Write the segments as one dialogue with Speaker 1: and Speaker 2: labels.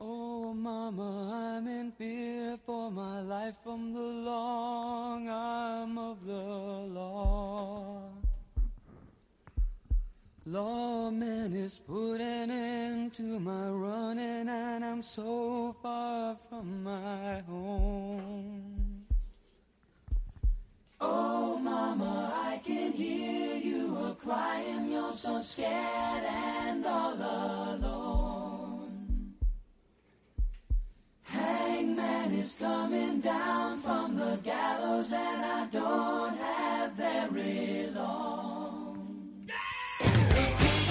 Speaker 1: Oh, Mama, I'm in fear for my life from the long arm of the law. Lawman is putting end to my running, and I'm so far from my home. Oh, Mama, I can hear you a crying. You're so scared and all alone. Hangman is coming down from the gallows, and I don't have very long.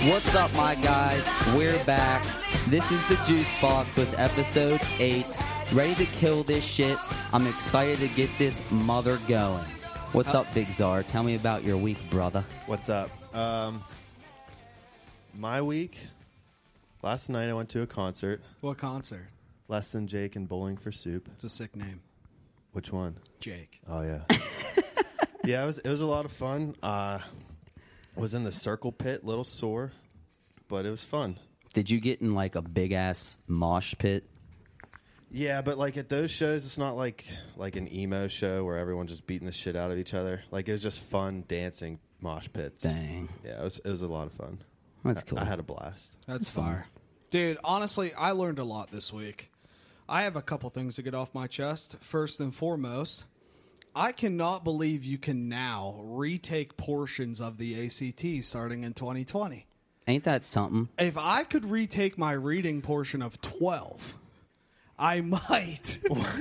Speaker 2: What's up, my guys? We're back. This is the Juice Box with episode 8. Ready to kill this shit. I'm excited to get this mother going. What's up, Big Czar? Tell me about your week, brother.
Speaker 3: What's up? Um, my week. Last night I went to a concert.
Speaker 4: What concert?
Speaker 3: Less than Jake and Bowling for Soup.
Speaker 4: It's a sick name.
Speaker 3: Which one?
Speaker 4: Jake.
Speaker 3: Oh yeah. yeah, it was it was a lot of fun. Uh, was in the circle pit, little sore, but it was fun.
Speaker 2: Did you get in like a big ass mosh pit?
Speaker 3: Yeah, but like at those shows, it's not like like an emo show where everyone's just beating the shit out of each other. Like it was just fun dancing mosh pits.
Speaker 2: Dang.
Speaker 3: Yeah, it was it was a lot of fun.
Speaker 2: That's
Speaker 3: I-
Speaker 2: cool.
Speaker 3: I had a blast.
Speaker 4: That's fire. Dude, honestly, I learned a lot this week. I have a couple things to get off my chest. First and foremost, I cannot believe you can now retake portions of the ACT starting in 2020.
Speaker 2: Ain't that something?
Speaker 4: If I could retake my reading portion of 12, I might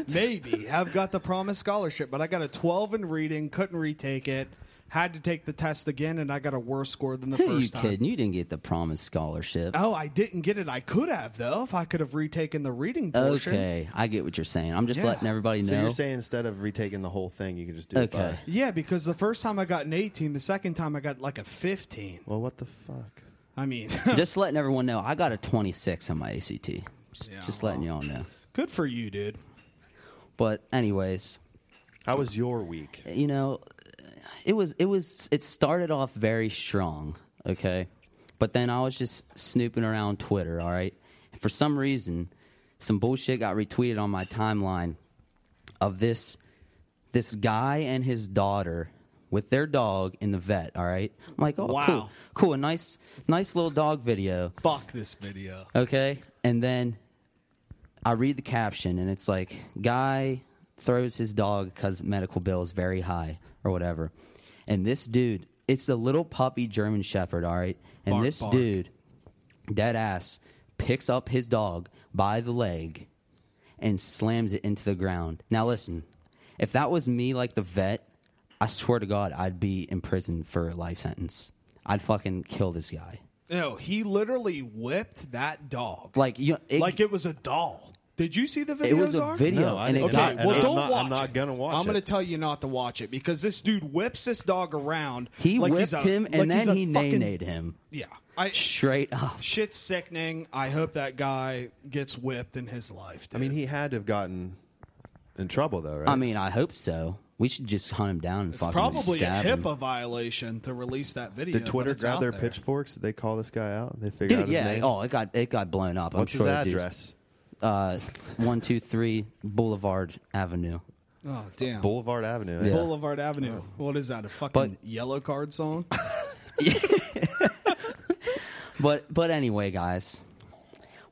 Speaker 4: maybe have got the promised scholarship, but I got a 12 in reading, couldn't retake it, had to take the test again, and I got a worse score than the
Speaker 2: Who are you
Speaker 4: first time.
Speaker 2: kidding? You didn't get the promised scholarship.
Speaker 4: Oh, I didn't get it. I could have though, if I could have retaken the reading portion.
Speaker 2: Okay, I get what you're saying. I'm just
Speaker 4: Oh, Yeah.
Speaker 2: letting everybody know.
Speaker 3: So you're saying instead of retaking the whole thing, you can just do it
Speaker 2: Okay.
Speaker 3: by.
Speaker 4: Yeah, because the first time I got an 18, the second time I got like a 15.
Speaker 3: Well, what the fuck?
Speaker 4: I mean,
Speaker 2: just letting everyone know, I got a 26 on my ACT. Just,
Speaker 4: Yeah,
Speaker 2: just letting y'all know.
Speaker 4: good for you, dude.
Speaker 2: But anyways,
Speaker 3: How was your week?
Speaker 2: you know, it was it was it started off very strong, okay? But then I was just snooping around Twitter, all right? And for some reason, some bullshit got retweeted on my timeline of this this guy and his daughter with their dog in the vet, all right? I'm like, "Oh,
Speaker 4: Wow.
Speaker 2: cool. Cool, a nice nice little dog video."
Speaker 4: Fuck this video.
Speaker 2: Okay. And then I read the caption and it's like, guy throws his dog because medical bill is very high or whatever. And this dude, it's a little puppy German Shepherd, all right? And
Speaker 4: Bark,
Speaker 2: this
Speaker 4: bark.
Speaker 2: dude, dead ass, picks up his dog by the leg and slams it into the ground. Now, listen, if that was me, like the vet, I swear to God, I'd be in prison for a life sentence. I'd fucking kill this guy.
Speaker 4: No, he literally whipped that dog like,
Speaker 2: Like, you
Speaker 4: it was a doll. Did you see the video?
Speaker 2: It was a
Speaker 4: Czar?
Speaker 2: video,
Speaker 3: No, I
Speaker 2: and it
Speaker 3: didn't.
Speaker 4: Okay,
Speaker 2: got
Speaker 3: and
Speaker 4: well,
Speaker 3: I'm
Speaker 4: don't
Speaker 3: not-
Speaker 4: watch.
Speaker 3: I'm not gonna watch
Speaker 4: I'm gonna
Speaker 3: it.
Speaker 4: tell you not to watch it because this dude whips this dog around.
Speaker 2: he
Speaker 4: like
Speaker 2: whipped
Speaker 4: he's a-
Speaker 2: him, and
Speaker 4: like he's
Speaker 2: then
Speaker 4: a
Speaker 2: he
Speaker 4: fucking-
Speaker 2: nay-nayed him
Speaker 4: Yeah, I,
Speaker 2: straight up.
Speaker 4: shit's sickening. I hope that guy gets whipped in his life.
Speaker 3: I
Speaker 4: dude.
Speaker 3: mean, he had to have gotten in trouble though, right?
Speaker 2: I mean, I hope so. We should just hunt him down and
Speaker 4: it's
Speaker 2: fucking
Speaker 4: probably a
Speaker 2: stab him.
Speaker 4: HIPAA violation to release that video.
Speaker 3: did Twitter
Speaker 4: but it's
Speaker 3: grab
Speaker 4: out
Speaker 3: their
Speaker 4: there.
Speaker 3: pitchforks? Did they call this guy out? They figured out
Speaker 2: Dude,
Speaker 3: his
Speaker 2: yeah.
Speaker 3: name.
Speaker 2: Oh, it got it got blown up.
Speaker 3: What's
Speaker 2: I'm sure
Speaker 3: his
Speaker 2: the dude-
Speaker 3: address?
Speaker 2: Uh, one two three Boulevard Avenue.
Speaker 4: Oh damn.
Speaker 3: Boulevard Avenue. eh?
Speaker 2: Yeah.
Speaker 4: Boulevard Avenue. What is that? A fucking
Speaker 2: But-
Speaker 4: yellow card song?
Speaker 2: But but anyway, guys,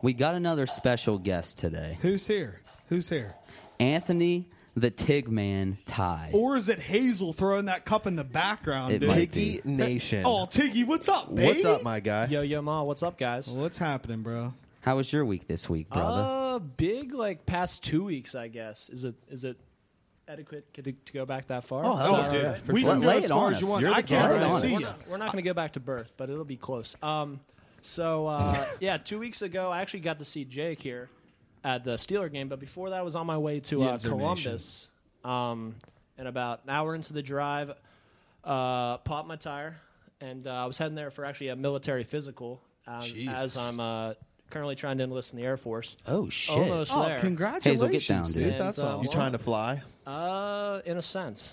Speaker 2: we got another special guest today,
Speaker 4: Who's here? Who's here?
Speaker 2: Anthony the Tigman Ty.
Speaker 4: Or is it Hazel throwing that cup in the background,
Speaker 2: It
Speaker 4: dude?
Speaker 2: might
Speaker 3: Tiggy Nation.
Speaker 4: Oh, Tiggy, what's up, baby?
Speaker 3: What's up, my guy?
Speaker 5: Yo, yo, ma, what's up, guys?
Speaker 4: What's happening, bro?
Speaker 2: How was your week this week, brother?
Speaker 5: Uh, big like past two weeks, I guess. Is it is it adequate to, to go back that far?
Speaker 2: Oh, hell
Speaker 5: Sorry.
Speaker 2: yeah.
Speaker 4: dude, we
Speaker 2: sure.
Speaker 4: can go
Speaker 2: Lay
Speaker 4: as
Speaker 2: it
Speaker 4: far
Speaker 2: on
Speaker 4: as you
Speaker 2: us.
Speaker 4: want.
Speaker 2: You're
Speaker 4: I
Speaker 2: the
Speaker 4: can't
Speaker 2: guest.
Speaker 4: really
Speaker 2: Lay it on
Speaker 4: see
Speaker 2: us.
Speaker 5: We're
Speaker 4: you.
Speaker 5: not, we're not going to go back to birth, but it'll be close. Um, so uh, yeah, two weeks ago, I actually got to see Jake here at the Steeler game, but before that, I was on my way to uh,
Speaker 4: Yinzer Nation.
Speaker 5: Columbus. Um, and about an hour into the drive, uh, popped my tire, and uh, I was heading there for actually a military physical. Um, as
Speaker 4: Jesus.
Speaker 5: I'm uh, currently trying to enlist in the Air Force.
Speaker 2: oh shit!
Speaker 5: Almost
Speaker 4: Oh,
Speaker 5: there.
Speaker 4: congratulations,
Speaker 2: down,
Speaker 4: dude.
Speaker 2: dude.
Speaker 4: That's
Speaker 5: And, uh,
Speaker 4: awesome.
Speaker 3: You trying to fly?
Speaker 5: Uh, in a sense,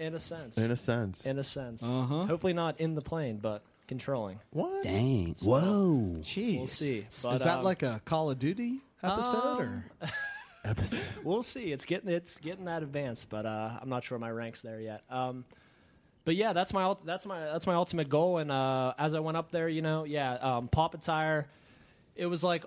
Speaker 5: in a sense,
Speaker 3: In a sense.
Speaker 5: in a sense.
Speaker 4: Uh-huh.
Speaker 5: Hopefully not in the plane, but controlling.
Speaker 3: what?
Speaker 2: Dang! Whoa!
Speaker 4: Jeez.
Speaker 5: We'll see.
Speaker 4: Is
Speaker 5: But,
Speaker 4: that
Speaker 5: um,
Speaker 4: like a Call of Duty
Speaker 3: episode or episode?
Speaker 5: We'll see. It's getting it's getting that advanced, but uh, I'm not sure my ranks there yet. Um, but yeah, that's my ult- that's my that's my ultimate goal. And uh, as I went up there, you know, yeah, um, pop attire. It was like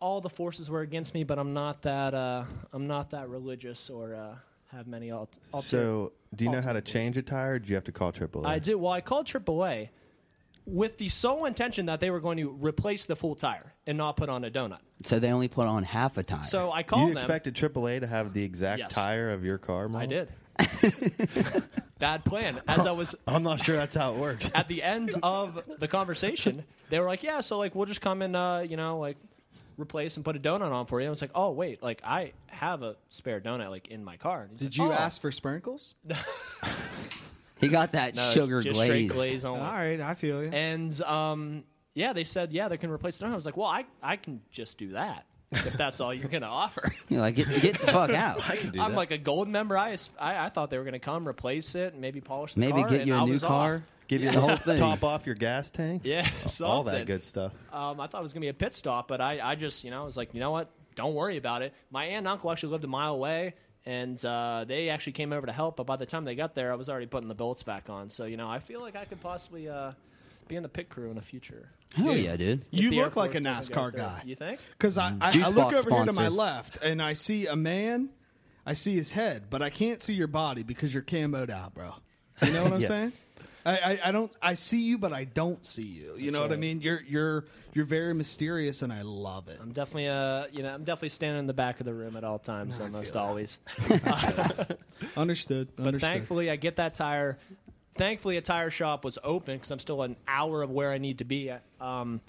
Speaker 5: all the forces were against me, but I'm not that uh, I'm not that religious or uh, have many alt. ulterior-
Speaker 3: So, do you know how to
Speaker 5: Ultimate Voice.
Speaker 3: change a tire? Or do you have to call AAA?
Speaker 5: I do. Well, I called AAA with the sole intention that they were going to replace the full tire and not put on a donut.
Speaker 2: So they only put on half a tire.
Speaker 5: So I called
Speaker 3: You
Speaker 5: them.
Speaker 3: expected AAA to have the exact
Speaker 5: Yes.
Speaker 3: tire of your car? Model?
Speaker 5: I did. Bad plan. As I was
Speaker 3: I'm not sure that's how it works.
Speaker 5: at the end of the conversation, they were like, "Yeah, so like we'll just come and uh, you know like replace and put a donut on for you." And I was like, "Oh wait, like I have a spare donut like in my car." And he's
Speaker 4: Did
Speaker 5: like,
Speaker 4: you
Speaker 5: "Oh."
Speaker 4: ask for sprinkles?
Speaker 2: he got that
Speaker 5: No,
Speaker 2: sugar
Speaker 5: just
Speaker 2: glazed.
Speaker 5: straight glaze only.
Speaker 4: All right, I feel you.
Speaker 5: And um, yeah, they said yeah they can replace the donut. I was like, "Well, I I can just do that if that's all you're gonna offer."
Speaker 2: You're like, get, get the fuck out.
Speaker 3: do that.
Speaker 5: I'm like a gold member. I, as- I I thought they were gonna come replace it and maybe polish the
Speaker 2: Maybe
Speaker 5: car,
Speaker 2: get
Speaker 5: and
Speaker 2: you
Speaker 5: I
Speaker 2: a new
Speaker 5: was off.
Speaker 2: car.
Speaker 3: Give you
Speaker 2: The
Speaker 3: the
Speaker 2: whole
Speaker 3: whole
Speaker 2: thing.
Speaker 3: top off your gas tank. Oh,
Speaker 5: Yeah,
Speaker 3: all
Speaker 5: something.
Speaker 3: that good stuff.
Speaker 5: Um, I thought it was gonna be a pit stop, but I, I just, you know, I was like, you know what? Don't worry about it. My aunt and uncle actually lived a mile away, and uh, they actually came over to help. But by the time they got there, I was already putting the bolts back on. So you know, I feel like I could possibly uh, be in the pit crew in the future.
Speaker 2: Hell yeah, dude.
Speaker 4: You
Speaker 5: If the
Speaker 4: look like a
Speaker 5: Air Force doesn't go
Speaker 4: NASCAR
Speaker 5: through.
Speaker 4: guy.
Speaker 5: You think?
Speaker 4: Because I, I,
Speaker 2: Juice
Speaker 4: I look
Speaker 2: box
Speaker 4: over here to my
Speaker 2: sponsor.
Speaker 4: left and I see a man. I see his head, but I can't see your body because you're camoed out, bro. You know what I'm
Speaker 3: Yeah.
Speaker 4: saying? I, I, I don't. I see you, but I don't see you. You know what I
Speaker 5: right.
Speaker 4: mean? You're you're you're very mysterious, and I love it.
Speaker 5: I'm definitely, uh, you know, I'm definitely standing in the back of the room at all times, almost always.
Speaker 4: Understood.
Speaker 5: But
Speaker 4: understood.
Speaker 5: thankfully, I get that tire. Thankfully, a tire shop was open because I'm still an hour of where I need to be. At. Um,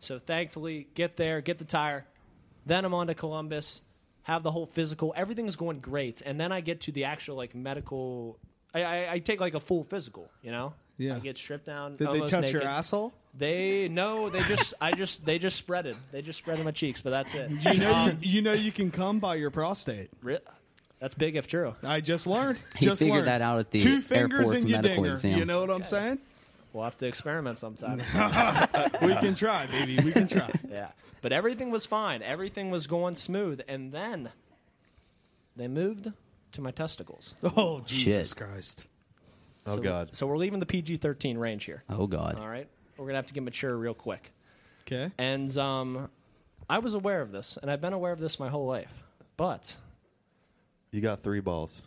Speaker 5: so thankfully, get there, get the tire. Then I'm on to Columbus, have the whole physical. Everything's going great, and then I get to the actual like medical. I, I, I take like a full physical, you know.
Speaker 4: Yeah.
Speaker 5: I get stripped down.
Speaker 4: Did they
Speaker 5: almost
Speaker 4: touch
Speaker 5: naked.
Speaker 4: your asshole?
Speaker 5: They no, they just I just they just spread it. They just spreaded my cheeks, but that's it. Um,
Speaker 4: You know, you, you know you can come by your prostate.
Speaker 5: Re- That's big if true.
Speaker 4: I just learned.
Speaker 2: He
Speaker 4: just
Speaker 2: figured
Speaker 4: learned.
Speaker 2: that out at the
Speaker 4: two
Speaker 2: Air
Speaker 4: fingers
Speaker 2: Force
Speaker 4: in your
Speaker 2: medical
Speaker 4: dinger.
Speaker 2: exam.
Speaker 4: You know what I'm saying?
Speaker 5: We'll have to experiment sometime.
Speaker 4: We can try, baby. We can try.
Speaker 5: Yeah. But everything was fine. Everything was going smooth. And then they moved to my testicles.
Speaker 4: Oh Jesus
Speaker 2: Shit.
Speaker 4: Christ!
Speaker 3: Oh
Speaker 5: so,
Speaker 3: God.
Speaker 5: So we're leaving the PG 13 range here.
Speaker 2: Oh god.
Speaker 5: All right. We're going to have to get mature real quick.
Speaker 4: Okay.
Speaker 5: And um, I was aware of this, and I've been aware of this my whole life. But
Speaker 3: You got three balls.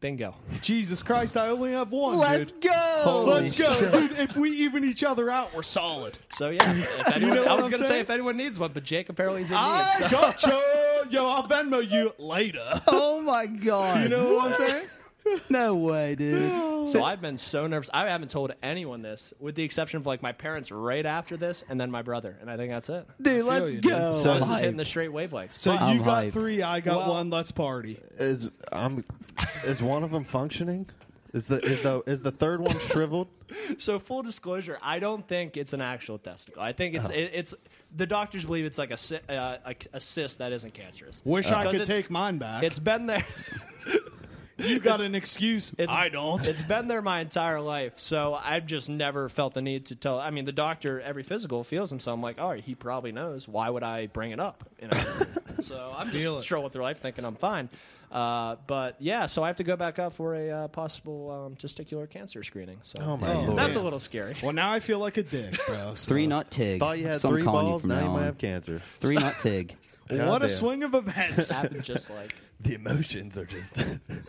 Speaker 5: bingo.
Speaker 4: Jesus Christ, I only have one. dude.
Speaker 2: go.
Speaker 4: Let's go, dude. If we even each other out, we're solid.
Speaker 5: So, yeah. If anyone,
Speaker 4: know what
Speaker 5: I was
Speaker 4: I'm
Speaker 5: going to say
Speaker 4: saying?
Speaker 5: if anyone needs one, but Jake apparently is in need.
Speaker 4: I
Speaker 5: So.
Speaker 4: got you. Yo, I'll Venmo you later.
Speaker 2: Oh my god.
Speaker 4: You know what I'm saying?
Speaker 2: no way, dude.
Speaker 5: So I've been so nervous. I haven't told anyone this, with the exception of like my parents right after this, and then my brother. And I think that's it.
Speaker 2: Dude,
Speaker 4: let's you, dude. go.
Speaker 5: So this is
Speaker 2: Hype.
Speaker 5: hitting the straight wavelengths.
Speaker 4: So
Speaker 2: I'm
Speaker 4: you got
Speaker 2: hyped. uh,
Speaker 4: three, I got
Speaker 5: Well-
Speaker 4: one. Let's party.
Speaker 3: Is I'm is one of them functioning? Is the is the is the third one shriveled?
Speaker 5: So full disclosure, I don't think it's an actual testicle. I think
Speaker 4: Oh.
Speaker 5: it's it, it's the doctors believe it's like a cy- uh, a, a cyst that isn't cancerous.
Speaker 4: Wish I
Speaker 5: Because
Speaker 4: could
Speaker 5: it's-
Speaker 4: take mine back.
Speaker 5: It's been there.
Speaker 4: you got an excuse.
Speaker 5: It's,
Speaker 4: I don't.
Speaker 5: It's been there my entire life. So I've just never felt the need to tell. I mean, the doctor every physical feels him. So I'm like, all right, he probably knows. Why would I bring it up? You know. so I'm
Speaker 4: Feel it.
Speaker 5: just strolling through life thinking I'm fine. Uh, but yeah, so I have to go back up for a uh, possible um, testicular cancer screening. So
Speaker 3: Oh my lord!
Speaker 5: that's a little scary.
Speaker 4: well, now I feel like a dick, bro. so-
Speaker 2: Three nut tig.
Speaker 3: Thought you had
Speaker 2: That's what I'm
Speaker 3: three
Speaker 2: calling you
Speaker 3: balls.
Speaker 2: from
Speaker 3: Now you
Speaker 2: now
Speaker 3: might
Speaker 2: on.
Speaker 3: have cancer.
Speaker 2: Three nut tig.
Speaker 4: What a
Speaker 3: Goddamn.
Speaker 4: swing of events.
Speaker 5: Happened just like.
Speaker 3: The emotions are just.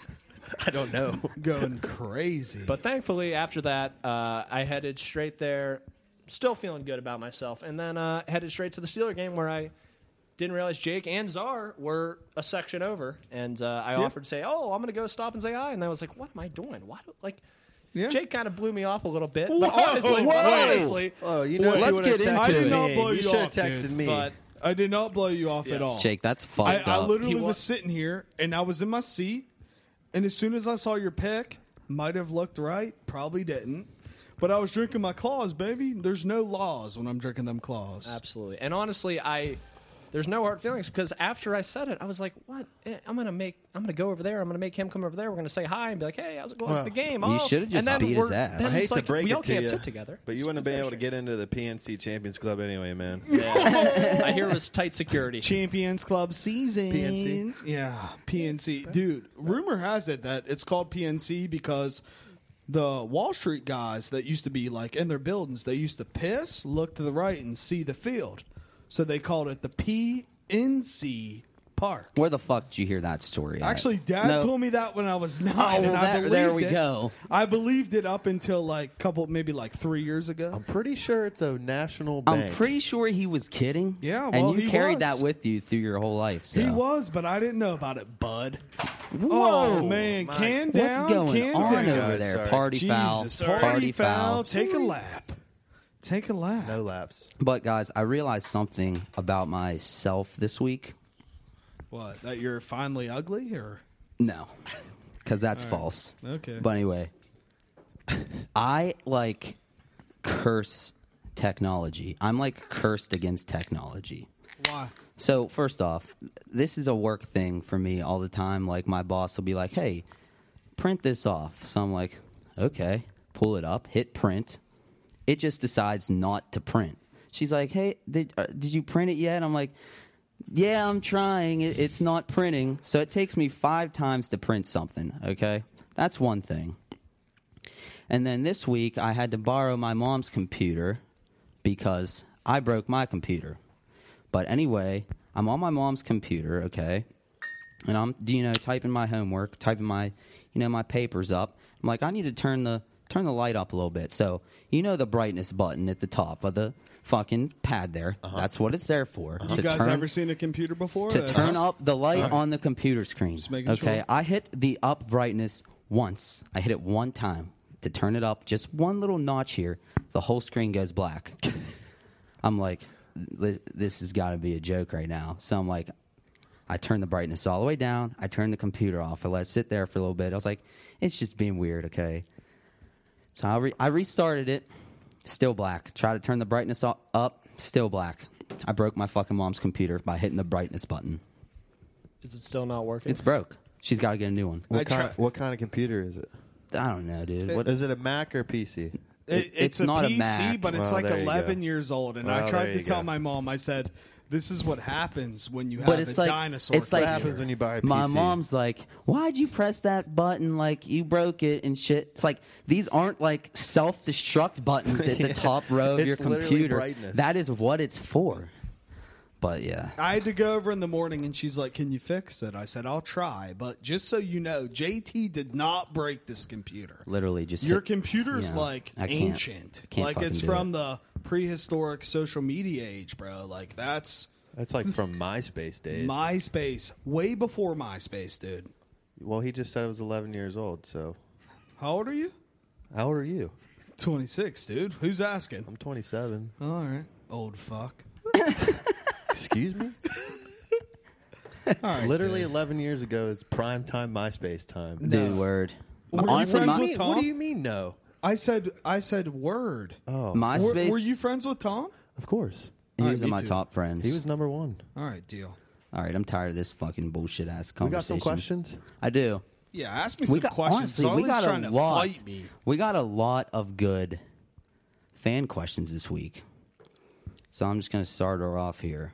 Speaker 3: I don't know.
Speaker 4: Going crazy.
Speaker 5: But thankfully, after that, uh, I headed straight there, still feeling good about myself, and then uh, headed straight to the Steeler game where I didn't realize Jake and Czar were a section over, and uh, I offered to say, "Oh, I'm going to go stop and say hi," and I was like, "What am I doing? Why do like?"
Speaker 4: Yeah.
Speaker 5: Jake kind of blew me off a little bit, but
Speaker 4: Whoa,
Speaker 5: honestly,
Speaker 4: whoa.
Speaker 5: honestly,
Speaker 3: Oh, you know.
Speaker 4: Wait,
Speaker 3: you
Speaker 4: let's
Speaker 3: would've
Speaker 4: get into
Speaker 3: texted
Speaker 4: it. I did not
Speaker 3: me.
Speaker 4: blow you
Speaker 3: should have
Speaker 4: off, dude.
Speaker 3: texted me.
Speaker 5: but
Speaker 4: I did not blow you off at
Speaker 5: Yes.
Speaker 4: all.
Speaker 2: Jake, that's
Speaker 4: I,
Speaker 2: fucked
Speaker 4: I
Speaker 2: up.
Speaker 4: literally
Speaker 5: He wa-
Speaker 4: was sitting here and I was in my seat, and as soon as I saw your pick, might have looked right, probably didn't. But I was drinking my claws, baby. There's no laws when I'm drinking them claws.
Speaker 5: Absolutely. And honestly, I there's no hard feelings because after I said it, I was like, "What? Eh, I'm gonna make. I'm gonna go over there. I'm gonna make him come over there. We're gonna say hi and be like, hey, how's it going
Speaker 3: Well,
Speaker 5: at the game?
Speaker 2: you
Speaker 5: oh.
Speaker 2: should've just
Speaker 5: and then
Speaker 2: beat his
Speaker 5: we're-
Speaker 2: ass.
Speaker 5: then
Speaker 3: I
Speaker 2: I
Speaker 3: hate
Speaker 5: it's
Speaker 3: to
Speaker 5: like,
Speaker 3: break
Speaker 5: we
Speaker 3: it
Speaker 5: all
Speaker 3: to
Speaker 5: can't
Speaker 3: you,
Speaker 5: sit together.
Speaker 3: but you
Speaker 5: It's-
Speaker 3: wouldn't have
Speaker 5: it's
Speaker 3: been
Speaker 5: no
Speaker 3: able to
Speaker 5: shame.
Speaker 3: get into the PNC Champions Club anyway, man.
Speaker 5: I hear it was tight security.
Speaker 4: Champions Club season.
Speaker 3: PNC.
Speaker 4: Yeah, PNC. Dude, rumor has it that it's called PNC because the Wall Street guys that used to be like in their buildings, they used to piss, look to the right, and see the field. So they called it the PNC Park.
Speaker 2: Where the fuck did you hear that story? at?
Speaker 4: Actually, Dad
Speaker 2: No,
Speaker 4: told me that when I was nine.
Speaker 2: Oh,
Speaker 4: and I
Speaker 2: that-
Speaker 4: believed
Speaker 2: there we
Speaker 4: it.
Speaker 2: go.
Speaker 4: I believed it up until like couple, maybe like three years ago.
Speaker 2: Oh,
Speaker 3: I'm pretty sure it's a national
Speaker 2: I'm
Speaker 3: bank.
Speaker 2: pretty sure he was kidding.
Speaker 4: Yeah, well,
Speaker 2: and you
Speaker 4: he
Speaker 2: carried
Speaker 4: was.
Speaker 2: that with you through your whole life. So.
Speaker 4: He was, but I didn't know about it, Bud.
Speaker 2: Whoa,
Speaker 4: oh man,
Speaker 3: my-
Speaker 4: can
Speaker 2: what's
Speaker 4: down,
Speaker 2: going
Speaker 4: can
Speaker 2: on
Speaker 4: down.
Speaker 2: over
Speaker 3: Guys,
Speaker 2: there?
Speaker 3: sorry.
Speaker 2: Party foul,
Speaker 4: Jesus,
Speaker 2: party, foul.
Speaker 4: Take a lap. Take a lap.
Speaker 3: No laps.
Speaker 2: But guys, I realized something about myself this week.
Speaker 4: What? That you're finally ugly, or
Speaker 2: No, because that's false.
Speaker 4: Okay.
Speaker 2: But anyway, I like curse technology. I'm like cursed against technology.
Speaker 4: why?
Speaker 2: So first off, this is a work thing for me all the time. Like my boss will be like, "Hey, print this off." So I'm like, "Okay." Pull it up, hit print. It just decides not to print. She's like, "Hey, did uh, did you print it yet?" I'm like, "Yeah, I'm trying. It, it's not printing." So it takes me five times to print something. Okay, that's one thing. And then this week, I had to borrow my mom's computer because I broke my computer. But anyway, I'm on my mom's computer, okay? And I'm, you know, typing my homework, typing my, you know, my papers up. I'm like, I need to turn the turn the light up a little bit. So you know the brightness button at the top of the fucking pad there. That's what it's there for.
Speaker 4: You
Speaker 2: to
Speaker 4: guys
Speaker 2: turn-
Speaker 4: ever seen a computer before?
Speaker 2: to
Speaker 4: That's-
Speaker 2: turn up the light on the computer screen.
Speaker 4: making
Speaker 2: Okay,
Speaker 4: sure.
Speaker 2: I hit the up brightness once. I hit it one time to turn it up, just one little notch here. The whole screen goes black. I'm like, "Th- this has got to be a joke right now. So I'm like, I turn the brightness all the way down. I turn the computer off. I let it sit there for a little bit. I was like, it's just being weird, okay? So I, re- I restarted it, still black. Try to turn the brightness o- up, still black. I broke my fucking mom's computer by hitting the brightness button.
Speaker 5: Is it still not working?
Speaker 2: It's broke. She's got to get a new one.
Speaker 3: What,
Speaker 4: I
Speaker 3: kind,
Speaker 4: try-
Speaker 3: what kind of computer is it?
Speaker 2: I don't know, dude.
Speaker 3: Is
Speaker 2: What,
Speaker 3: it a Mac or PC?
Speaker 4: It-
Speaker 2: It-
Speaker 4: it's,
Speaker 2: it's
Speaker 4: a
Speaker 2: not a
Speaker 4: PC,
Speaker 2: Mac.
Speaker 4: but it's
Speaker 3: Well,
Speaker 4: like
Speaker 3: there you go.
Speaker 4: 11 years old, and I
Speaker 3: Well,
Speaker 4: tried
Speaker 3: there
Speaker 4: to
Speaker 3: you
Speaker 4: tell
Speaker 3: go.
Speaker 4: my mom. I said, "This is what happens when you have
Speaker 2: But
Speaker 4: a
Speaker 2: it's like-
Speaker 4: dinosaur."
Speaker 2: it's like-
Speaker 3: What happens when you buy a PC?
Speaker 2: my mom's like, why'd you press that button? Like, you broke it and shit. It's like, these aren't like self destruct buttons at the top row of
Speaker 3: It's
Speaker 2: your
Speaker 3: literally
Speaker 2: computer.
Speaker 3: brightness.
Speaker 2: That is what it's for. But yeah.
Speaker 4: I had to go over in the morning, and she's like, "Can you fix it?" I said, "I'll try, but just so you know, JT did not break this computer.
Speaker 2: Literally just
Speaker 4: your
Speaker 2: hit-
Speaker 4: computer's
Speaker 2: yeah,
Speaker 4: like
Speaker 2: I can't-
Speaker 4: ancient,
Speaker 2: I can't
Speaker 4: like
Speaker 2: fucking
Speaker 4: it's
Speaker 2: do
Speaker 4: from
Speaker 2: it.
Speaker 4: the prehistoric social media age, bro. Like that's
Speaker 3: That's like from MySpace days.
Speaker 4: MySpace, way before MySpace, dude.
Speaker 3: well, he just said I was 11 years old. So,
Speaker 4: How old are you?
Speaker 3: how old are you?
Speaker 4: Twenty six, dude. Who's asking?
Speaker 3: I'm 27.
Speaker 4: All right, old fuck.
Speaker 3: Excuse me.
Speaker 4: All right,
Speaker 3: Literally
Speaker 4: dude.
Speaker 3: 11 years ago is prime time MySpace time.
Speaker 2: Dude, word.
Speaker 4: Were you
Speaker 2: Honestly,
Speaker 4: friends
Speaker 2: my,
Speaker 4: with Tom?
Speaker 3: What do you mean no?
Speaker 4: I said, I said, word.
Speaker 3: Oh,
Speaker 4: Were,
Speaker 2: MySpace.
Speaker 4: were you friends with Tom?
Speaker 3: of course.
Speaker 2: He
Speaker 4: Alright,
Speaker 2: was
Speaker 4: me
Speaker 2: in my
Speaker 4: too.
Speaker 2: top friends.
Speaker 3: He was number one.
Speaker 4: All right, deal.
Speaker 2: All right, I'm tired of this fucking bullshit ass
Speaker 3: We
Speaker 2: conversation.
Speaker 3: got some questions.
Speaker 2: I do.
Speaker 4: Yeah, ask me
Speaker 2: We
Speaker 4: some
Speaker 2: got
Speaker 4: questions.
Speaker 2: honestly, we
Speaker 4: Sully's
Speaker 2: got
Speaker 4: trying
Speaker 2: a
Speaker 4: to
Speaker 2: lot.
Speaker 4: fight me.
Speaker 2: We got a lot of good fan questions this week. So I'm just gonna start her off here.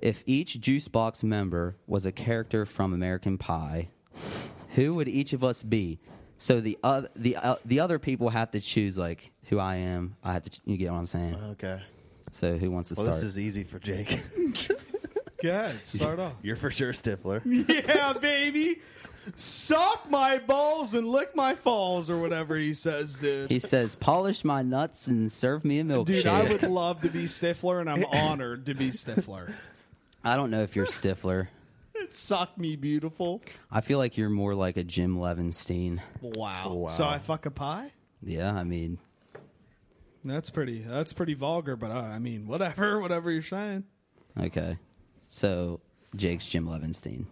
Speaker 2: If each juice box member was a character from American Pie, who would each of us be? So the other the uh, the other people have to choose like who I am. I have to. ch- You get what I'm saying?
Speaker 3: Okay.
Speaker 2: So who wants to
Speaker 3: Well,
Speaker 2: start?
Speaker 3: this is easy for Jake.
Speaker 4: Yeah, start off.
Speaker 3: You're for sure Stifler.
Speaker 4: yeah, baby. Suck my balls and lick my falls, or whatever he says, dude.
Speaker 2: he says, "Polish my nuts and serve me a milkshake."
Speaker 4: Dude, I would love to be Stifler, and I'm honored to be Stifler.
Speaker 2: I don't know if you're Stifler.
Speaker 4: Suck me, beautiful.
Speaker 2: I feel like you're more like a Jim Levinstein.
Speaker 4: Wow.
Speaker 3: Wow.
Speaker 4: So I fuck a pie.
Speaker 2: Yeah, I mean,
Speaker 4: That's pretty. That's pretty vulgar, but uh, I, I mean, whatever, whatever you're saying.
Speaker 2: okay. So Jake's Jim Levinstein.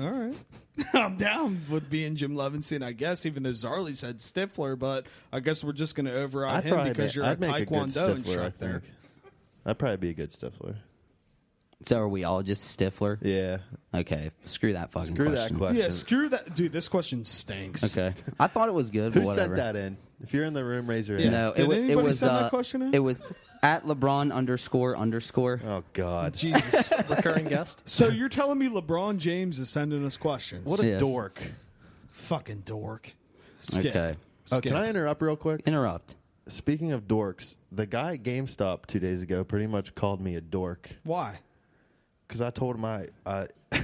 Speaker 4: All right. I'm down with being Jim Levinson, I guess, even though Zarley said Stifler, but I guess we're just going to override him because
Speaker 3: ma-
Speaker 4: you're a
Speaker 3: I'd make
Speaker 4: Taekwondo
Speaker 3: Stifler, I
Speaker 4: instructor.
Speaker 3: think. I'd probably be a good Stifler.
Speaker 2: So are we all just Stifler?
Speaker 3: Yeah.
Speaker 2: Okay, screw that fucking
Speaker 3: Screw
Speaker 2: question.
Speaker 3: that question.
Speaker 4: Yeah, screw that, dude. This question stinks.
Speaker 2: Okay, I thought it was good.
Speaker 3: Who
Speaker 2: but whatever.
Speaker 3: sent that in? If you're in the room, raise your hand.
Speaker 2: No,
Speaker 4: Did
Speaker 2: it, wa- it
Speaker 4: anybody
Speaker 2: was
Speaker 4: send
Speaker 2: uh,
Speaker 4: that question in?
Speaker 2: it was at LeBron underscore underscore.
Speaker 3: Oh God.
Speaker 4: Jesus.
Speaker 5: Recurring guest.
Speaker 4: so you're telling me LeBron James is sending us questions?
Speaker 3: What a
Speaker 2: Yes.
Speaker 3: dork.
Speaker 4: fucking dork.
Speaker 2: Okay.
Speaker 3: Oh, can I interrupt real quick?
Speaker 2: Interrupt.
Speaker 3: Speaking of dorks, the guy at GameStop two days ago pretty much called me a dork
Speaker 4: Why?
Speaker 3: because I told him I, I,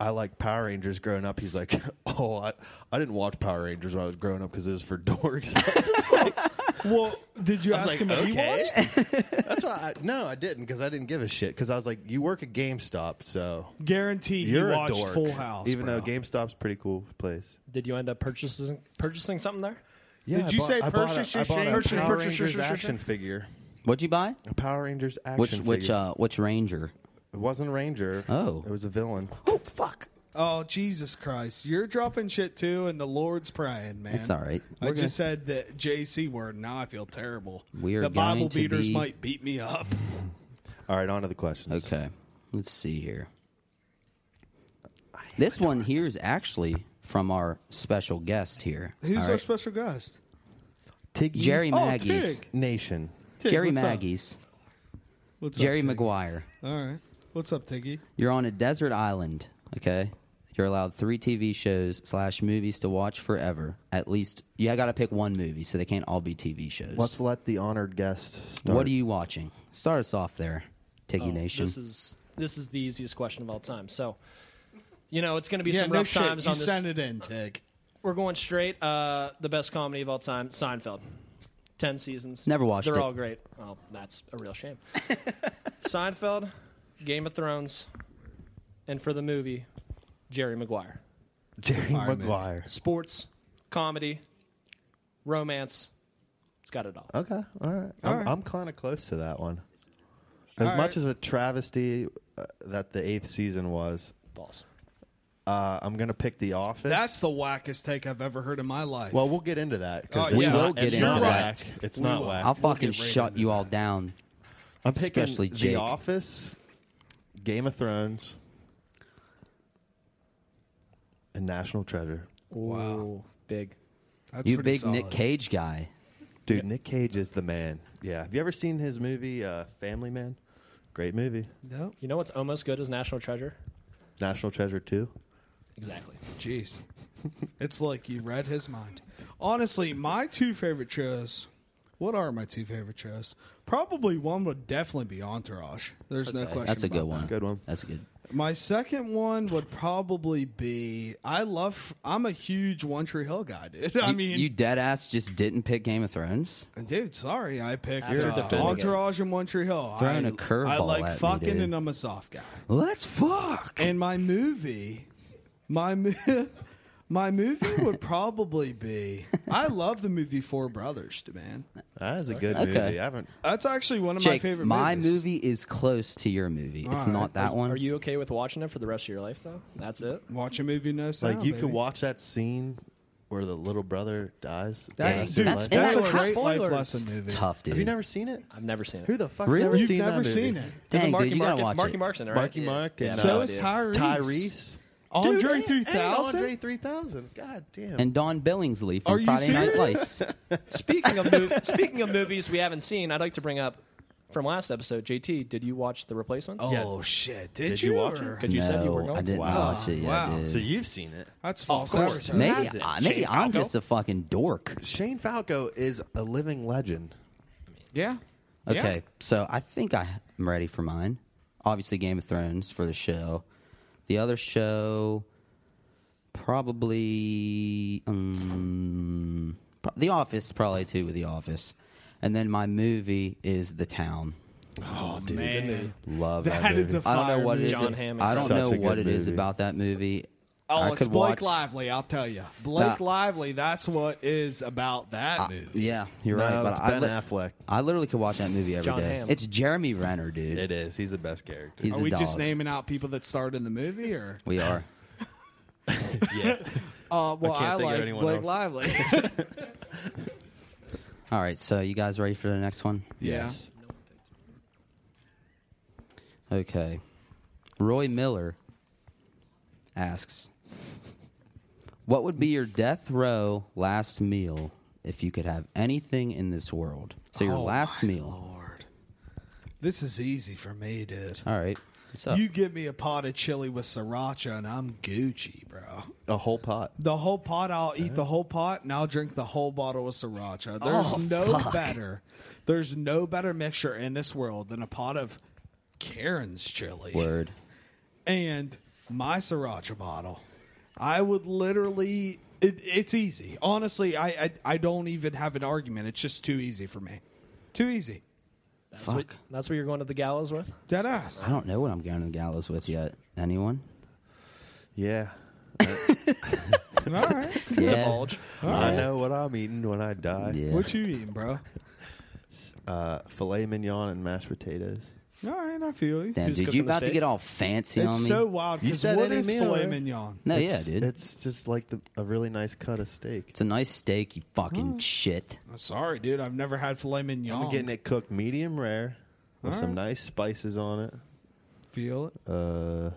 Speaker 3: I like Power Rangers growing up. He's like, oh, I, I didn't watch Power Rangers when I was growing up because it was for dorks. I was just like,
Speaker 4: Well, did you
Speaker 3: I
Speaker 4: ask
Speaker 3: was
Speaker 4: him
Speaker 3: like,
Speaker 4: if he
Speaker 3: okay.
Speaker 4: watched?
Speaker 3: That's why. I, no, I didn't because I didn't give a shit because I was like, you work at GameStop, so
Speaker 4: Guarantee he
Speaker 3: you're a
Speaker 4: watched
Speaker 3: dork.
Speaker 4: Full House.
Speaker 3: even
Speaker 4: bro.
Speaker 3: though GameStop's a pretty cool place.
Speaker 5: Did you end up purchasing purchasing something there?
Speaker 3: Yeah,
Speaker 4: Did you say
Speaker 3: I bought
Speaker 4: purchase
Speaker 3: a, I
Speaker 4: your
Speaker 3: bought a
Speaker 4: change?
Speaker 3: Power
Speaker 4: Purchase your
Speaker 3: Rangers
Speaker 4: change?
Speaker 3: action figure.
Speaker 2: What'd you buy?
Speaker 3: A Power Rangers action
Speaker 2: Which
Speaker 3: figure.
Speaker 2: which uh which Ranger?
Speaker 3: It wasn't a ranger.
Speaker 2: Oh.
Speaker 3: It was a villain.
Speaker 2: Oh fuck!
Speaker 4: Oh Jesus Christ! You're dropping shit too, and the Lord's praying, man.
Speaker 2: It's all right.
Speaker 4: I
Speaker 2: We're
Speaker 4: just said the JC word. Now I feel terrible.
Speaker 2: We are
Speaker 4: the Bible
Speaker 2: going to
Speaker 4: beaters
Speaker 2: be-
Speaker 4: might beat me up.
Speaker 3: All right, on to the questions.
Speaker 2: Okay, let's see here. This one here is actually from our special guest here.
Speaker 4: Who's
Speaker 2: all
Speaker 4: our
Speaker 2: right?
Speaker 4: special guest?
Speaker 3: Tiggy
Speaker 2: Jerry
Speaker 4: Oh,
Speaker 2: Maggie's?
Speaker 4: Tig.
Speaker 3: Nation.
Speaker 4: Tig,
Speaker 2: Jerry
Speaker 4: what's up?
Speaker 2: Maggie's.
Speaker 4: What's up,
Speaker 2: Jerry
Speaker 4: Tig?
Speaker 2: Maguire.
Speaker 4: All right. What's up, Tiggy?
Speaker 2: You're on a desert island, okay? You're allowed three TV shows slash movies to watch forever. At least you got to pick one movie, so they can't all be TV shows.
Speaker 3: Let's let the honored guest start.
Speaker 2: what are you watching? Start us off there, Tiggy
Speaker 5: Oh,
Speaker 2: Nation.
Speaker 5: This is this is the easiest question of all time. So, you know, it's going to be
Speaker 4: yeah,
Speaker 5: some
Speaker 4: no
Speaker 5: rough
Speaker 4: shit.
Speaker 5: times
Speaker 4: you
Speaker 5: on this.
Speaker 4: send it in, Tig.
Speaker 5: We're going straight. Uh, the best comedy of all time, Seinfeld. Ten seasons.
Speaker 2: Never watched
Speaker 5: They're
Speaker 2: it.
Speaker 5: all great. Well, that's a real shame. Seinfeld, Game of Thrones, and for the movie, Jerry Maguire.
Speaker 3: Jerry
Speaker 4: fireman.
Speaker 3: Maguire.
Speaker 5: Sports, comedy, romance. It's got it all.
Speaker 3: Okay, all right. I'm, I'm kind of close to that one. As
Speaker 4: All
Speaker 3: much
Speaker 4: right.
Speaker 3: as a travesty uh, that the eighth season was,
Speaker 5: Balls.
Speaker 3: uh, I'm going to pick The Office.
Speaker 4: That's the wackest take I've ever heard in my life.
Speaker 3: well, we'll get into that. 'cause
Speaker 4: Oh,
Speaker 3: it's
Speaker 4: we
Speaker 3: not-
Speaker 2: will get
Speaker 3: it's
Speaker 2: into
Speaker 3: not
Speaker 4: that.
Speaker 3: whack. It's
Speaker 4: We
Speaker 3: not
Speaker 4: will.
Speaker 3: whack.
Speaker 2: I'll
Speaker 4: we'll
Speaker 2: fucking
Speaker 4: get right
Speaker 2: shut
Speaker 4: into
Speaker 2: you all down.
Speaker 3: I'm picking
Speaker 2: Especially Jake.
Speaker 3: The Office, Game of Thrones, and National Treasure.
Speaker 4: Wow.
Speaker 5: Ooh, big.
Speaker 4: That's
Speaker 2: You
Speaker 4: pretty
Speaker 2: big Nick
Speaker 4: solid.
Speaker 2: Cage guy.
Speaker 3: Dude, Nick Cage is the man. Yeah. Have you ever seen his movie, uh, Family Man? Great movie.
Speaker 4: No.
Speaker 5: You know what's almost good as National Treasure?
Speaker 3: National Treasure 2.
Speaker 5: Exactly.
Speaker 4: Jeez. it's like you read his mind. Honestly, my two favorite shows. What are my two favorite shows? Probably one would definitely be Entourage. There's no question.
Speaker 2: That's a
Speaker 4: about
Speaker 2: good one.
Speaker 3: Good one.
Speaker 2: That's good.
Speaker 4: that. My second one would probably be I love. I'm a huge One Tree Hill guy, dude. I
Speaker 2: you,
Speaker 4: mean,
Speaker 2: you dead ass just didn't pick Game of Thrones.
Speaker 4: dude. Sorry, I picked
Speaker 5: You're
Speaker 4: uh,
Speaker 3: defending
Speaker 4: Entourage and One Tree Hill.
Speaker 2: Throwing
Speaker 4: I-
Speaker 2: a curveball
Speaker 4: I like
Speaker 2: at me,
Speaker 4: fucking,
Speaker 2: dude.
Speaker 4: and I'm a soft guy.
Speaker 2: Let's fuck.
Speaker 4: And my movie, my mo- my movie would probably be. I love the movie Four Brothers, man.
Speaker 3: That is a good
Speaker 2: Okay.
Speaker 3: movie. I haven't.
Speaker 4: That's actually one of my
Speaker 2: Jake,
Speaker 4: favorite.
Speaker 2: my
Speaker 4: movies.
Speaker 2: movie is close to your movie. it's
Speaker 4: Alright.
Speaker 2: not that one.
Speaker 5: Are you okay with watching it for the rest of your life, though? That's it.
Speaker 4: Watch a movie, no sound.
Speaker 3: Like, you
Speaker 4: baby.
Speaker 3: can watch that scene where the little brother dies.
Speaker 4: That,
Speaker 2: Dang,
Speaker 4: dude,
Speaker 2: that's-
Speaker 4: that's,
Speaker 2: that's
Speaker 4: a
Speaker 2: what-
Speaker 4: great life
Speaker 5: spoilers.
Speaker 4: lesson movie.
Speaker 2: Tough, dude.
Speaker 3: Have you never seen it?
Speaker 5: I've never seen it.
Speaker 3: Who the fuck's
Speaker 2: Really?
Speaker 3: never
Speaker 4: You've
Speaker 3: seen
Speaker 4: never
Speaker 3: that movie?
Speaker 4: seen it.
Speaker 5: There's a
Speaker 2: Dang,
Speaker 5: Marky
Speaker 2: dude, you
Speaker 5: Mark
Speaker 2: gotta
Speaker 5: in-
Speaker 2: watch
Speaker 5: Marky
Speaker 2: it.
Speaker 5: Mark's in it, right?
Speaker 3: Marky
Speaker 5: Yeah.
Speaker 3: Mark
Speaker 5: Yeah,
Speaker 3: and
Speaker 5: no,
Speaker 4: So
Speaker 3: uh,
Speaker 4: is
Speaker 5: dude.
Speaker 4: Tyrese.
Speaker 3: Tyrese.
Speaker 4: Andre
Speaker 3: Dude, and-
Speaker 4: 3000?
Speaker 3: And Andre 3000. God damn.
Speaker 2: and Don Billingsley
Speaker 4: Are
Speaker 2: from
Speaker 4: you
Speaker 2: Friday Night
Speaker 4: serious?
Speaker 2: Lights.
Speaker 5: Speaking of mov- speaking of movies we haven't seen, I'd like to bring up from last episode. JT, did you watch The Replacements?
Speaker 4: Oh shit! Did,
Speaker 3: Did you watch
Speaker 4: or-
Speaker 5: Because you
Speaker 2: no,
Speaker 5: said you were going.
Speaker 2: I didn't
Speaker 3: Wow.
Speaker 2: watch it yet,
Speaker 4: Wow.
Speaker 2: dude.
Speaker 3: Oh, so you've seen it.
Speaker 4: That's false.
Speaker 5: course.
Speaker 4: advertising.
Speaker 2: maybe
Speaker 3: That's it.
Speaker 2: I, maybe
Speaker 5: Shane
Speaker 2: I'm
Speaker 5: Falco?
Speaker 2: just a fucking dork.
Speaker 3: Shane Falco is a living legend.
Speaker 4: Yeah. Yeah.
Speaker 2: Okay, so I think I am ready for mine. Obviously, Game of Thrones for the show. The other show, probably um, pro- The Office, probably too with The Office, and then my movie is The Town.
Speaker 4: Oh, man,
Speaker 3: Love that,
Speaker 4: that
Speaker 3: movie.
Speaker 4: is a
Speaker 2: I
Speaker 4: fire
Speaker 2: don't know what it
Speaker 4: movie.
Speaker 2: is.
Speaker 5: John Hamm is
Speaker 2: I don't
Speaker 3: such
Speaker 2: know
Speaker 3: a good
Speaker 2: what it is
Speaker 3: movie.
Speaker 2: about that movie.
Speaker 4: Oh,
Speaker 2: I
Speaker 4: it's
Speaker 2: could
Speaker 4: Blake
Speaker 2: watch-
Speaker 4: Lively. I'll tell you, Blake
Speaker 2: Nah.
Speaker 4: Lively. That's what is about that
Speaker 2: I-
Speaker 4: movie.
Speaker 2: yeah, you're
Speaker 3: No,
Speaker 2: right. But
Speaker 3: it's
Speaker 2: I,
Speaker 3: Ben
Speaker 2: li-
Speaker 3: Affleck.
Speaker 2: I literally could watch that movie every day.
Speaker 5: John Hamm.
Speaker 2: It's Jeremy Renner, dude.
Speaker 3: It is. He's the best character.
Speaker 2: He's
Speaker 4: Are
Speaker 2: a
Speaker 4: we just
Speaker 2: dog.
Speaker 4: naming out people that starred in the movie, or
Speaker 2: We are.
Speaker 3: yeah.
Speaker 4: uh, well,
Speaker 3: I can't
Speaker 4: I,
Speaker 3: think of
Speaker 4: like
Speaker 3: anyone
Speaker 4: Blake
Speaker 3: else.
Speaker 4: Lively.
Speaker 2: All right, so you guys ready for the next one?
Speaker 4: Yes.
Speaker 2: Okay. Roy Miller asks, "What would be your death row last meal if you could have anything in this world?" So your
Speaker 4: Oh,
Speaker 2: last
Speaker 4: my
Speaker 2: meal.
Speaker 4: Lord. This is easy for me, dude.
Speaker 2: All right. What's up?
Speaker 4: You give me a pot of chili with sriracha and I'm Gucci, bro.
Speaker 3: A whole pot.
Speaker 4: The whole pot, I'll eat the whole pot and I'll drink the whole bottle of sriracha. There's
Speaker 2: Oh,
Speaker 4: no
Speaker 2: fuck.
Speaker 4: better. There's no better mixture in this world than a pot of Karen's chili
Speaker 2: Word.
Speaker 4: and my sriracha bottle. I would literally. It, it's easy, honestly. I, I I don't even have an argument. It's just too easy for me. Too easy.
Speaker 5: That's what-
Speaker 2: Fuck.
Speaker 5: that's what you're going to the gallows with.
Speaker 4: Dead ass.
Speaker 2: I don't know what I'm going to the gallows with yet. Anyone?
Speaker 3: Yeah.
Speaker 4: All right.
Speaker 2: Yeah.
Speaker 5: Divulge.
Speaker 3: I know what I'm eating when I die.
Speaker 2: Yeah.
Speaker 4: What you eating, bro?
Speaker 3: Uh, filet mignon and mashed potatoes.
Speaker 4: All right, I feel you.
Speaker 2: Damn,
Speaker 5: Who's
Speaker 2: dude,
Speaker 5: cooking
Speaker 2: you
Speaker 5: the
Speaker 2: about to
Speaker 5: steak?
Speaker 2: get all fancy on
Speaker 4: It's
Speaker 2: me?
Speaker 4: so wild
Speaker 3: You
Speaker 4: because
Speaker 3: said
Speaker 4: what
Speaker 3: any
Speaker 4: is
Speaker 3: meal,
Speaker 4: filet
Speaker 3: right?
Speaker 4: mignon?
Speaker 2: no,
Speaker 3: It's-
Speaker 2: yeah, dude. It's,
Speaker 3: It's just like the, a really nice cut of steak.
Speaker 2: a nice steak, you fucking shit.
Speaker 4: I'm sorry, dude. I've never had filet mignon.
Speaker 3: I'm getting it cooked medium rare with some nice spices on it.
Speaker 4: Feel it.
Speaker 3: Uh,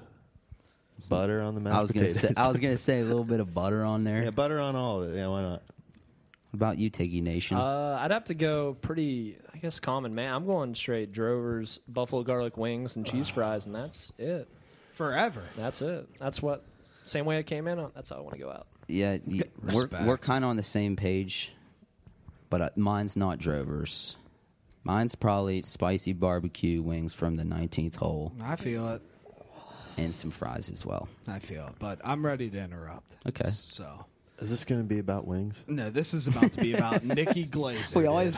Speaker 3: butter on the mashed
Speaker 2: I was gonna
Speaker 3: potatoes.
Speaker 2: say, I was gonna say a little bit of butter on there.
Speaker 3: yeah, butter on all of it. Yeah, why not?
Speaker 2: About you, Tiggy Nation.
Speaker 5: Uh, I'd have to go pretty, I guess, common man. I'm going straight Drover's buffalo garlic wings and cheese fries, and that's it.
Speaker 4: Forever.
Speaker 5: That's it. That's what. Same way I came in. on That's how I want to go out.
Speaker 2: yeah, y- we're
Speaker 4: Respect.
Speaker 2: we're kind of on the same page, but uh, mine's not Drover's. Mine's probably spicy barbecue wings from the 19th hole
Speaker 4: I feel it.
Speaker 2: and some fries as well.
Speaker 4: I feel it. But I'm ready to interrupt.
Speaker 2: Okay.
Speaker 4: So.
Speaker 3: Is this going to be about wings?
Speaker 4: No, this is about to be about Nikki Glazer.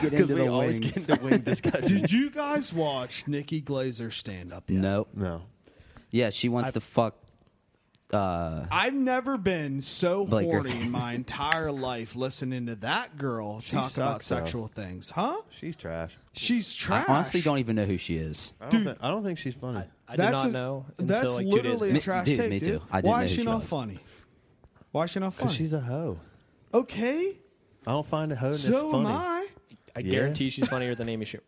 Speaker 4: dude.
Speaker 2: get
Speaker 3: Because we always get into wing discussion.
Speaker 4: Did you guys watch Nikki Glazer stand up? Yet?
Speaker 2: Nope.
Speaker 3: no.
Speaker 2: Yeah, she wants to fuck.
Speaker 4: I've never been so
Speaker 2: Blake
Speaker 4: horny
Speaker 2: Griffin.
Speaker 4: in my entire life listening to that girl
Speaker 3: She
Speaker 4: talk about
Speaker 3: sucks, though.
Speaker 4: sexual things, huh?
Speaker 3: She's trash.
Speaker 4: She's trash.
Speaker 2: I honestly don't even know who she is.
Speaker 3: I don't,
Speaker 4: Dude.
Speaker 3: think, I don't think she's funny.
Speaker 5: I did not
Speaker 4: a-
Speaker 5: know until
Speaker 4: That's
Speaker 5: like two days
Speaker 4: literally
Speaker 5: ago.
Speaker 4: a trash
Speaker 2: Me- dude,
Speaker 4: take,
Speaker 2: me
Speaker 4: dude.
Speaker 2: too. I didn't
Speaker 4: Why
Speaker 2: know
Speaker 4: is
Speaker 2: who
Speaker 4: she
Speaker 2: she
Speaker 4: not
Speaker 2: was.
Speaker 4: funny? Why is she not funny?
Speaker 3: Because she's a hoe.
Speaker 4: okay.
Speaker 3: I don't find a hoe that's
Speaker 4: So
Speaker 3: funny.
Speaker 4: am I,
Speaker 5: I
Speaker 3: Yeah.
Speaker 5: guarantee she's funnier than Amy Schumer.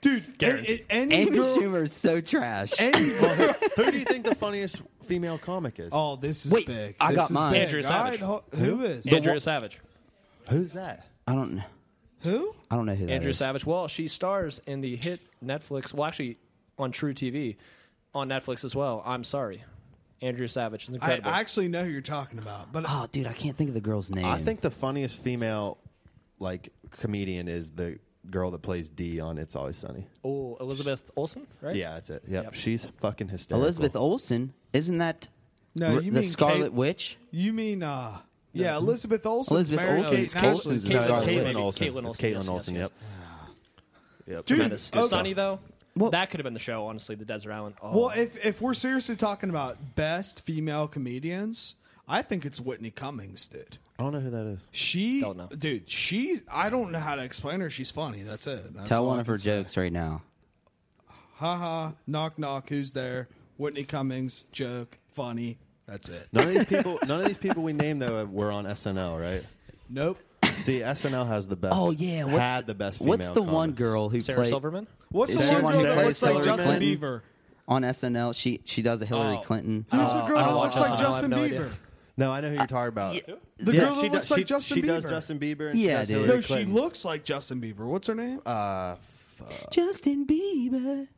Speaker 4: dude. a-
Speaker 5: Guaranteed.
Speaker 4: a- any
Speaker 2: Amy
Speaker 4: girl-
Speaker 2: Schumer is so trash.
Speaker 4: any-
Speaker 3: Who do you think the funniest female comic is?
Speaker 4: oh, this is
Speaker 2: Wait,
Speaker 4: big.
Speaker 2: I
Speaker 4: This
Speaker 2: got
Speaker 4: is
Speaker 2: mine.
Speaker 4: big.
Speaker 5: Andrea
Speaker 4: All right,
Speaker 5: Savage.
Speaker 4: ho- who is
Speaker 5: Andrea Savage.
Speaker 3: Who's that?
Speaker 2: I don't. kn-
Speaker 4: who?
Speaker 2: I don't know who that
Speaker 5: Andrea
Speaker 2: is.
Speaker 5: Savage. Well, she stars in the hit Netflix. Well, actually, on True TV, on Netflix as well. I'm sorry, Andrea Savage. It's
Speaker 4: I,
Speaker 5: incredible.
Speaker 4: I actually know who you're talking about, but
Speaker 2: Oh, dude, I can't think of the girl's name.
Speaker 3: I think the funniest female like comedian is the girl that plays D on It's Always Sunny.
Speaker 5: oh, Elizabeth Olsen, right?
Speaker 3: Yeah, that's it. Yep.
Speaker 5: Yep.
Speaker 3: She's fucking hysterical.
Speaker 2: Elizabeth Olsen isn't that
Speaker 4: No,
Speaker 2: r-
Speaker 4: you
Speaker 2: the
Speaker 4: mean
Speaker 2: Scarlet
Speaker 4: Kate-
Speaker 2: Witch?
Speaker 4: You mean uh yeah, Elizabeth Olsen.
Speaker 2: Elizabeth
Speaker 4: married
Speaker 2: Olsen.
Speaker 4: Kate
Speaker 2: It's
Speaker 4: Nash-
Speaker 2: Olsen's
Speaker 3: No, it's
Speaker 5: Caitlin Olsen.
Speaker 3: Caitlin Olsen. It's
Speaker 5: Caitlin Olsen,
Speaker 3: Caitlin
Speaker 5: yes,
Speaker 3: Olsen.
Speaker 5: yes,
Speaker 3: Yep. Yep.
Speaker 4: Dude,
Speaker 5: Tremendous.
Speaker 4: okay.
Speaker 5: Sunny though.
Speaker 2: Well-
Speaker 5: that could have been the show, honestly. The Desert Island. Oh.
Speaker 4: Well, if if we're seriously talking about best female comedians, I think it's Whitney Cummings, dude.
Speaker 3: I don't know who that is.
Speaker 4: She,
Speaker 5: Don't know.
Speaker 4: dude. She, I don't know how to explain her. She's funny. That's it. That's
Speaker 2: Tell
Speaker 4: all
Speaker 2: one
Speaker 4: I
Speaker 2: of
Speaker 4: can
Speaker 2: her
Speaker 4: say.
Speaker 2: jokes right now.
Speaker 4: Ha ha. Knock knock. Who's there? Whitney Cummings. Joke. Funny. That's it.
Speaker 3: None of these people. none of these people we named though were on SNL, right?
Speaker 4: Nope.
Speaker 3: See, SNL has the best.
Speaker 2: Oh yeah, what's,
Speaker 3: had the best. Female
Speaker 2: What's the one
Speaker 3: comics.
Speaker 2: girl who
Speaker 5: Sarah
Speaker 2: played
Speaker 5: Silverman.
Speaker 4: What's
Speaker 2: Is
Speaker 4: the
Speaker 2: she
Speaker 4: one
Speaker 2: one
Speaker 4: girl
Speaker 2: that
Speaker 4: that
Speaker 2: plays
Speaker 4: looks like
Speaker 2: Hillary
Speaker 4: Justin
Speaker 2: Clinton?
Speaker 4: Bieber?
Speaker 2: on SNL? She she does a Hillary
Speaker 5: Oh.
Speaker 2: Clinton.
Speaker 4: Who's the girl that
Speaker 3: oh,
Speaker 4: looks
Speaker 3: I
Speaker 4: like
Speaker 3: don't
Speaker 5: know.
Speaker 4: Justin
Speaker 5: I have no
Speaker 4: Bieber?
Speaker 5: idea.
Speaker 3: No, I know who you're talking about.
Speaker 4: The
Speaker 3: Yeah,
Speaker 4: girl
Speaker 3: she
Speaker 4: that looks
Speaker 3: does,
Speaker 4: like Justin
Speaker 3: she
Speaker 4: Bieber.
Speaker 3: does Justin Bieber. And
Speaker 2: Yeah,
Speaker 3: she does
Speaker 2: dude.
Speaker 3: Hillary
Speaker 4: No, she
Speaker 3: Clinton.
Speaker 4: looks like Justin Bieber. What's her name?
Speaker 3: Uh,
Speaker 2: Justin Bieber.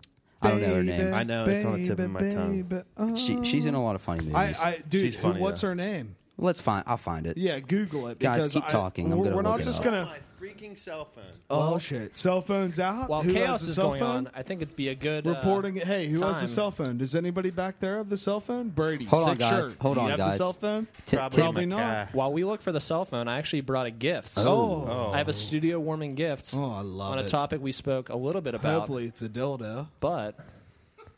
Speaker 2: I don't know her name.
Speaker 3: I know, it's on the tip of my tongue.
Speaker 4: tongue.
Speaker 2: she she's in a lot of funny movies.
Speaker 4: uh. I, I dude,
Speaker 3: She's
Speaker 4: who-
Speaker 3: funny,
Speaker 4: what's
Speaker 3: though.
Speaker 4: her name?
Speaker 2: Let's find. I'll find it.
Speaker 4: Yeah, Google it.
Speaker 2: Guys,
Speaker 4: because
Speaker 2: keep
Speaker 4: I-
Speaker 2: talking. I'm
Speaker 4: we're
Speaker 2: gonna
Speaker 4: we're
Speaker 2: look
Speaker 4: not
Speaker 2: it
Speaker 4: just
Speaker 2: up.
Speaker 4: gonna.
Speaker 3: freaking cell phone.
Speaker 4: Oh shit! Cell phones out.
Speaker 5: While
Speaker 4: Who has
Speaker 5: chaos
Speaker 4: a
Speaker 5: is
Speaker 4: cell
Speaker 5: going
Speaker 4: phone?
Speaker 5: on, I think it'd be a good uh,
Speaker 4: Reporting. it. hey, who has a
Speaker 5: time.
Speaker 4: cell phone? Does anybody back there have the cell phone? Brady.
Speaker 2: Hold on,
Speaker 4: sick
Speaker 2: guys.
Speaker 4: shirt.
Speaker 2: Hold
Speaker 4: Do you
Speaker 2: on,
Speaker 4: have The
Speaker 2: guys.
Speaker 4: cell phone.
Speaker 2: Ti-
Speaker 3: Probably,
Speaker 2: Tim-
Speaker 4: Probably not.
Speaker 5: While we look for the cell phone, I actually brought a gift.
Speaker 4: Oh.
Speaker 5: I have a studio warming gift
Speaker 4: Oh, I love
Speaker 5: on a
Speaker 4: it.
Speaker 5: topic we spoke a little bit about,
Speaker 4: Hopefully, it's a dildo.
Speaker 5: but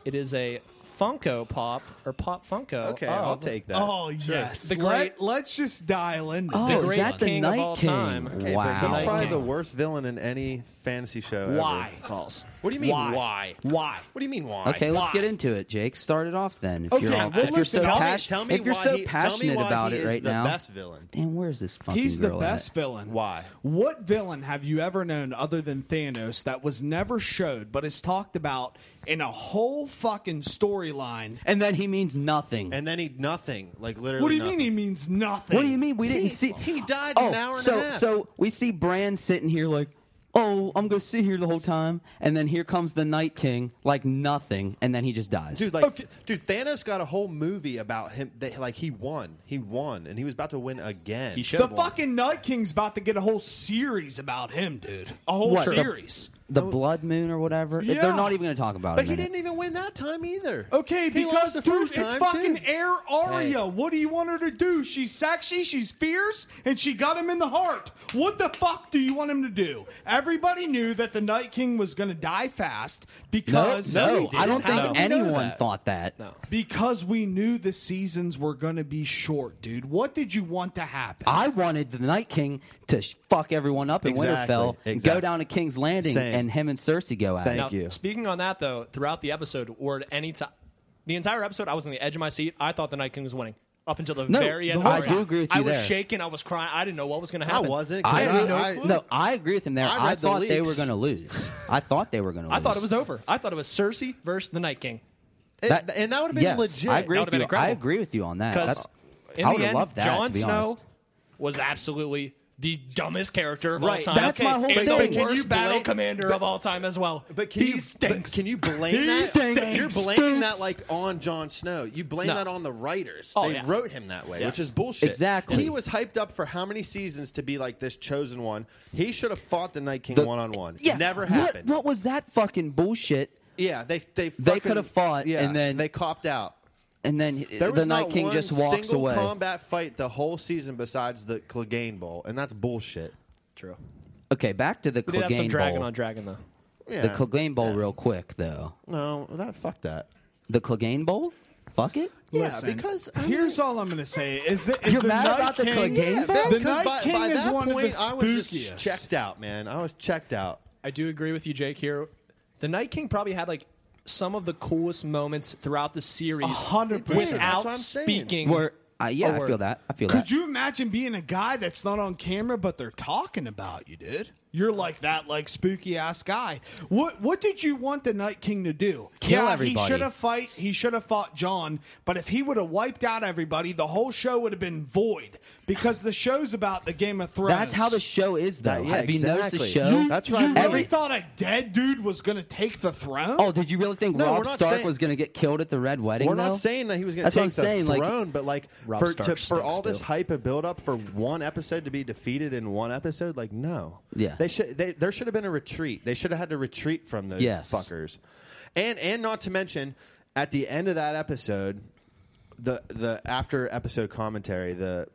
Speaker 5: it is a Funko Pop or Pop Funko.
Speaker 3: Okay,
Speaker 5: of
Speaker 3: I'll take that.
Speaker 4: Oh yes.
Speaker 5: The great-
Speaker 4: Let, us just dial in.
Speaker 2: Oh,
Speaker 5: The
Speaker 2: is
Speaker 5: great
Speaker 2: that the
Speaker 5: king of
Speaker 2: Night
Speaker 5: all
Speaker 2: King?
Speaker 5: time.
Speaker 3: Okay, but
Speaker 2: wow.
Speaker 3: he's probably
Speaker 5: Night
Speaker 3: the
Speaker 5: King.
Speaker 3: worst villain in any fantasy show. ever.
Speaker 4: Why, Calls?
Speaker 3: What do you mean,
Speaker 4: Why?
Speaker 3: why?
Speaker 4: Why?
Speaker 3: What do you mean why?
Speaker 2: Okay, let's
Speaker 4: Why?
Speaker 2: get into it, Jake. Start it off then. If
Speaker 5: Okay,
Speaker 2: you're, all,
Speaker 5: well,
Speaker 2: if you're so
Speaker 5: listen,
Speaker 3: Tell me-
Speaker 2: pas-
Speaker 3: tell me
Speaker 2: if you're
Speaker 3: why
Speaker 2: so
Speaker 3: he- tell me
Speaker 2: passionate
Speaker 3: why
Speaker 2: about
Speaker 3: he
Speaker 2: it
Speaker 3: is
Speaker 2: right
Speaker 3: the
Speaker 2: now,
Speaker 3: best villain.
Speaker 2: damn, where's this fucking
Speaker 4: He's the
Speaker 2: girl at?
Speaker 4: best villain.
Speaker 3: Why?
Speaker 4: What villain have you ever known other than Thanos that was never showed but is talked about in a whole fucking storyline?
Speaker 2: And then he means nothing.
Speaker 3: And then he nothing. Like literally.
Speaker 4: What do you
Speaker 3: nothing.
Speaker 4: mean he means nothing?
Speaker 2: what do you mean we didn't see?
Speaker 3: he died
Speaker 2: oh,
Speaker 3: an hour and
Speaker 2: so
Speaker 3: a half.
Speaker 2: so we see Bran sitting here like, oh, I'm gonna sit here the whole time, and then here comes the Night King like nothing, and then he just dies.
Speaker 3: dude, like, dude, Thanos got a whole movie about him. That, like he won, he won, and he was about to win again.
Speaker 5: He should
Speaker 4: The
Speaker 5: have won.
Speaker 4: fucking Night King's about to get a whole series about him, dude. A whole
Speaker 2: What, the-
Speaker 4: series.
Speaker 2: the Blood Moon or whatever.
Speaker 4: Yeah.
Speaker 2: They're not even gonna talk about
Speaker 3: oh. but
Speaker 2: it.
Speaker 3: he didn't even win that time either.
Speaker 4: Okay,
Speaker 3: He
Speaker 4: because
Speaker 3: lost the
Speaker 4: dude,
Speaker 3: first
Speaker 4: it's
Speaker 3: time,
Speaker 4: fucking
Speaker 3: too.
Speaker 4: Air Aria. What do you want her to do? She's sexy, she's fierce, and she got him in the heart. What the fuck do you want him to do? Everybody knew that the Night King was going to die fast
Speaker 2: No,
Speaker 4: because
Speaker 2: no, I don't
Speaker 3: How
Speaker 2: think
Speaker 3: did we know
Speaker 2: anyone
Speaker 3: that?
Speaker 2: thought that.
Speaker 5: No.
Speaker 4: because we knew the seasons were going to be short, dude. What did you want to happen?
Speaker 2: I wanted the Night King to sh- fuck everyone up in
Speaker 3: Exactly,
Speaker 2: Winterfell, go
Speaker 3: exactly.
Speaker 2: down to King's Landing,
Speaker 3: Same.
Speaker 2: and him and Cersei go at
Speaker 3: Thank
Speaker 2: it.
Speaker 5: Now,
Speaker 3: you.
Speaker 5: Speaking on that though, throughout the episode, or at any time, the entire episode, I was on the edge of my seat. I thought the Night King was winning up until the
Speaker 2: No,
Speaker 5: very end.
Speaker 2: the
Speaker 5: of
Speaker 2: whole
Speaker 5: the
Speaker 2: time. I
Speaker 5: round.
Speaker 2: do agree with
Speaker 5: I
Speaker 2: you
Speaker 5: was
Speaker 2: there.
Speaker 5: shaking. I was crying. I didn't know what was going to
Speaker 3: I
Speaker 5: happen.
Speaker 3: wasn't. 'cause
Speaker 2: I, agree-
Speaker 3: I-
Speaker 2: no, I agree with him there.
Speaker 3: I
Speaker 2: I,
Speaker 3: read the
Speaker 2: thought they were
Speaker 3: leaks.
Speaker 2: going to lose. I thought they were going to lose.
Speaker 5: I thought it was over. I thought it was Cersei versus the Night King.
Speaker 3: It-
Speaker 2: That-
Speaker 3: and that would have been
Speaker 2: yes,
Speaker 3: legit.
Speaker 2: I agree
Speaker 5: That
Speaker 2: with
Speaker 5: would've been
Speaker 2: you. I
Speaker 5: incredible.
Speaker 2: agree with you on that.
Speaker 5: Because
Speaker 2: That's,
Speaker 5: in
Speaker 2: I
Speaker 5: the
Speaker 2: would have
Speaker 5: end,
Speaker 2: loved that.
Speaker 5: Jon
Speaker 2: to be
Speaker 5: Snow
Speaker 2: honest.
Speaker 5: was absolutely the dumbest character of all
Speaker 3: Right.
Speaker 5: time.
Speaker 2: That's my whole
Speaker 5: and
Speaker 2: thing.
Speaker 5: The worst
Speaker 3: Can you
Speaker 5: battle
Speaker 3: blame-
Speaker 5: commander of all time as well.
Speaker 3: But can
Speaker 5: he
Speaker 3: you
Speaker 5: stinks.
Speaker 3: but can you blame
Speaker 5: He
Speaker 3: that?
Speaker 5: stinks.
Speaker 3: You're blaming that like on Jon Snow. You blame
Speaker 5: No.
Speaker 3: that on the writers.
Speaker 5: Oh,
Speaker 3: they
Speaker 5: yeah.
Speaker 3: wrote him that way,
Speaker 5: Yeah.
Speaker 3: which is bullshit.
Speaker 2: Exactly.
Speaker 3: He was hyped up for how many seasons to be like this chosen one. He should have fought the Night King
Speaker 2: The-
Speaker 3: one on one.
Speaker 2: Yeah,
Speaker 3: Never
Speaker 2: what-
Speaker 3: happened.
Speaker 2: What, was that fucking bullshit?
Speaker 3: Yeah, they
Speaker 2: They
Speaker 3: they fucking-
Speaker 2: could've fought,
Speaker 3: yeah,
Speaker 2: and then-
Speaker 3: they copped out.
Speaker 2: And then
Speaker 3: There was
Speaker 2: the Night
Speaker 3: not
Speaker 2: King
Speaker 3: one
Speaker 2: just walks
Speaker 3: single
Speaker 2: away.
Speaker 3: combat fight the whole season besides the Clegane Bowl, and that's bullshit.
Speaker 5: True.
Speaker 2: Okay, back to the
Speaker 5: We did have some
Speaker 2: Clegane
Speaker 5: dragon
Speaker 2: Bowl.
Speaker 5: on dragon though.
Speaker 3: Yeah.
Speaker 2: The Clegane Bowl, real quick though.
Speaker 3: no, that fuck that.
Speaker 2: The Clegane Bowl. Fuck it.
Speaker 3: yeah, because I
Speaker 4: here's all I'm going to say is that is
Speaker 2: You're
Speaker 4: the
Speaker 2: mad
Speaker 4: Night
Speaker 2: about the
Speaker 4: King,
Speaker 2: Clegane
Speaker 4: Yeah,
Speaker 2: Bowl?
Speaker 4: man, the
Speaker 3: Because
Speaker 4: Night
Speaker 3: by,
Speaker 4: King
Speaker 3: by
Speaker 4: is
Speaker 3: that
Speaker 4: one
Speaker 3: point,
Speaker 4: of the
Speaker 3: I was
Speaker 4: spookiest.
Speaker 3: just checked out, man. I was checked out.
Speaker 5: I do agree with you, Jake. Here, the Night King probably had like some of the coolest moments throughout the series,
Speaker 4: 100%.
Speaker 3: That's what
Speaker 5: without
Speaker 3: I'm saying.
Speaker 5: speaking.
Speaker 2: Where? Uh, yeah,
Speaker 5: a
Speaker 2: I
Speaker 5: word.
Speaker 2: feel that. I feel
Speaker 4: Could
Speaker 2: that.
Speaker 4: you imagine being a guy that's not on camera, but they're talking about you, dude? You're like that, like spooky ass guy. What What did you want the Night King to do?
Speaker 2: Kill
Speaker 4: yeah, He
Speaker 2: everybody.
Speaker 4: should have fight. He should have fought John. But if he would have wiped out everybody, the whole show would have been void because the show's about the Game of Thrones.
Speaker 2: That's how the show is, though.
Speaker 3: yeah,
Speaker 2: Have you noticed the
Speaker 3: exactly.
Speaker 2: show?
Speaker 4: You,
Speaker 3: That's
Speaker 4: you
Speaker 3: right.
Speaker 4: really
Speaker 2: Every-
Speaker 4: thought a dead dude was going to take the throne?
Speaker 2: Oh, did you really think
Speaker 3: No, we're
Speaker 2: Rob
Speaker 3: not
Speaker 2: Stark
Speaker 3: saying-
Speaker 2: was going to get killed at the Red Wedding?
Speaker 3: We're
Speaker 2: though?
Speaker 3: not saying that he was going to
Speaker 2: That's
Speaker 3: take
Speaker 2: what
Speaker 3: the
Speaker 2: I'm saying, like-
Speaker 3: throne, but like
Speaker 5: Rob
Speaker 3: for to,
Speaker 5: Stark
Speaker 3: for all
Speaker 5: stinks
Speaker 3: this
Speaker 5: still.
Speaker 3: hype and build up for one episode to be defeated in one episode, like no,
Speaker 2: Yeah.
Speaker 3: they should they, there should have been a retreat. They should have had to retreat from those
Speaker 2: Yes.
Speaker 3: fuckers, and and not to mention at the end of that episode, the the after episode commentary, the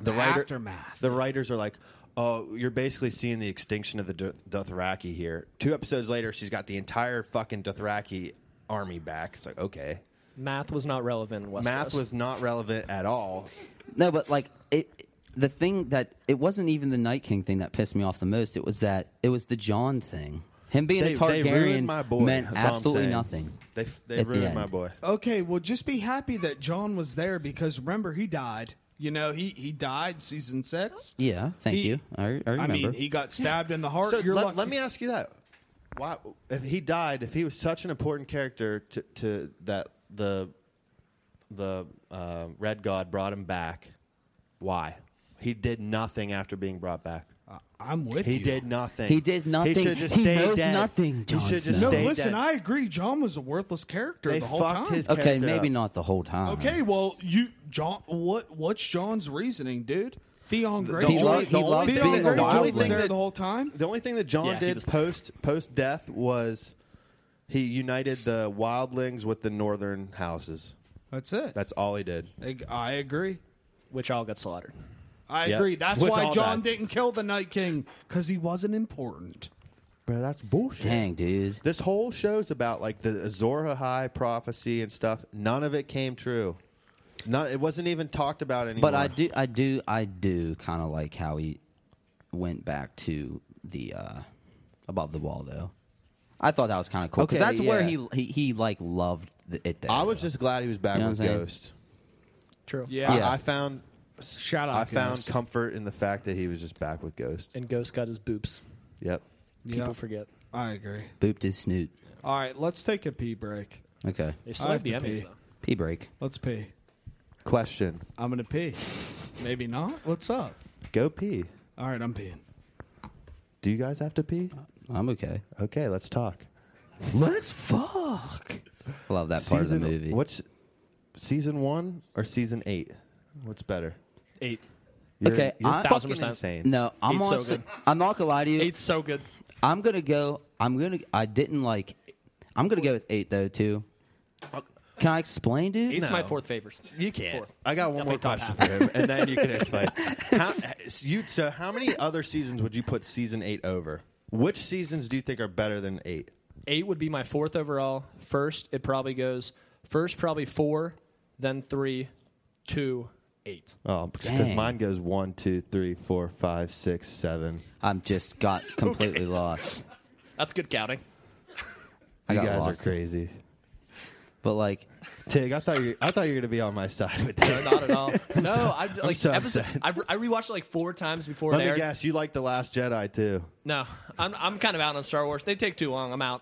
Speaker 3: the writer,
Speaker 4: aftermath.
Speaker 3: the writers are like. Oh, you're basically seeing the extinction of the Do- Dothraki here. Two episodes later, she's got the entire fucking Dothraki army back. It's like, okay,
Speaker 5: math was not relevant. In Westeros.
Speaker 3: math was not relevant at all.
Speaker 2: No, but like it, the thing that it wasn't even the Night King thing that pissed me off the most. It was that it was the John thing. Him being
Speaker 3: They,
Speaker 2: a
Speaker 3: they
Speaker 2: Targaryen
Speaker 3: ruined my boy.
Speaker 2: meant
Speaker 3: That's all I'm
Speaker 2: absolutely
Speaker 3: saying.
Speaker 2: nothing.
Speaker 3: They, they
Speaker 2: at the
Speaker 3: ruined
Speaker 2: end.
Speaker 3: my boy.
Speaker 4: Okay, well, just be happy that John was there because remember he died. You know, he he died season six.
Speaker 2: Yeah, thank
Speaker 4: He-
Speaker 2: you. I, I remember.
Speaker 4: I mean, he got stabbed in the heart.
Speaker 3: So
Speaker 4: You're
Speaker 3: let,
Speaker 4: lucky.
Speaker 3: let me ask you that: Why, if he died, if he was such an important character to, to that the the uh, Red God brought him back, why he did nothing after being brought back?
Speaker 4: I'm Uh, with
Speaker 3: He
Speaker 4: you.
Speaker 3: did nothing.
Speaker 2: He did nothing.
Speaker 3: He should just
Speaker 2: He
Speaker 3: stayed
Speaker 2: knows
Speaker 3: dead.
Speaker 2: nothing, Jon
Speaker 3: He should just
Speaker 2: Snow.
Speaker 4: No,
Speaker 3: stay
Speaker 4: listen,
Speaker 3: dead.
Speaker 4: I agree. John was a worthless character
Speaker 3: They
Speaker 4: the whole
Speaker 3: fucked
Speaker 4: time.
Speaker 3: his
Speaker 2: okay,
Speaker 3: character
Speaker 2: maybe
Speaker 3: up.
Speaker 2: not the whole time.
Speaker 4: okay, well, you John, what what's John's reasoning, dude? Theon Greyjoy.
Speaker 2: only- loved- he
Speaker 4: Theon
Speaker 2: loved
Speaker 4: Greyjoy
Speaker 2: being a wildling.
Speaker 4: was there the whole time.
Speaker 3: The only thing that John
Speaker 5: Yeah, he
Speaker 3: did
Speaker 5: was-
Speaker 3: post post death was he united the wildlings with the northern houses.
Speaker 4: That's it.
Speaker 3: That's all he did.
Speaker 4: I, I agree.
Speaker 5: which all got slaughtered.
Speaker 4: I
Speaker 3: Yeah.
Speaker 4: agree. That's
Speaker 3: Which
Speaker 4: why
Speaker 3: all
Speaker 4: John
Speaker 3: died.
Speaker 4: didn't kill the Night King because he wasn't important.
Speaker 3: But that's bullshit.
Speaker 2: Dang, dude.
Speaker 3: This whole show's about like the Azor Ahai prophecy and stuff. None of it came true. None. It wasn't even talked about anymore.
Speaker 2: But I do, I do, I do kind of like how he went back to the uh, above the wall though. I thought that was kind of cool because
Speaker 3: Okay,
Speaker 2: that's where
Speaker 3: yeah.
Speaker 2: he, he he like loved th- it. There,
Speaker 3: I was just glad he was back
Speaker 2: You know
Speaker 3: with
Speaker 2: what I'm saying?
Speaker 3: Ghost.
Speaker 5: True.
Speaker 4: Yeah.
Speaker 3: I-
Speaker 2: Yeah.
Speaker 3: I, found
Speaker 4: Shout out.
Speaker 3: I found
Speaker 4: Ghost.
Speaker 3: comfort in the fact that he was just back with Ghost.
Speaker 5: And Ghost got his boops.
Speaker 3: Yep.
Speaker 5: People
Speaker 4: Yeah,
Speaker 5: forget.
Speaker 4: I agree.
Speaker 2: booped his snoot.
Speaker 4: All right, let's take a pee break.
Speaker 2: Okay,
Speaker 5: They still
Speaker 4: I
Speaker 5: have the
Speaker 4: have to
Speaker 5: Emmys
Speaker 4: pee.
Speaker 5: though.
Speaker 2: pee break.
Speaker 4: Let's pee.
Speaker 3: Question:
Speaker 4: I'm gonna pee. Maybe not. What's up?
Speaker 3: Go pee.
Speaker 4: All right, I'm peeing.
Speaker 3: Do you guys have to pee?
Speaker 2: I'm okay.
Speaker 3: Okay, let's talk.
Speaker 2: Let's fuck. Love that part of the movie.
Speaker 3: What's season one or season eight? What's better?
Speaker 5: Eight.
Speaker 2: Okay,
Speaker 3: you're
Speaker 2: I-
Speaker 3: fucking
Speaker 5: 1000%.
Speaker 3: insane.
Speaker 2: No, I'm
Speaker 5: Eight's so
Speaker 2: honestly,
Speaker 5: good.
Speaker 2: I'm not gonna lie to you.
Speaker 5: Eight's so good.
Speaker 2: I'm gonna go. I'm gonna. I didn't like. I'm gonna go with eight though too. Can I explain, dude?
Speaker 5: Eight's
Speaker 3: No.
Speaker 5: my fourth favorite.
Speaker 3: You can't.
Speaker 5: Fourth.
Speaker 3: I got one more
Speaker 5: Definitely
Speaker 3: question for him, and then you can explain. How, you, so, how many other seasons would you put season eight over? Which seasons do you think are better than eight?
Speaker 5: Eight would be my fourth overall. First, it probably goes first, probably four, then three, two, eight.
Speaker 3: Oh, because
Speaker 2: Dang.
Speaker 3: mine goes one, two, three, four, five, six, seven.
Speaker 2: I'm just got completely lost.
Speaker 5: That's good counting.
Speaker 2: I
Speaker 3: you
Speaker 2: got
Speaker 3: guys
Speaker 2: lost.
Speaker 3: are crazy.
Speaker 2: But like,
Speaker 3: Tig, I thought you, I thought you were gonna be on my side with this.
Speaker 5: No, not at all. No, I like
Speaker 3: so
Speaker 5: episode.
Speaker 3: upset.
Speaker 5: I've, I rewatched it like four times before
Speaker 3: Let
Speaker 5: it
Speaker 3: me
Speaker 5: aired.
Speaker 3: guess, you like the Last Jedi too?
Speaker 5: No, I'm I'm kind of out on Star Wars. They take too long. I'm out.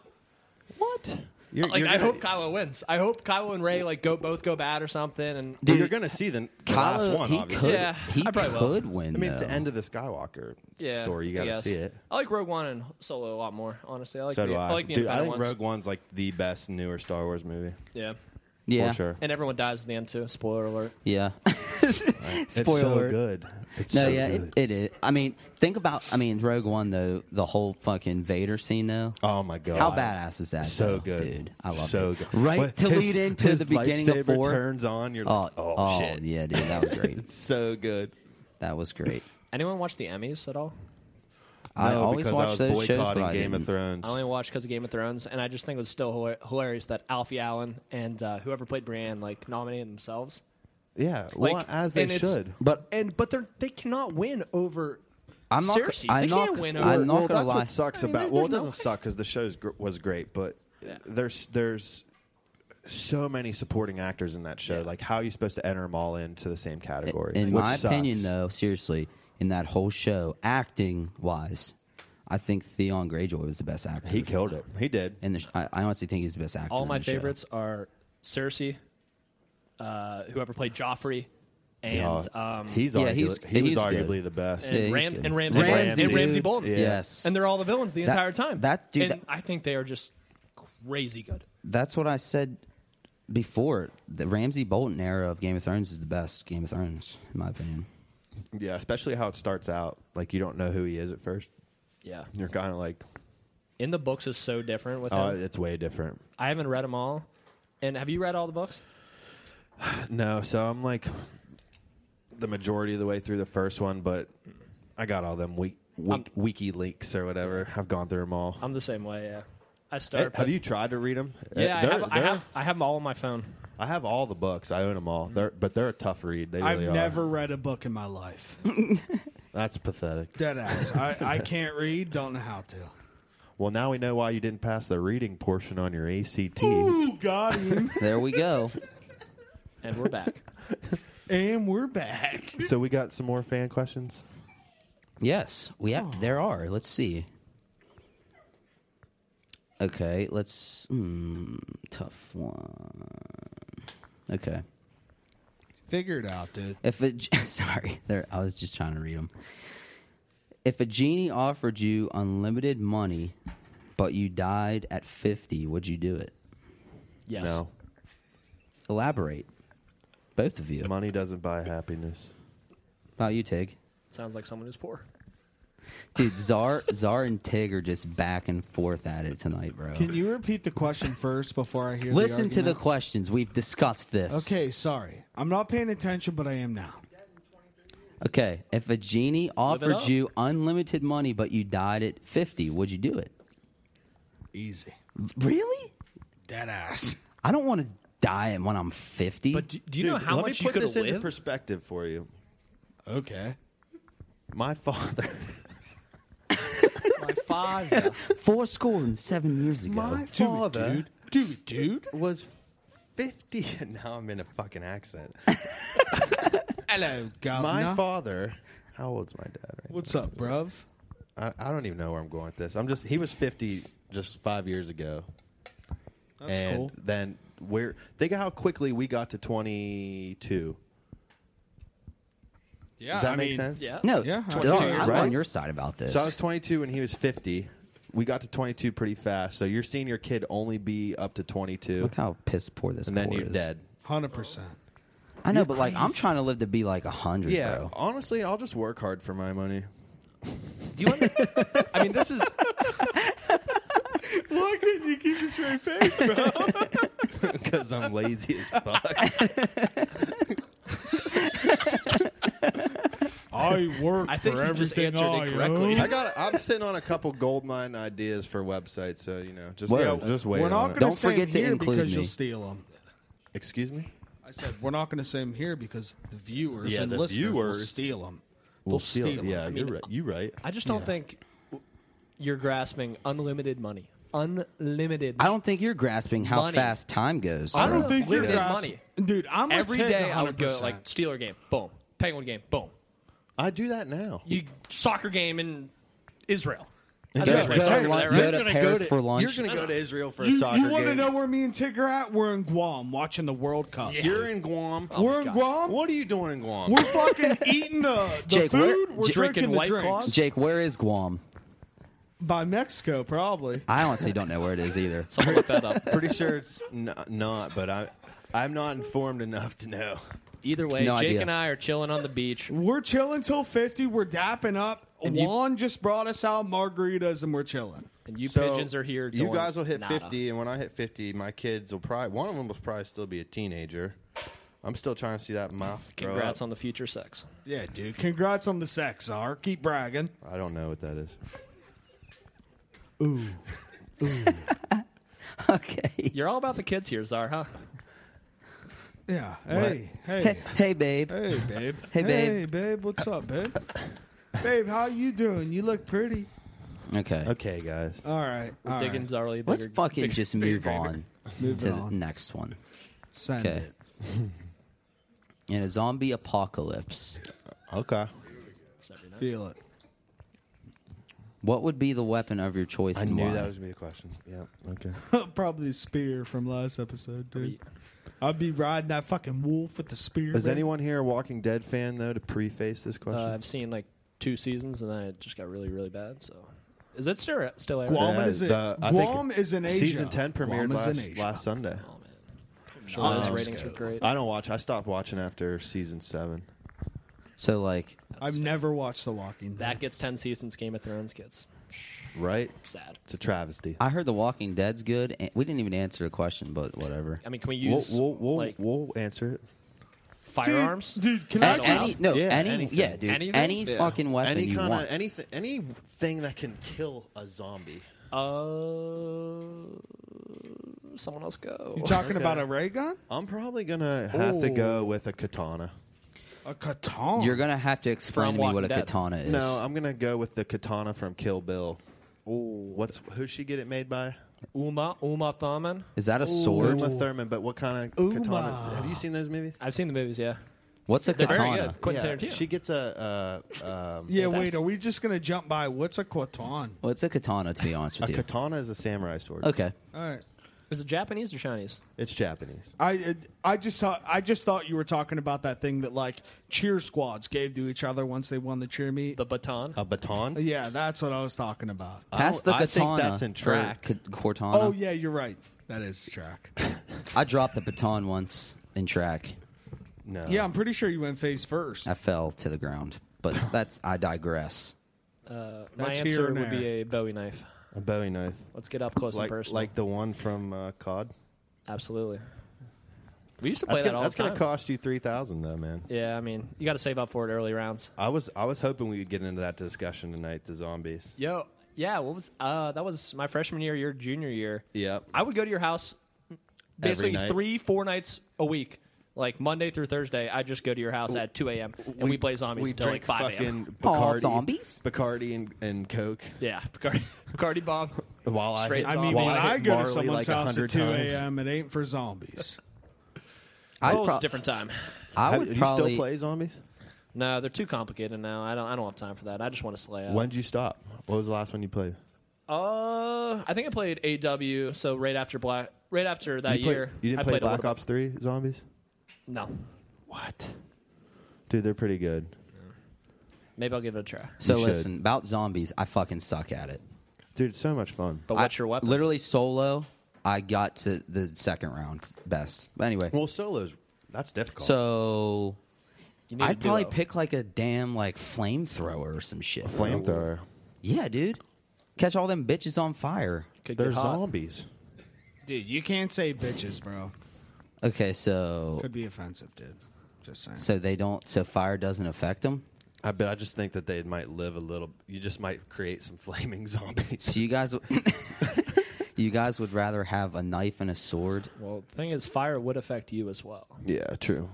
Speaker 3: What? You're,
Speaker 5: Like
Speaker 3: you're
Speaker 5: I
Speaker 3: gonna-
Speaker 5: hope Kylo wins. I hope Kylo and Ray like go both go bad or something. And
Speaker 3: Well,
Speaker 2: Dude,
Speaker 3: you're gonna see the, the
Speaker 2: Kylo,
Speaker 3: last one.
Speaker 2: he
Speaker 3: obviously.
Speaker 2: could.
Speaker 5: Yeah,
Speaker 2: he
Speaker 5: I probably will.
Speaker 2: could win.
Speaker 3: I mean, it's the
Speaker 2: though.
Speaker 3: end of the Skywalker
Speaker 5: yeah,
Speaker 3: story. You
Speaker 5: I
Speaker 3: gotta
Speaker 5: guess.
Speaker 3: see it.
Speaker 5: I like Rogue One and Solo a lot more. Honestly, I like
Speaker 3: so
Speaker 5: the,
Speaker 3: do I.
Speaker 5: like the
Speaker 3: Dude, I
Speaker 5: Empire
Speaker 3: think
Speaker 5: ones.
Speaker 3: Rogue One's like the best newer Star Wars movie.
Speaker 5: yeah,
Speaker 2: yeah,
Speaker 3: For sure.
Speaker 5: and everyone dies in the end too. Spoiler alert.
Speaker 2: Yeah.
Speaker 3: It's
Speaker 2: Spoiler.
Speaker 3: so good. It's
Speaker 2: No,
Speaker 3: so
Speaker 2: yeah,
Speaker 3: good.
Speaker 2: it, it is. I mean, think about. I mean, Rogue One though, the whole fucking Vader scene though.
Speaker 3: oh my god.
Speaker 2: How badass is that?
Speaker 3: So
Speaker 2: though,
Speaker 3: good.
Speaker 2: dude. I love
Speaker 3: so
Speaker 2: it.
Speaker 3: good.
Speaker 2: Right
Speaker 3: When
Speaker 2: to
Speaker 3: his-
Speaker 2: lead into
Speaker 3: his
Speaker 2: the beginning of
Speaker 3: lightsaber
Speaker 2: four.
Speaker 3: turns on, you're
Speaker 2: oh,
Speaker 3: like, oh,
Speaker 2: oh,
Speaker 3: shit.
Speaker 2: yeah, dude, that was great.
Speaker 3: So good.
Speaker 2: that was great.
Speaker 5: Anyone watch the Emmys at all?
Speaker 2: I
Speaker 3: No,
Speaker 2: always
Speaker 3: because
Speaker 2: watch
Speaker 3: I was
Speaker 2: those shows, but
Speaker 3: boycotting
Speaker 2: I
Speaker 3: Game
Speaker 2: didn't.
Speaker 3: of Thrones.
Speaker 5: I only watched because of Game of Thrones, and I just think it was still hila- hilarious that Alfie Allen and uh, whoever played Brienne like nominated themselves.
Speaker 3: yeah,
Speaker 5: Like,
Speaker 3: well, as they
Speaker 5: and it's-
Speaker 3: should.
Speaker 2: But
Speaker 5: And but they they cannot win over.
Speaker 2: I'm not.
Speaker 5: Cersei.
Speaker 2: I'm
Speaker 5: they
Speaker 2: not.
Speaker 5: can't win over.
Speaker 2: I'm not
Speaker 3: well,
Speaker 2: gonna
Speaker 3: that's
Speaker 2: lie.
Speaker 3: what sucks
Speaker 5: I mean,
Speaker 3: about.
Speaker 5: there-
Speaker 3: Well, it
Speaker 5: there's no
Speaker 3: doesn't suck because the show gr- was great, but there's there's so many supporting actors in that show. Like, how are you supposed to enter them all into the same category?
Speaker 2: In
Speaker 3: Which
Speaker 2: my
Speaker 3: sucks.
Speaker 2: opinion, though, seriously, in that whole show, acting wise, I think Theon Greyjoy was the best actor.
Speaker 3: he killed it. He did.
Speaker 2: In the, sh- I, I honestly think he's the best actor.
Speaker 5: All
Speaker 2: in
Speaker 5: my
Speaker 2: the show.
Speaker 5: favorites are Cersei, uh, whoever played Joffrey,
Speaker 3: Yeah.
Speaker 5: and um,
Speaker 3: he's
Speaker 2: Yeah, he's-
Speaker 3: arguably, he was
Speaker 2: he's good.
Speaker 3: arguably the best.
Speaker 2: Yeah,
Speaker 5: and,
Speaker 2: he's
Speaker 5: Ram-
Speaker 2: good.
Speaker 5: and Ramsey
Speaker 3: Ramsey.
Speaker 5: and Ramsey
Speaker 2: Dude.
Speaker 5: Bolton.
Speaker 3: Yeah.
Speaker 2: Yes,
Speaker 5: And they're all the villains the
Speaker 2: That-
Speaker 5: entire time.
Speaker 2: that- dude,
Speaker 5: And
Speaker 2: that-
Speaker 5: I think they are just crazy good.
Speaker 2: that's what I said before. The Ramsey Bolton era of Game of Thrones is the best Game of Thrones, in my opinion.
Speaker 3: yeah, especially how it starts out. Like you don't know who he is at first.
Speaker 5: Yeah.
Speaker 3: You're kind of like,
Speaker 5: In the books is so different with
Speaker 3: oh,
Speaker 5: him.
Speaker 3: it's way different.
Speaker 5: I haven't read them all. And have you read all the books?
Speaker 3: No, so I'm like the majority of the way through the first one, but I got all them weak, weak, wiki links or whatever. I've gone through them all.
Speaker 5: I'm the same way. Yeah. I
Speaker 3: Eh,
Speaker 5: start.
Speaker 3: have you uh, tried to read Eh, them?
Speaker 5: Yeah, I have, I have. I have them all on my phone.
Speaker 3: all the books. I own them all. They're, but they're a tough read. They
Speaker 4: I've
Speaker 3: really are.
Speaker 4: never read a book in my life.
Speaker 3: That's pathetic.
Speaker 4: Dead ass. I, I can't read. Don't know how to.
Speaker 3: Well, now we know why you didn't pass the reading portion on your ACT.
Speaker 4: Ooh, got him.
Speaker 2: There we go.
Speaker 5: And we're back.
Speaker 4: and we're back.
Speaker 3: So we got some more fan questions.
Speaker 2: yes, we have. There are. Let's see. Okay, let's. Hmm, tough one. Okay.
Speaker 4: Figure it out, dude.
Speaker 2: If a ge- sorry, there I was just trying to read them. If a genie offered you unlimited money, but you died at fifty, would you do it?
Speaker 5: Yes.
Speaker 3: No,
Speaker 2: Elaborate, both of you.
Speaker 3: money doesn't buy happiness.
Speaker 2: About you, Tig,
Speaker 5: Sounds like someone who's poor.
Speaker 2: dude. Czar, Czar, and Tig are just back and forth at it tonight, bro.
Speaker 4: Can you repeat the question first before I hear?
Speaker 2: Listen to
Speaker 4: the
Speaker 2: the
Speaker 4: argument?
Speaker 2: questions. We've discussed this.
Speaker 4: Okay, sorry. I'm not paying attention, but I am now.
Speaker 2: Okay. If a genie
Speaker 5: it
Speaker 2: offered
Speaker 5: up.
Speaker 2: you unlimited money, but you died at fifty, would you do it?
Speaker 4: Easy.
Speaker 2: Really?
Speaker 4: Dead ass.
Speaker 2: I don't want to die when I'm fifty.
Speaker 5: But do, do you know how
Speaker 3: let
Speaker 5: much
Speaker 3: me put
Speaker 5: you could
Speaker 3: this into
Speaker 5: live?
Speaker 3: perspective for you.
Speaker 4: Okay.
Speaker 3: My father.
Speaker 4: My
Speaker 5: father.
Speaker 2: Four score and seven years ago.
Speaker 3: My father
Speaker 4: Do it, dude.
Speaker 3: was 50. And now I'm in a fucking accent.
Speaker 4: Hello,
Speaker 3: my
Speaker 4: governor.
Speaker 3: father. How old's my dad? Right
Speaker 4: What's up, bruv?
Speaker 3: I, I don't even know where I'm going with this. I'm just he was 50 just five years ago.
Speaker 4: That's
Speaker 3: and
Speaker 4: cool.
Speaker 3: Then we're think of how quickly we got to 22.
Speaker 4: Yeah,
Speaker 3: Does that
Speaker 4: I
Speaker 3: make
Speaker 4: mean,
Speaker 3: sense?
Speaker 5: yeah.
Speaker 2: No,
Speaker 4: Yeah,
Speaker 2: dog,
Speaker 4: 22,
Speaker 2: I'm
Speaker 3: right?
Speaker 2: on your side about this.
Speaker 3: So I was 22 and he was 50. We got to 22 pretty fast. So you're seeing your kid only be up to 22,
Speaker 2: Look how piss poor this
Speaker 3: and then
Speaker 2: sport
Speaker 3: you're
Speaker 2: is.
Speaker 3: dead.
Speaker 4: Hundred percent.
Speaker 2: I know, but like I'm trying to live to be like hundred,
Speaker 3: Yeah.
Speaker 2: bro.
Speaker 3: Honestly, I'll just work hard for my money.
Speaker 5: Do you under- I mean, this is.
Speaker 3: Why couldn't you keep a straight face, bro? Because I'm lazy as fuck.
Speaker 4: I work
Speaker 5: I think you just answered it correctly.
Speaker 3: I got. I'm sitting on a couple gold mine ideas for websites, so you know, just
Speaker 2: Word.
Speaker 3: just wait.
Speaker 4: We're
Speaker 3: on
Speaker 4: not
Speaker 3: it.
Speaker 4: going
Speaker 2: Don't
Speaker 4: to say 'em
Speaker 2: forget to
Speaker 4: here
Speaker 2: include
Speaker 4: because
Speaker 2: me.
Speaker 4: you'll steal them.
Speaker 3: Excuse me.
Speaker 4: I said we're not going to say them here because the viewers
Speaker 3: Yeah,
Speaker 4: and
Speaker 3: the
Speaker 4: listeners will
Speaker 3: viewers
Speaker 4: steal them.
Speaker 3: We'll
Speaker 4: They'll steal,
Speaker 3: it.
Speaker 4: 'em.
Speaker 3: Yeah,
Speaker 4: I mean,
Speaker 3: you're right. You right.
Speaker 5: I just don't think you're grasping unlimited money. Unlimited.
Speaker 2: I don't think you're grasping how
Speaker 5: Money.
Speaker 2: fast time goes.
Speaker 5: I
Speaker 4: I
Speaker 2: bro.
Speaker 4: don't think you're
Speaker 5: Limited
Speaker 4: grass-
Speaker 5: money.
Speaker 4: dude. I'm
Speaker 5: Every
Speaker 4: a 10,
Speaker 5: day I would go
Speaker 4: 100%.
Speaker 5: like Steeler game, boom. Penguin game, boom.
Speaker 3: I do that now.
Speaker 5: You soccer game in Israel. I
Speaker 2: Go,
Speaker 5: think
Speaker 2: go,
Speaker 5: it's
Speaker 2: to
Speaker 5: soccer
Speaker 2: lun-
Speaker 5: there,
Speaker 2: go
Speaker 5: right?
Speaker 2: to Paris for lunch.
Speaker 3: You're going to go to Israel for a
Speaker 4: You,
Speaker 3: soccer
Speaker 4: want to
Speaker 3: game.
Speaker 4: know where me and Tig are at? We're in Guam watching the World Cup.
Speaker 3: You're in Guam.
Speaker 4: We're in
Speaker 5: God.
Speaker 4: Guam.
Speaker 3: What are you doing in Guam?
Speaker 4: We're fucking eating the, the
Speaker 2: Jake, where-
Speaker 4: food. We're
Speaker 2: J-
Speaker 4: drinking,
Speaker 5: Drinking
Speaker 4: the
Speaker 5: White
Speaker 4: drinks.
Speaker 5: Claws?
Speaker 2: Jake, where is Guam?
Speaker 4: By Mexico, probably.
Speaker 2: I honestly don't know where it is either.
Speaker 5: Someone look that up.
Speaker 3: pretty sure it's n- not, but I, I'm not informed enough to know.
Speaker 5: Either way,
Speaker 2: No
Speaker 5: Jake
Speaker 2: idea.
Speaker 5: and I are chilling on the beach.
Speaker 4: We're chilling till fifty. We're dapping up.
Speaker 5: you-
Speaker 4: Juan just brought us out margaritas, and we're chilling.
Speaker 5: And you
Speaker 3: So,
Speaker 5: pigeons are here.
Speaker 3: You
Speaker 5: doing
Speaker 3: guys will hit
Speaker 5: nada.
Speaker 3: 50, and when I hit 50, my kids will probably one of them will probably still be a teenager. I'm still trying to see that mouth. grow
Speaker 5: Congrats
Speaker 3: up.
Speaker 5: on the future sex.
Speaker 4: Yeah, dude. Congrats on the sex, Czar. Keep bragging.
Speaker 3: I don't know what that is.
Speaker 2: Okay.
Speaker 5: You're all about the kids here, Czar, huh?
Speaker 4: Yeah. Hey, hey,
Speaker 2: Hey, babe.
Speaker 4: hey, babe.
Speaker 2: Hey, babe.
Speaker 4: Hey, babe. What's up, babe? babe, how you doing? You look pretty.
Speaker 2: Okay.
Speaker 3: Okay, guys.
Speaker 4: All right. all
Speaker 5: Digging
Speaker 4: right.
Speaker 5: Zarly.
Speaker 2: Let's
Speaker 5: bigger-
Speaker 2: fucking
Speaker 5: bigger-
Speaker 2: just
Speaker 5: bigger
Speaker 2: move
Speaker 5: graver.
Speaker 2: on to
Speaker 4: Moving
Speaker 2: the
Speaker 4: on.
Speaker 2: next one.
Speaker 4: Send
Speaker 2: Okay.
Speaker 4: it.
Speaker 2: In a zombie apocalypse,
Speaker 3: Okay.
Speaker 4: Feel it.
Speaker 2: what would be the weapon of your choice?
Speaker 3: I
Speaker 2: and
Speaker 3: knew
Speaker 2: why?
Speaker 3: that was gonna be a question. Yeah. Okay.
Speaker 4: Probably a spear from last episode, dude. I'd be riding that fucking wolf with the spear.
Speaker 3: Is
Speaker 4: man.
Speaker 3: anyone here a Walking Dead fan though to preface this
Speaker 5: Uh,
Speaker 3: question?
Speaker 5: I've seen like two seasons, and then it just got really, really bad. So, is it still still airing?
Speaker 4: Guam
Speaker 3: Yeah,
Speaker 4: is it?
Speaker 3: the- I think
Speaker 4: Guam is in Asia.
Speaker 3: Season 10 premiered
Speaker 4: Guam is in
Speaker 3: last,
Speaker 4: Asia.
Speaker 3: last Sunday.
Speaker 5: Oh, Sure, those ratings were great.
Speaker 3: I don't watch. I stopped watching after season seven.
Speaker 2: So, like,
Speaker 4: I've never watched The Walking Dead.
Speaker 5: That gets ten seasons. Game of Thrones gets
Speaker 3: Right?
Speaker 5: sad.
Speaker 3: It's a travesty.
Speaker 2: I heard The Walking Dead's good. And we didn't even answer the question, but whatever.
Speaker 5: I mean, can we
Speaker 3: We'll,
Speaker 5: use
Speaker 3: we'll, we'll,
Speaker 5: like
Speaker 3: we'll answer it.
Speaker 5: firearms?
Speaker 4: dude, can
Speaker 5: Is
Speaker 4: I
Speaker 5: that
Speaker 2: A-
Speaker 5: allowed?
Speaker 2: any, no,
Speaker 3: Yeah,
Speaker 2: any,
Speaker 3: anything.
Speaker 2: yeah, dude,
Speaker 5: Anything?
Speaker 2: any
Speaker 5: Yeah.
Speaker 2: fucking weapon
Speaker 3: Any
Speaker 2: you
Speaker 3: kind of
Speaker 2: want.
Speaker 3: anything, anything that can kill a zombie.
Speaker 5: Uh, someone else go.
Speaker 4: You talking about a ray gun?
Speaker 3: I'm probably gonna have to
Speaker 5: Ooh.
Speaker 3: go with a katana.
Speaker 4: A katana?
Speaker 2: You're gonna have to explain
Speaker 5: From
Speaker 2: to me what
Speaker 5: Walking
Speaker 2: a
Speaker 5: Dead.
Speaker 2: katana is.
Speaker 3: No, I'm gonna go with the katana from Kill Bill. What's who's she get it made by?
Speaker 5: Uma Uma Thurman.
Speaker 2: is that a sword?
Speaker 3: Uma Thurman. But what kind of katana?
Speaker 4: Uma.
Speaker 3: Have you seen those movies?
Speaker 5: I've seen the movies. Yeah,
Speaker 2: What's a
Speaker 5: they're
Speaker 2: katana?
Speaker 5: very good. Quentin Tarantino.
Speaker 3: she gets a uh, um,
Speaker 4: yeah,
Speaker 5: Fantastic.
Speaker 4: wait, are we just going to jump by? What's a katan?
Speaker 2: Well, it's a katana, to be honest
Speaker 3: a
Speaker 2: with you.
Speaker 3: katana is a samurai sword.
Speaker 2: Okay.
Speaker 4: All right.
Speaker 5: is it Japanese or Chinese?
Speaker 3: It's Japanese.
Speaker 4: I I just thought I just thought you were talking about that thing that like cheer squads gave to each other once they won the cheer meet.
Speaker 5: The baton.
Speaker 3: A baton.
Speaker 4: yeah, that's what I was talking about.
Speaker 3: I
Speaker 2: Pass
Speaker 3: don't-
Speaker 2: the
Speaker 3: I think
Speaker 2: katana.
Speaker 3: that's in
Speaker 2: for
Speaker 3: track.
Speaker 2: ka- Cortana.
Speaker 4: Oh yeah, you're right. That is track.
Speaker 2: I dropped the baton once in track.
Speaker 3: No.
Speaker 4: yeah, I'm pretty sure you went face first.
Speaker 2: I fell to the ground, but that's I digress.
Speaker 5: Uh, my
Speaker 4: That's here
Speaker 5: answer
Speaker 4: and
Speaker 5: would be
Speaker 4: there.
Speaker 5: a Bowie knife.
Speaker 3: a Bowie knife,
Speaker 5: Let's get up close and
Speaker 3: like
Speaker 5: personal.
Speaker 3: like the one from uh, COD.
Speaker 5: Absolutely. We used to
Speaker 3: That's
Speaker 5: play that
Speaker 3: gonna,
Speaker 5: all
Speaker 3: that's
Speaker 5: the
Speaker 3: gonna
Speaker 5: time.
Speaker 3: cost you three thousand though, man.
Speaker 5: yeah, I mean, you got to save up for it early rounds.
Speaker 3: I was I was hoping we could get into that discussion tonight. The zombies.
Speaker 5: Yo, yeah, what was uh that was my freshman year, your junior year.
Speaker 3: Yep.
Speaker 5: I would go to your house
Speaker 3: Every
Speaker 5: basically
Speaker 3: night.
Speaker 5: three, four nights a week. Like Monday through Thursday, I just go to your house at 2 a.m. and we, play zombies
Speaker 3: We
Speaker 5: until
Speaker 3: drink
Speaker 5: like 5 a.m.
Speaker 3: fucking
Speaker 2: Aw,
Speaker 3: Bacardi,
Speaker 2: zombies.
Speaker 3: Bacardi and, and Coke.
Speaker 5: Yeah, Bacardi, Bacardi bomb.
Speaker 3: While I hit,
Speaker 5: Straight It's
Speaker 4: I
Speaker 5: on-
Speaker 4: mean,
Speaker 5: Well,
Speaker 4: when
Speaker 5: I
Speaker 4: I,
Speaker 3: hit
Speaker 4: go to
Speaker 3: Marley
Speaker 4: someone's
Speaker 3: like
Speaker 4: house at
Speaker 3: 100
Speaker 4: 2
Speaker 3: times.
Speaker 4: a.m., it ain't for zombies.
Speaker 2: I'd
Speaker 5: oh, it's
Speaker 2: prob-
Speaker 5: a different time.
Speaker 2: I
Speaker 3: Have-
Speaker 2: would
Speaker 3: do
Speaker 2: probably.
Speaker 3: you still play zombies?
Speaker 5: No, they're too complicated now. I don't. I don't have time for that. I just want to slay out.
Speaker 3: When did you stop? What was the last one you played?
Speaker 5: Uh, I think I played AW. So right after Black, right after that
Speaker 3: you, play-
Speaker 5: year,
Speaker 3: you didn't
Speaker 5: I
Speaker 3: play
Speaker 5: played a
Speaker 3: Black
Speaker 5: little-
Speaker 3: Ops Three Zombies?
Speaker 5: No,
Speaker 3: What? Dude, they're pretty good.
Speaker 5: maybe I'll give it a try.
Speaker 2: So
Speaker 3: You should.
Speaker 2: listen about zombies. I fucking suck at it.
Speaker 3: Dude, it's so much fun.
Speaker 5: But
Speaker 2: I-
Speaker 5: what's your weapon?
Speaker 2: Literally solo. I got to the second round best. But anyway,
Speaker 3: Well, solos that's difficult.
Speaker 2: so
Speaker 5: You need a
Speaker 2: I'd probably
Speaker 5: duo.
Speaker 2: pick like a damn like flamethrower or some shit.
Speaker 3: flamethrower.
Speaker 2: Yeah, dude. Catch all them bitches on fire.
Speaker 5: Could get
Speaker 3: They're
Speaker 5: hot.
Speaker 3: zombies.
Speaker 4: Dude, you can't say bitches, bro.
Speaker 2: Okay, so
Speaker 4: Could be offensive, dude. Just saying.
Speaker 2: so they don't. So fire doesn't affect them.
Speaker 3: I bet. I just think that they might live a little. You just might create some flaming zombies.
Speaker 2: So you guys, you guys would rather have a knife and a sword.
Speaker 5: Well, the thing is, fire would affect you as well.
Speaker 3: Yeah, true.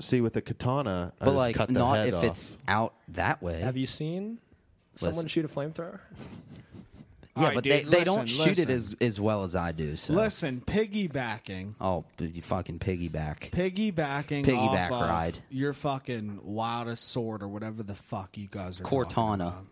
Speaker 3: See, with the katana, I
Speaker 2: But
Speaker 3: just cut
Speaker 2: like,
Speaker 3: their
Speaker 2: not
Speaker 3: head
Speaker 2: if
Speaker 3: off.
Speaker 2: it's out that way.
Speaker 5: Have you seen someone
Speaker 2: Listen.
Speaker 5: shoot a flamethrower?
Speaker 2: yeah,
Speaker 4: All right,
Speaker 2: but
Speaker 4: dude,
Speaker 2: they, they don't
Speaker 4: listen,
Speaker 2: shoot it
Speaker 4: listen.
Speaker 2: as as well as I do. So
Speaker 4: Listen, piggybacking.
Speaker 2: oh, dude, you fucking piggyback.
Speaker 4: Piggybacking
Speaker 2: Piggyback
Speaker 4: off of
Speaker 2: ride.
Speaker 4: your fucking wildest sword or whatever the fuck you guys are talking
Speaker 2: Cortana.
Speaker 4: about.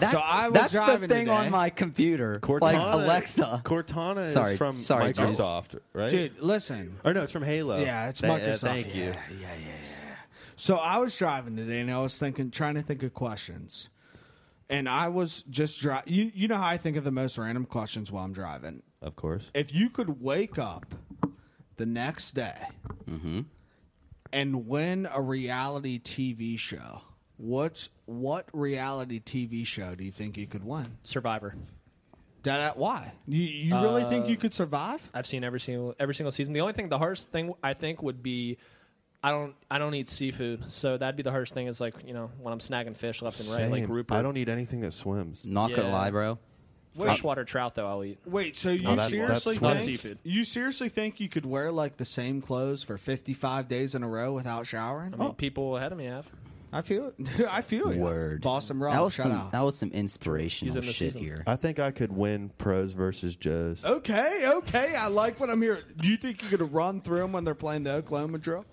Speaker 2: That-
Speaker 4: So I was
Speaker 2: that's
Speaker 4: driving
Speaker 2: the thing
Speaker 4: today.
Speaker 2: on my computer, like Alexa.
Speaker 3: Cortana is
Speaker 2: Sorry,
Speaker 3: from
Speaker 2: sorry, guys.
Speaker 3: Microsoft, right?
Speaker 4: Dude, listen.
Speaker 3: Or no, it's from Halo.
Speaker 4: Yeah, it's
Speaker 3: Th- uh,
Speaker 4: Microsoft.
Speaker 3: thank
Speaker 4: Yeah,
Speaker 3: you.
Speaker 4: Yeah, yeah, yeah. So I was driving today, and I was thinking, trying to think of questions, and I was just driving. You, you know how I think of the most random questions while I'm driving.
Speaker 3: Of course.
Speaker 4: If you could wake up the next day
Speaker 3: Mm-hmm.
Speaker 4: and win a reality TV show, what what reality TV show do you think you could win?
Speaker 5: Survivor.
Speaker 4: Da- da- Why? You, you really think
Speaker 3: Uh,
Speaker 4: you could survive?
Speaker 5: I've seen every single every single season. The only thing, the hardest thing I think would be, I don't I don't eat seafood, so that'd be the hardest thing. Is like you know when I'm snagging fish left and right, like
Speaker 3: Same.
Speaker 5: Rupert.
Speaker 3: I don't need anything that swims.
Speaker 2: Not gonna
Speaker 5: Yeah.
Speaker 2: lie, bro.
Speaker 5: freshwater trout though. I'll eat.
Speaker 4: Wait, so
Speaker 2: Oh,
Speaker 4: you
Speaker 3: that's-
Speaker 4: seriously
Speaker 3: that's not
Speaker 4: think
Speaker 5: seafood.
Speaker 4: you seriously think you could wear like the same clothes for 55 days in a row without showering?
Speaker 5: I mean, people ahead of me have.
Speaker 4: I feel it. I feel it.
Speaker 2: Word.
Speaker 4: Boston
Speaker 2: That
Speaker 4: Rob,
Speaker 2: was
Speaker 4: shut
Speaker 2: some.
Speaker 4: up.
Speaker 2: That was some inspirational
Speaker 5: He's in the
Speaker 2: shit
Speaker 5: season.
Speaker 2: here.
Speaker 3: I think I could win pros versus
Speaker 4: Oh.
Speaker 3: Joes.
Speaker 4: Okay, okay. I like what I'm hearing. Do you think you could run through them when they're playing the Oklahoma drill?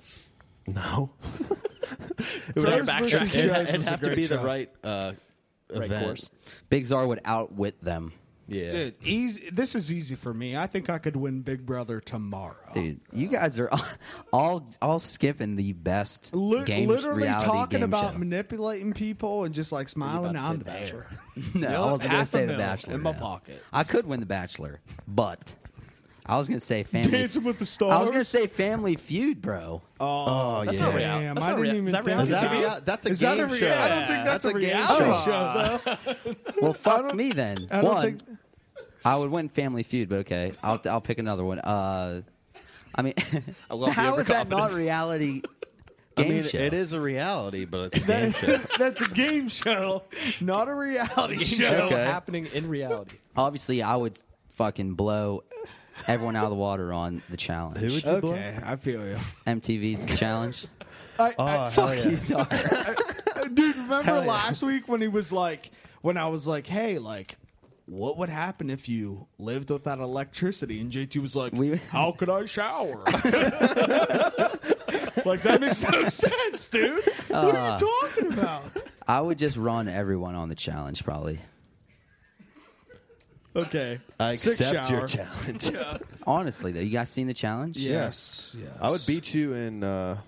Speaker 3: No.
Speaker 5: So
Speaker 4: would
Speaker 5: you're
Speaker 4: have-
Speaker 5: backtracking.
Speaker 4: versus Joe's
Speaker 3: It'd
Speaker 4: was a
Speaker 3: have to
Speaker 4: great
Speaker 3: be the
Speaker 4: shot.
Speaker 3: right uh,
Speaker 5: Right
Speaker 3: event.
Speaker 5: course.
Speaker 2: Big Czar would outwit them.
Speaker 3: Yeah.
Speaker 4: Dude, easy. This is easy for me. I think I could win Big Brother tomorrow.
Speaker 2: Dude, you guys are all all, all skipping the best
Speaker 4: Li-
Speaker 2: game
Speaker 4: literally
Speaker 2: reality
Speaker 4: talking
Speaker 2: game
Speaker 4: about
Speaker 2: show.
Speaker 4: manipulating people and just like smiling.
Speaker 5: about to
Speaker 4: I'm
Speaker 5: say
Speaker 4: there.
Speaker 2: no,
Speaker 4: Yep,
Speaker 2: I wasn't gonna
Speaker 4: half a
Speaker 2: say the
Speaker 4: mil
Speaker 2: Bachelor
Speaker 4: in my
Speaker 2: no.
Speaker 4: pocket.
Speaker 2: I could win the Bachelor, but I was gonna say Family.
Speaker 4: Dancing with the
Speaker 2: I was gonna
Speaker 4: Stars?
Speaker 2: say Family Feud, bro.
Speaker 4: Oh,
Speaker 3: That's
Speaker 5: not
Speaker 4: damn,
Speaker 5: real- that's
Speaker 4: I
Speaker 5: not
Speaker 4: didn't
Speaker 5: real-
Speaker 4: even
Speaker 5: is that
Speaker 4: think
Speaker 5: reality
Speaker 4: about
Speaker 5: TV?
Speaker 4: that.
Speaker 3: That's a
Speaker 4: Is that
Speaker 3: game
Speaker 4: rea-
Speaker 3: show.
Speaker 4: I don't think that's, a, reality,
Speaker 3: reality
Speaker 4: show, though.
Speaker 2: Well, fuck me then.
Speaker 4: I don't
Speaker 2: one,
Speaker 4: think-
Speaker 2: I would win Family Feud, but okay, I'll I'll pick another one. Uh, I mean,
Speaker 5: I love the
Speaker 2: how is that not
Speaker 5: overconfidence.
Speaker 2: reality?
Speaker 3: I
Speaker 2: Game
Speaker 3: mean,
Speaker 2: show?
Speaker 3: it is a reality, but it's a game show.
Speaker 4: That's a game show, not a reality
Speaker 5: Show
Speaker 4: show.
Speaker 2: Okay.
Speaker 5: happening in reality.
Speaker 2: Obviously, I would fucking blow everyone out of the water on the challenge.
Speaker 3: Who would you blow?
Speaker 4: Okay, I feel you.
Speaker 2: MTV's the challenge.
Speaker 4: I,
Speaker 3: Oh,
Speaker 4: I-
Speaker 3: hell
Speaker 2: Fuck
Speaker 3: yeah.
Speaker 2: you, Czar.
Speaker 4: dude, remember
Speaker 3: Hell yeah.
Speaker 4: last week when he was like, when I was like, hey, like, what would happen if you lived without electricity? And JT was like,
Speaker 2: We-
Speaker 4: how could I shower? like, that makes no sense, dude. what
Speaker 3: Uh.
Speaker 4: are you talking about?
Speaker 2: I would just run everyone on the challenge, probably.
Speaker 4: Okay.
Speaker 3: I
Speaker 4: Sick
Speaker 3: accept
Speaker 4: shower.
Speaker 3: your challenge.
Speaker 2: Honestly, though, you guys seen the challenge?
Speaker 4: Yes, yes.
Speaker 3: I would beat you in. Uh,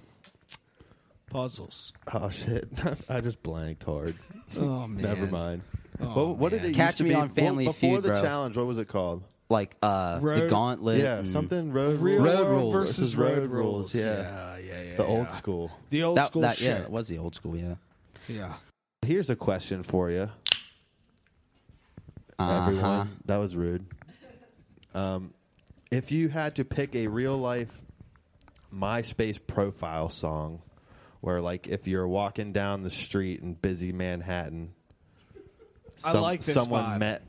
Speaker 4: puzzles.
Speaker 3: oh shit! I just blanked hard.
Speaker 4: Oh, man. Oh,
Speaker 3: Never mind. what what did it
Speaker 2: Catch
Speaker 3: used to
Speaker 2: me
Speaker 3: be?
Speaker 2: on Family
Speaker 3: well, before
Speaker 2: Feud,
Speaker 3: the
Speaker 2: bro.
Speaker 3: challenge? What was it called?
Speaker 2: Like uh, the
Speaker 4: Road-
Speaker 2: gauntlet.
Speaker 3: Yeah,
Speaker 2: and-
Speaker 3: something road
Speaker 4: Real
Speaker 3: rules.
Speaker 4: world versus,
Speaker 3: versus
Speaker 4: road,
Speaker 3: road rules,
Speaker 4: rules. yeah,
Speaker 3: yeah.
Speaker 4: yeah. yeah,
Speaker 3: The old
Speaker 4: yeah.
Speaker 3: school.
Speaker 4: The old
Speaker 2: That,
Speaker 4: school
Speaker 2: that,
Speaker 4: shit.
Speaker 2: yeah, it was the old school. Yeah.
Speaker 4: Yeah.
Speaker 3: Here's a question for you,
Speaker 2: Uh-huh.
Speaker 3: everyone. That was rude. Um, if you had to pick a real life MySpace profile song, where like if you're walking down the street in busy Manhattan,
Speaker 4: I like this
Speaker 3: someone
Speaker 4: vibe.
Speaker 3: met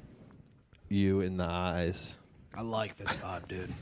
Speaker 3: you in the eyes,
Speaker 4: I like this vibe, dude.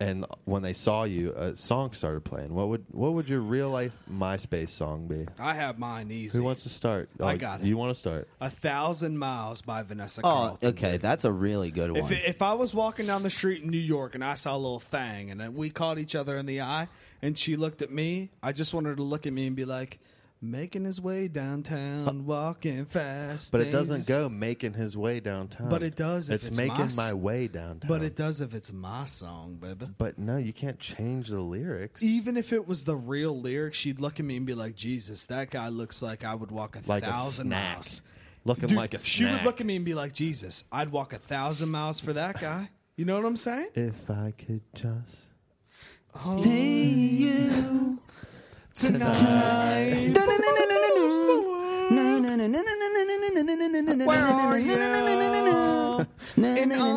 Speaker 3: and when they saw you, a song started playing, what would what would your real life MySpace song be?
Speaker 4: I have mine easy.
Speaker 3: Who wants to start?
Speaker 4: I got it.
Speaker 3: You want to start?
Speaker 4: A Thousand Miles by Vanessa
Speaker 2: Oh,
Speaker 4: Carlton.
Speaker 2: okay, that's a really good one.
Speaker 4: If, if I was walking down the street in New York and I saw a little thing and then we caught each other in the eye and she looked at me, I just wanted her to look at me and be like, making his way downtown, walking fast.
Speaker 3: But it doesn't
Speaker 4: things."
Speaker 3: go making his way downtown.
Speaker 4: But it does if
Speaker 3: It's,
Speaker 4: it's
Speaker 3: making
Speaker 4: my s-
Speaker 3: my way downtown.
Speaker 4: But it does if it's my song, baby.
Speaker 3: But no, you can't change the lyrics.
Speaker 4: Even if it was the real lyrics, she'd look at me and be like, Jesus, that guy looks like I would walk a
Speaker 3: like a
Speaker 4: thousand
Speaker 3: snack.
Speaker 4: miles.
Speaker 3: Looking
Speaker 4: Dude,
Speaker 3: like a snack.
Speaker 4: she would look at me and be like, Jesus, I'd walk a thousand miles for that guy. You know what I'm saying?
Speaker 3: If I could just.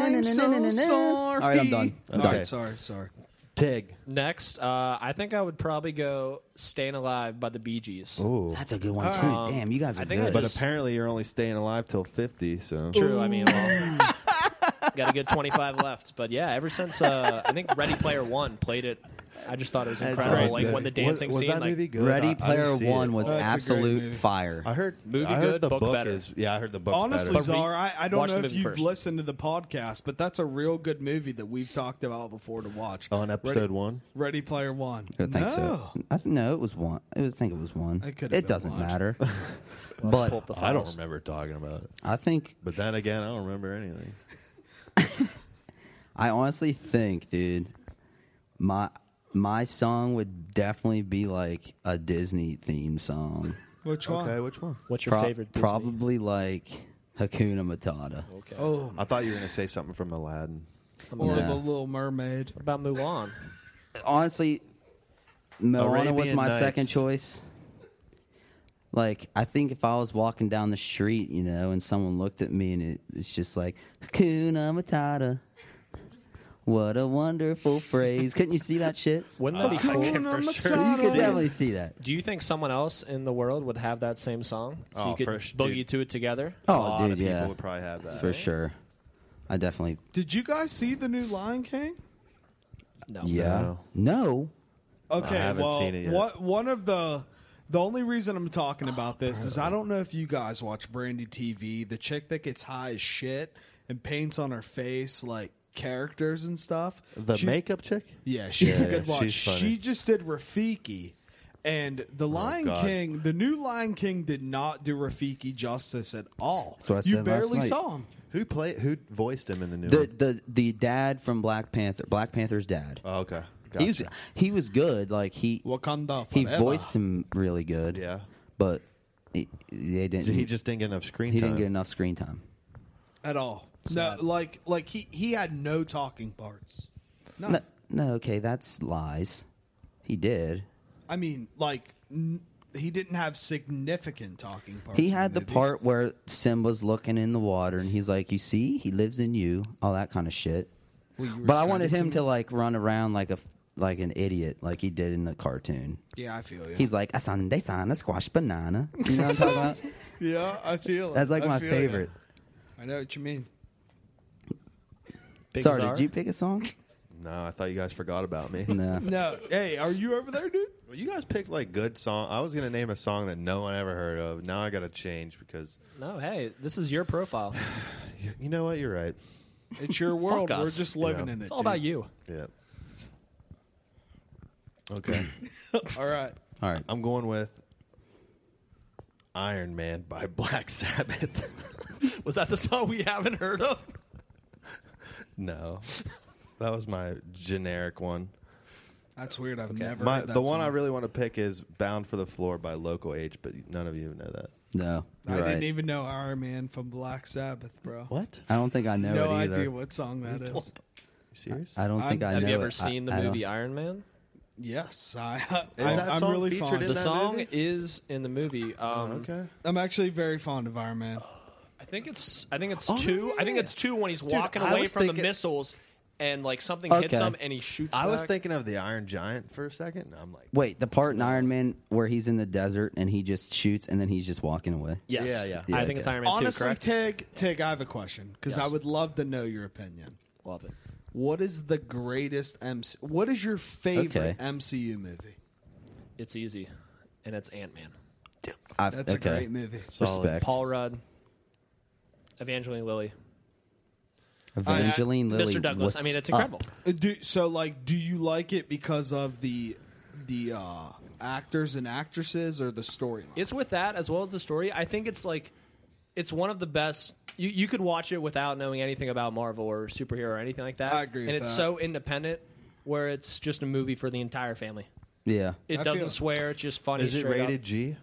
Speaker 2: All right, I'm done. I'm
Speaker 4: All
Speaker 2: done.
Speaker 3: Okay.
Speaker 4: right, sorry, sorry.
Speaker 3: Tig.
Speaker 5: Next, uh, I think I would probably go "Staying Alive" by the Bee Gees.
Speaker 3: Ooh.
Speaker 2: That's a good one too. Damn, you guys are
Speaker 5: I think I
Speaker 2: good.
Speaker 3: But
Speaker 5: Just-
Speaker 3: apparently you're only staying alive till 50, so.
Speaker 5: True. I mean, well, got a good 25 left. But yeah, ever since uh, I think Ready Player One played it, I just thought it was incredible.
Speaker 3: Crazy.
Speaker 5: like when the dancing
Speaker 3: was, was
Speaker 5: scene,
Speaker 3: that
Speaker 5: like
Speaker 3: movie good? I- I
Speaker 2: Ready
Speaker 3: didn't
Speaker 2: Player
Speaker 3: see it.
Speaker 2: One was
Speaker 4: That's a great
Speaker 2: absolute
Speaker 4: movie.
Speaker 2: fire.
Speaker 3: I heard
Speaker 5: Movie
Speaker 3: I heard
Speaker 5: good,
Speaker 3: the
Speaker 5: book better.
Speaker 3: is. Yeah, I heard the book
Speaker 4: Honestly,
Speaker 3: better.
Speaker 5: But
Speaker 4: Czar, I, I don't
Speaker 5: watch
Speaker 4: know
Speaker 5: the
Speaker 4: if
Speaker 5: movie
Speaker 4: you've
Speaker 5: first.
Speaker 4: listened to the podcast, but that's a real good movie that we've talked about before to watch.
Speaker 3: on episode
Speaker 4: Ready,
Speaker 3: one.
Speaker 4: Ready Player One.
Speaker 2: I don't think
Speaker 4: no.
Speaker 2: so. I th- no, it was one. I think it was one.
Speaker 4: It could've
Speaker 2: It
Speaker 4: been
Speaker 2: doesn't
Speaker 4: one.
Speaker 2: matter.
Speaker 5: pull
Speaker 2: but
Speaker 5: up the
Speaker 3: I don't
Speaker 5: files.
Speaker 3: remember talking about it.
Speaker 2: I think
Speaker 3: But then again, I don't remember anything.
Speaker 2: I honestly think, dude, my my song would definitely be like a Disney theme song.
Speaker 4: Which one?
Speaker 3: Okay, which one?
Speaker 5: What's your
Speaker 2: Pro-
Speaker 5: favorite? Disney?
Speaker 2: probably like Hakuna Matata.
Speaker 5: Okay.
Speaker 4: Oh,
Speaker 3: I thought you were going to say something from Aladdin.
Speaker 4: or
Speaker 2: Yeah.
Speaker 4: The Little Mermaid.
Speaker 5: What about Mulan?
Speaker 2: Honestly, Moana was
Speaker 3: Arabian
Speaker 2: my
Speaker 3: Nights.
Speaker 2: second choice. Like I think if I was walking down the street, you know, and someone looked at me and it, it's just like Hakuna Matata. What a wonderful phrase! Couldn't you see that shit?
Speaker 5: Wouldn't that be cool?
Speaker 4: Hakuna
Speaker 5: for sure.
Speaker 2: You
Speaker 4: Matata.
Speaker 2: could definitely see that.
Speaker 5: Do you think someone else in the world would have that same song? So
Speaker 3: Oh,
Speaker 5: you could
Speaker 3: for sh-
Speaker 5: boogie
Speaker 3: dude.
Speaker 5: to it together.
Speaker 3: a
Speaker 2: Oh,
Speaker 3: lot
Speaker 2: dude,
Speaker 3: of people
Speaker 2: yeah,
Speaker 3: would probably have that.
Speaker 2: for sure. I definitely.
Speaker 4: Did you guys see the new Lion King?
Speaker 5: No.
Speaker 2: Yeah. No.
Speaker 4: Okay,
Speaker 3: I haven't
Speaker 4: well,
Speaker 3: seen it yet.
Speaker 4: What, one of the the only reason I'm talking about
Speaker 3: Oh,
Speaker 4: this is I don't know if you guys watch Brandy TV, the chick that gets high as shit and paints on her face like characters and stuff.
Speaker 3: The
Speaker 4: She-
Speaker 3: makeup chick?
Speaker 4: Yeah, she's
Speaker 3: Yeah,
Speaker 4: a good watch.
Speaker 3: she's funny. Oh,
Speaker 4: She just did Rafiki. And the Lion
Speaker 3: God.
Speaker 4: King, the new Lion King did not do Rafiki justice at all.
Speaker 2: what I
Speaker 4: you
Speaker 2: said last
Speaker 4: barely
Speaker 2: night.
Speaker 4: saw him.
Speaker 3: Who played? Who voiced him in the new
Speaker 2: The
Speaker 3: one?
Speaker 2: the the dad from Black Panther. Black Panther's dad.
Speaker 3: Oh, okay.
Speaker 2: He was
Speaker 3: Gotcha.
Speaker 2: he was good. Like he
Speaker 4: Wakanda
Speaker 2: he
Speaker 4: forever.
Speaker 2: voiced him really good.
Speaker 3: Yeah.
Speaker 2: But he, they didn't.
Speaker 3: he just didn't get enough screen
Speaker 2: he
Speaker 3: time.
Speaker 2: didn't get enough screen time.
Speaker 4: at all. No, like like he he had no talking parts. No.
Speaker 2: No, no. Okay, that's lies. He did.
Speaker 4: I mean, like n- he didn't have significant talking parts.
Speaker 2: He
Speaker 4: in
Speaker 2: had the
Speaker 4: movie.
Speaker 2: part where Simba's looking in the water and he's like, "You see, he lives in you." All that kind of shit.
Speaker 4: Well, you were
Speaker 2: But I
Speaker 4: sending
Speaker 2: wanted him
Speaker 4: me-
Speaker 2: to like run around like a like an idiot, like he did in the cartoon.
Speaker 4: Yeah, I feel you.
Speaker 2: He's like a Sunday sign, a squash banana. You know what I'm talking about?
Speaker 4: yeah, I feel.
Speaker 2: That's like my favorite.
Speaker 4: I know what you mean.
Speaker 5: Big
Speaker 2: Sorry,
Speaker 5: Czar?
Speaker 2: did you pick a song?
Speaker 3: No, I thought you guys forgot about me.
Speaker 2: No.
Speaker 4: No, hey, are you over there, dude?
Speaker 3: Well, you guys picked like good song. I was gonna name a song that no one ever heard of. Now I gotta change because
Speaker 5: No. Hey, this is your profile.
Speaker 3: you know what? You're right.
Speaker 4: It's your world. We're
Speaker 5: us.
Speaker 4: just living
Speaker 3: Yeah.
Speaker 4: in it.
Speaker 5: It's all about
Speaker 4: dude.
Speaker 5: you.
Speaker 3: Yeah. Okay,
Speaker 4: All right.
Speaker 2: All right.
Speaker 3: I'm going with Iron Man by Black Sabbath.
Speaker 5: Was that the song we haven't heard of?
Speaker 3: no, that was my generic one.
Speaker 4: That's weird. I've never
Speaker 3: My,
Speaker 4: heard that
Speaker 3: the one I
Speaker 4: song.
Speaker 3: really want to pick is "Bound for the Floor" by Local H, but none of you know that.
Speaker 2: No.
Speaker 4: I
Speaker 2: you're right.
Speaker 4: didn't even know Iron Man from Black Sabbath, bro.
Speaker 3: What?
Speaker 2: I don't think I know
Speaker 4: No
Speaker 2: it either.
Speaker 4: idea what song that is.
Speaker 3: You serious?
Speaker 2: I don't think I know
Speaker 5: Have you ever
Speaker 2: it.
Speaker 5: seen
Speaker 2: I- I
Speaker 5: the
Speaker 2: don't-
Speaker 5: movie Iron Man?
Speaker 4: Yes, I. I
Speaker 3: that
Speaker 4: I'm
Speaker 3: song
Speaker 4: really
Speaker 3: featured
Speaker 4: fond.
Speaker 3: in
Speaker 5: The
Speaker 4: Of,
Speaker 3: that
Speaker 5: song
Speaker 3: movie?
Speaker 5: is in the movie. Um,
Speaker 3: okay.
Speaker 4: I'm actually very fond of Iron Man.
Speaker 5: I think it's. I think it's
Speaker 3: Oh,
Speaker 5: two. I think
Speaker 3: yeah.
Speaker 5: it's two when he's walking
Speaker 3: I
Speaker 5: away
Speaker 3: was
Speaker 5: from the
Speaker 3: thinking-
Speaker 5: missiles, and like something hits
Speaker 2: Okay.
Speaker 5: him, and he shoots.
Speaker 3: I was
Speaker 5: back.
Speaker 3: thinking of the Iron Giant for a second. And I'm like,
Speaker 2: Wait, the part in Iron Man where he's in the desert and he just shoots and then he's just walking away.
Speaker 5: Yes.
Speaker 3: Yeah, yeah.
Speaker 2: Yeah,
Speaker 5: I think it's
Speaker 2: okay.
Speaker 5: Iron Man
Speaker 4: Honestly,
Speaker 5: two. Correct.
Speaker 4: Tig, Tig, I have a question because I
Speaker 5: Yes.
Speaker 4: would love to know your opinion.
Speaker 5: Love it.
Speaker 4: What is the greatest MC? What is your favorite
Speaker 2: Okay.
Speaker 4: MCU movie?
Speaker 5: It's easy, and it's Ant Man.
Speaker 2: I've,
Speaker 4: That's
Speaker 2: okay.
Speaker 4: a great movie.
Speaker 3: Solid.
Speaker 2: Respect.
Speaker 5: Paul Rudd, Evangeline Lilly,
Speaker 2: Evangeline Lilly.
Speaker 5: Mr. Douglas.
Speaker 2: was
Speaker 5: I mean, it's
Speaker 2: up.
Speaker 5: incredible.
Speaker 4: Uh, Do, so, like, do you like it because of the the uh, actors and actresses or the storyline?
Speaker 5: It's with that as well as the story. I think it's like it's one of the best. You you could watch it without knowing anything about Marvel or superhero or anything like that.
Speaker 4: I agree
Speaker 5: And
Speaker 4: with
Speaker 5: it's
Speaker 4: that.
Speaker 5: so independent, where it's just a movie for the entire family.
Speaker 2: Yeah.
Speaker 5: It
Speaker 4: I
Speaker 5: doesn't
Speaker 4: feel-
Speaker 5: swear. It's just funny.
Speaker 3: Is it
Speaker 5: straight up.
Speaker 3: rated G?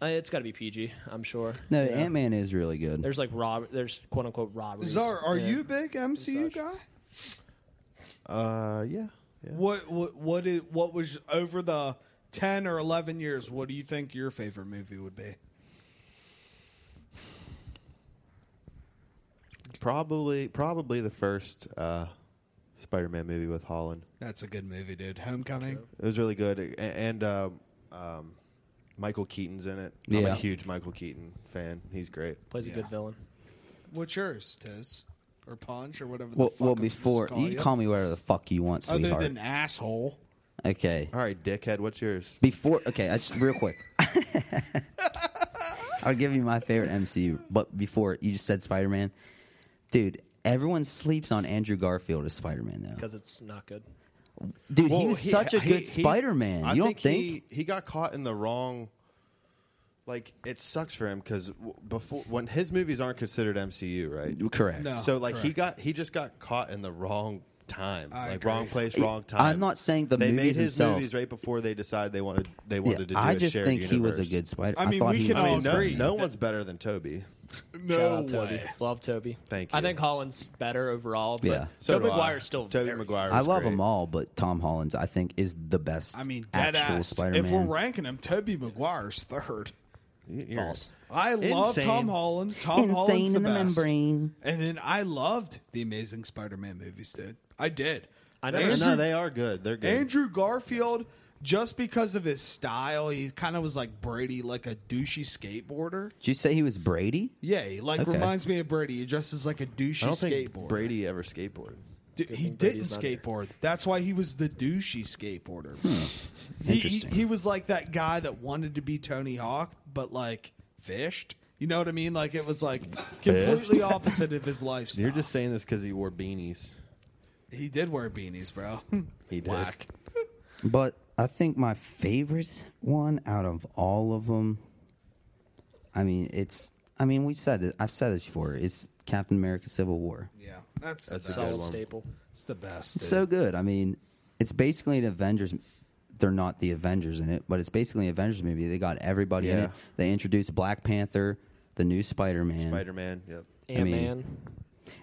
Speaker 5: Uh, It's got to be PG. I'm sure.
Speaker 2: No, Ant Man is really good.
Speaker 5: There's like rob. There's quote unquote robberies.
Speaker 4: Czar, are
Speaker 5: Yeah.
Speaker 4: you a big MCU
Speaker 5: such.
Speaker 4: guy?
Speaker 3: Uh, yeah. yeah.
Speaker 4: What what what, is, what was over the ten or eleven years? What do you think your favorite movie would be?
Speaker 3: Probably, probably the first uh, Spider-Man movie with Holland.
Speaker 4: That's a good movie, dude. Homecoming.
Speaker 3: It was really good, A- and um, um, Michael Keaton's in it. I'm a
Speaker 2: Yeah.
Speaker 3: huge Michael Keaton fan. He's great.
Speaker 5: plays a
Speaker 4: Yeah.
Speaker 5: good villain?
Speaker 4: What's yours, Tiz? Or Punch or whatever
Speaker 2: Well,
Speaker 4: the fuck
Speaker 2: well
Speaker 4: I'm supposed
Speaker 2: before
Speaker 4: to
Speaker 2: you can call me whatever the fuck you want,
Speaker 4: Other
Speaker 2: sweetheart.
Speaker 4: than asshole.
Speaker 2: okay.
Speaker 3: All right, dickhead. What's yours?
Speaker 2: Before, okay, I just, real quick. I'll give you my favorite MCU, but before you just said Spider Man, dude. Everyone sleeps on Andrew Garfield as Spider Man though.
Speaker 5: Because it's not good.
Speaker 2: Dude,
Speaker 3: Well,
Speaker 2: he was such a
Speaker 3: he-
Speaker 2: good
Speaker 3: he-
Speaker 2: Spider Man.
Speaker 3: I
Speaker 2: You don't think?
Speaker 3: He, he got caught in the wrong. Like it sucks for him because w- before when his movies aren't considered MCU, right?
Speaker 2: Correct.
Speaker 4: No.
Speaker 3: so like he
Speaker 4: correct.
Speaker 3: got he just got caught in the wrong time,
Speaker 4: I
Speaker 3: like
Speaker 4: agree.
Speaker 3: wrong place,
Speaker 2: It-
Speaker 3: wrong time.
Speaker 2: I'm not saying the
Speaker 3: they made
Speaker 2: movies
Speaker 3: his
Speaker 2: themselves-
Speaker 3: movies right before they decided they wanted they
Speaker 2: Yeah,
Speaker 3: wanted to do.
Speaker 2: I
Speaker 3: a
Speaker 2: just
Speaker 3: shared
Speaker 2: think he was a
Speaker 3: universe.
Speaker 2: good Spider.
Speaker 4: I mean,
Speaker 2: thought
Speaker 4: we
Speaker 2: he
Speaker 4: can
Speaker 2: was a
Speaker 4: all
Speaker 3: I
Speaker 2: good
Speaker 3: mean, no,
Speaker 4: agree.
Speaker 3: no one's better than Toby.
Speaker 5: Shout
Speaker 4: No
Speaker 5: out Toby.
Speaker 4: way.
Speaker 5: Love Toby.
Speaker 3: Thank
Speaker 5: I
Speaker 3: you.
Speaker 5: think Holland's better overall. But
Speaker 2: Yeah.
Speaker 3: So
Speaker 5: Tobey
Speaker 3: do I.
Speaker 5: Maguire's still
Speaker 3: Toby
Speaker 5: very
Speaker 3: Maguire.
Speaker 2: I
Speaker 3: was
Speaker 2: love
Speaker 3: great.
Speaker 2: them all, but Tom Holland's I think is the best.
Speaker 4: I mean, dead
Speaker 2: actual
Speaker 4: ass.
Speaker 2: Spider
Speaker 4: If we're
Speaker 2: Man.
Speaker 4: ranking him, Toby Maguire's third.
Speaker 3: You're-
Speaker 5: False.
Speaker 4: I love
Speaker 3: Insane.
Speaker 4: Tom Holland. Tom
Speaker 2: Insane
Speaker 4: Holland's the,
Speaker 2: in the
Speaker 4: best.
Speaker 2: membrane.
Speaker 4: And then I loved the Amazing Spider-Man movies, dude. I did.
Speaker 5: I never-
Speaker 3: No,
Speaker 4: Andrew,
Speaker 3: no, they are good. They're good.
Speaker 4: Andrew Garfield, just because of his style, he kind of was like Brady, like a douchey skateboarder.
Speaker 2: Did you say he was Brady?
Speaker 4: Yeah, he like
Speaker 2: Okay.
Speaker 4: reminds me of Brady. He dresses like a douchey
Speaker 3: I don't think
Speaker 4: skateboarder.
Speaker 3: Brady ever skateboarded.
Speaker 4: Dude, he
Speaker 5: thing
Speaker 4: didn't
Speaker 5: Brady's not here.
Speaker 4: skateboard. That's why he was the douchey skateboarder.
Speaker 3: Hmm.
Speaker 4: He, he,
Speaker 2: Interesting.
Speaker 4: he was like that guy that wanted to be Tony Hawk, but like fished. You know what I mean? Like it was like completely opposite of his lifestyle.
Speaker 3: You're just saying this because he wore beanies.
Speaker 4: he did wear beanies, bro.
Speaker 3: He did.
Speaker 4: Whack.
Speaker 2: But I think my favorite one out of all of them. I mean, it's. I mean, we've said this. I've said this before. It's Captain America: Civil War.
Speaker 4: Yeah, that's the
Speaker 3: That's a
Speaker 4: best.
Speaker 3: good
Speaker 5: solid
Speaker 3: one.
Speaker 5: staple.
Speaker 4: It's the best.
Speaker 2: It's
Speaker 4: dude.
Speaker 2: so good. I mean, it's basically an Avengers. They're not the Avengers in it, but it's basically an Avengers movie. They got everybody in it.
Speaker 3: Yeah.
Speaker 2: They introduced Black Panther, the new Spider Man,
Speaker 3: Spider Man. Yep.
Speaker 5: Ant
Speaker 2: mean-
Speaker 5: Man.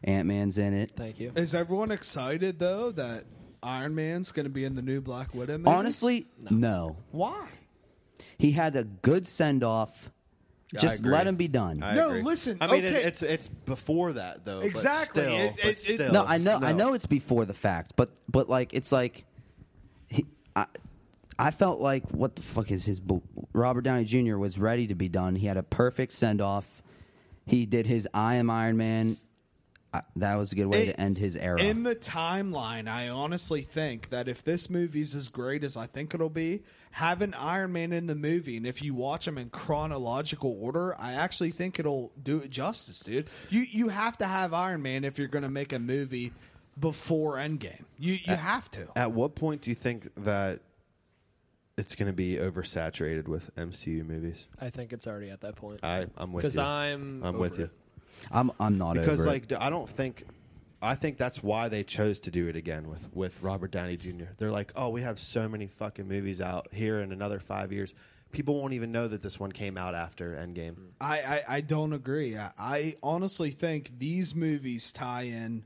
Speaker 2: Ant Man's in it.
Speaker 5: Thank you.
Speaker 4: Is everyone excited though that Iron Man's going to be in the new Black Widow? Movie?
Speaker 2: Honestly, no.
Speaker 4: why?
Speaker 2: He had a good send off.
Speaker 3: I
Speaker 2: Just
Speaker 3: agree.
Speaker 2: let him be done.
Speaker 3: I
Speaker 4: No,
Speaker 3: agree.
Speaker 4: listen,
Speaker 3: I mean,
Speaker 4: okay.
Speaker 3: it, it's it's before that though. but
Speaker 4: Exactly.
Speaker 3: still-
Speaker 4: It-
Speaker 3: but
Speaker 4: it- it-
Speaker 3: still,
Speaker 2: no, I know, I
Speaker 3: no.
Speaker 2: know it's before the fact, but but like it's like, he, I, I felt like what the fuck is his? Bo- Robert Downey Jr. was ready to be done. He had a perfect send off. He did his I am Iron Man. I, that was a good way
Speaker 4: It-
Speaker 2: to end his era.
Speaker 4: In the timeline, I honestly think that if this movie's as great as I think it'll be, having Iron Man in the movie, and if you watch him in chronological order, I actually think it'll do it justice, dude. You you have to have Iron Man if you're going to make a movie before Endgame. You you have to.
Speaker 3: At what point do you think that it's going to be oversaturated with MCU movies?
Speaker 5: I think it's already at that point.
Speaker 3: I I'm with you.
Speaker 5: 'Cause I'm
Speaker 3: I'm with
Speaker 5: over
Speaker 3: you
Speaker 5: it.
Speaker 2: I'm I'm not
Speaker 3: because
Speaker 2: over it.
Speaker 3: like d- I don't think. I think that's why they chose to do it again with, with Robert Downey Jr. They're like, oh, we have so many fucking movies out here in another five years. People won't even know that this one came out after Endgame.
Speaker 4: I, I, I don't agree. I, I honestly think these movies tie in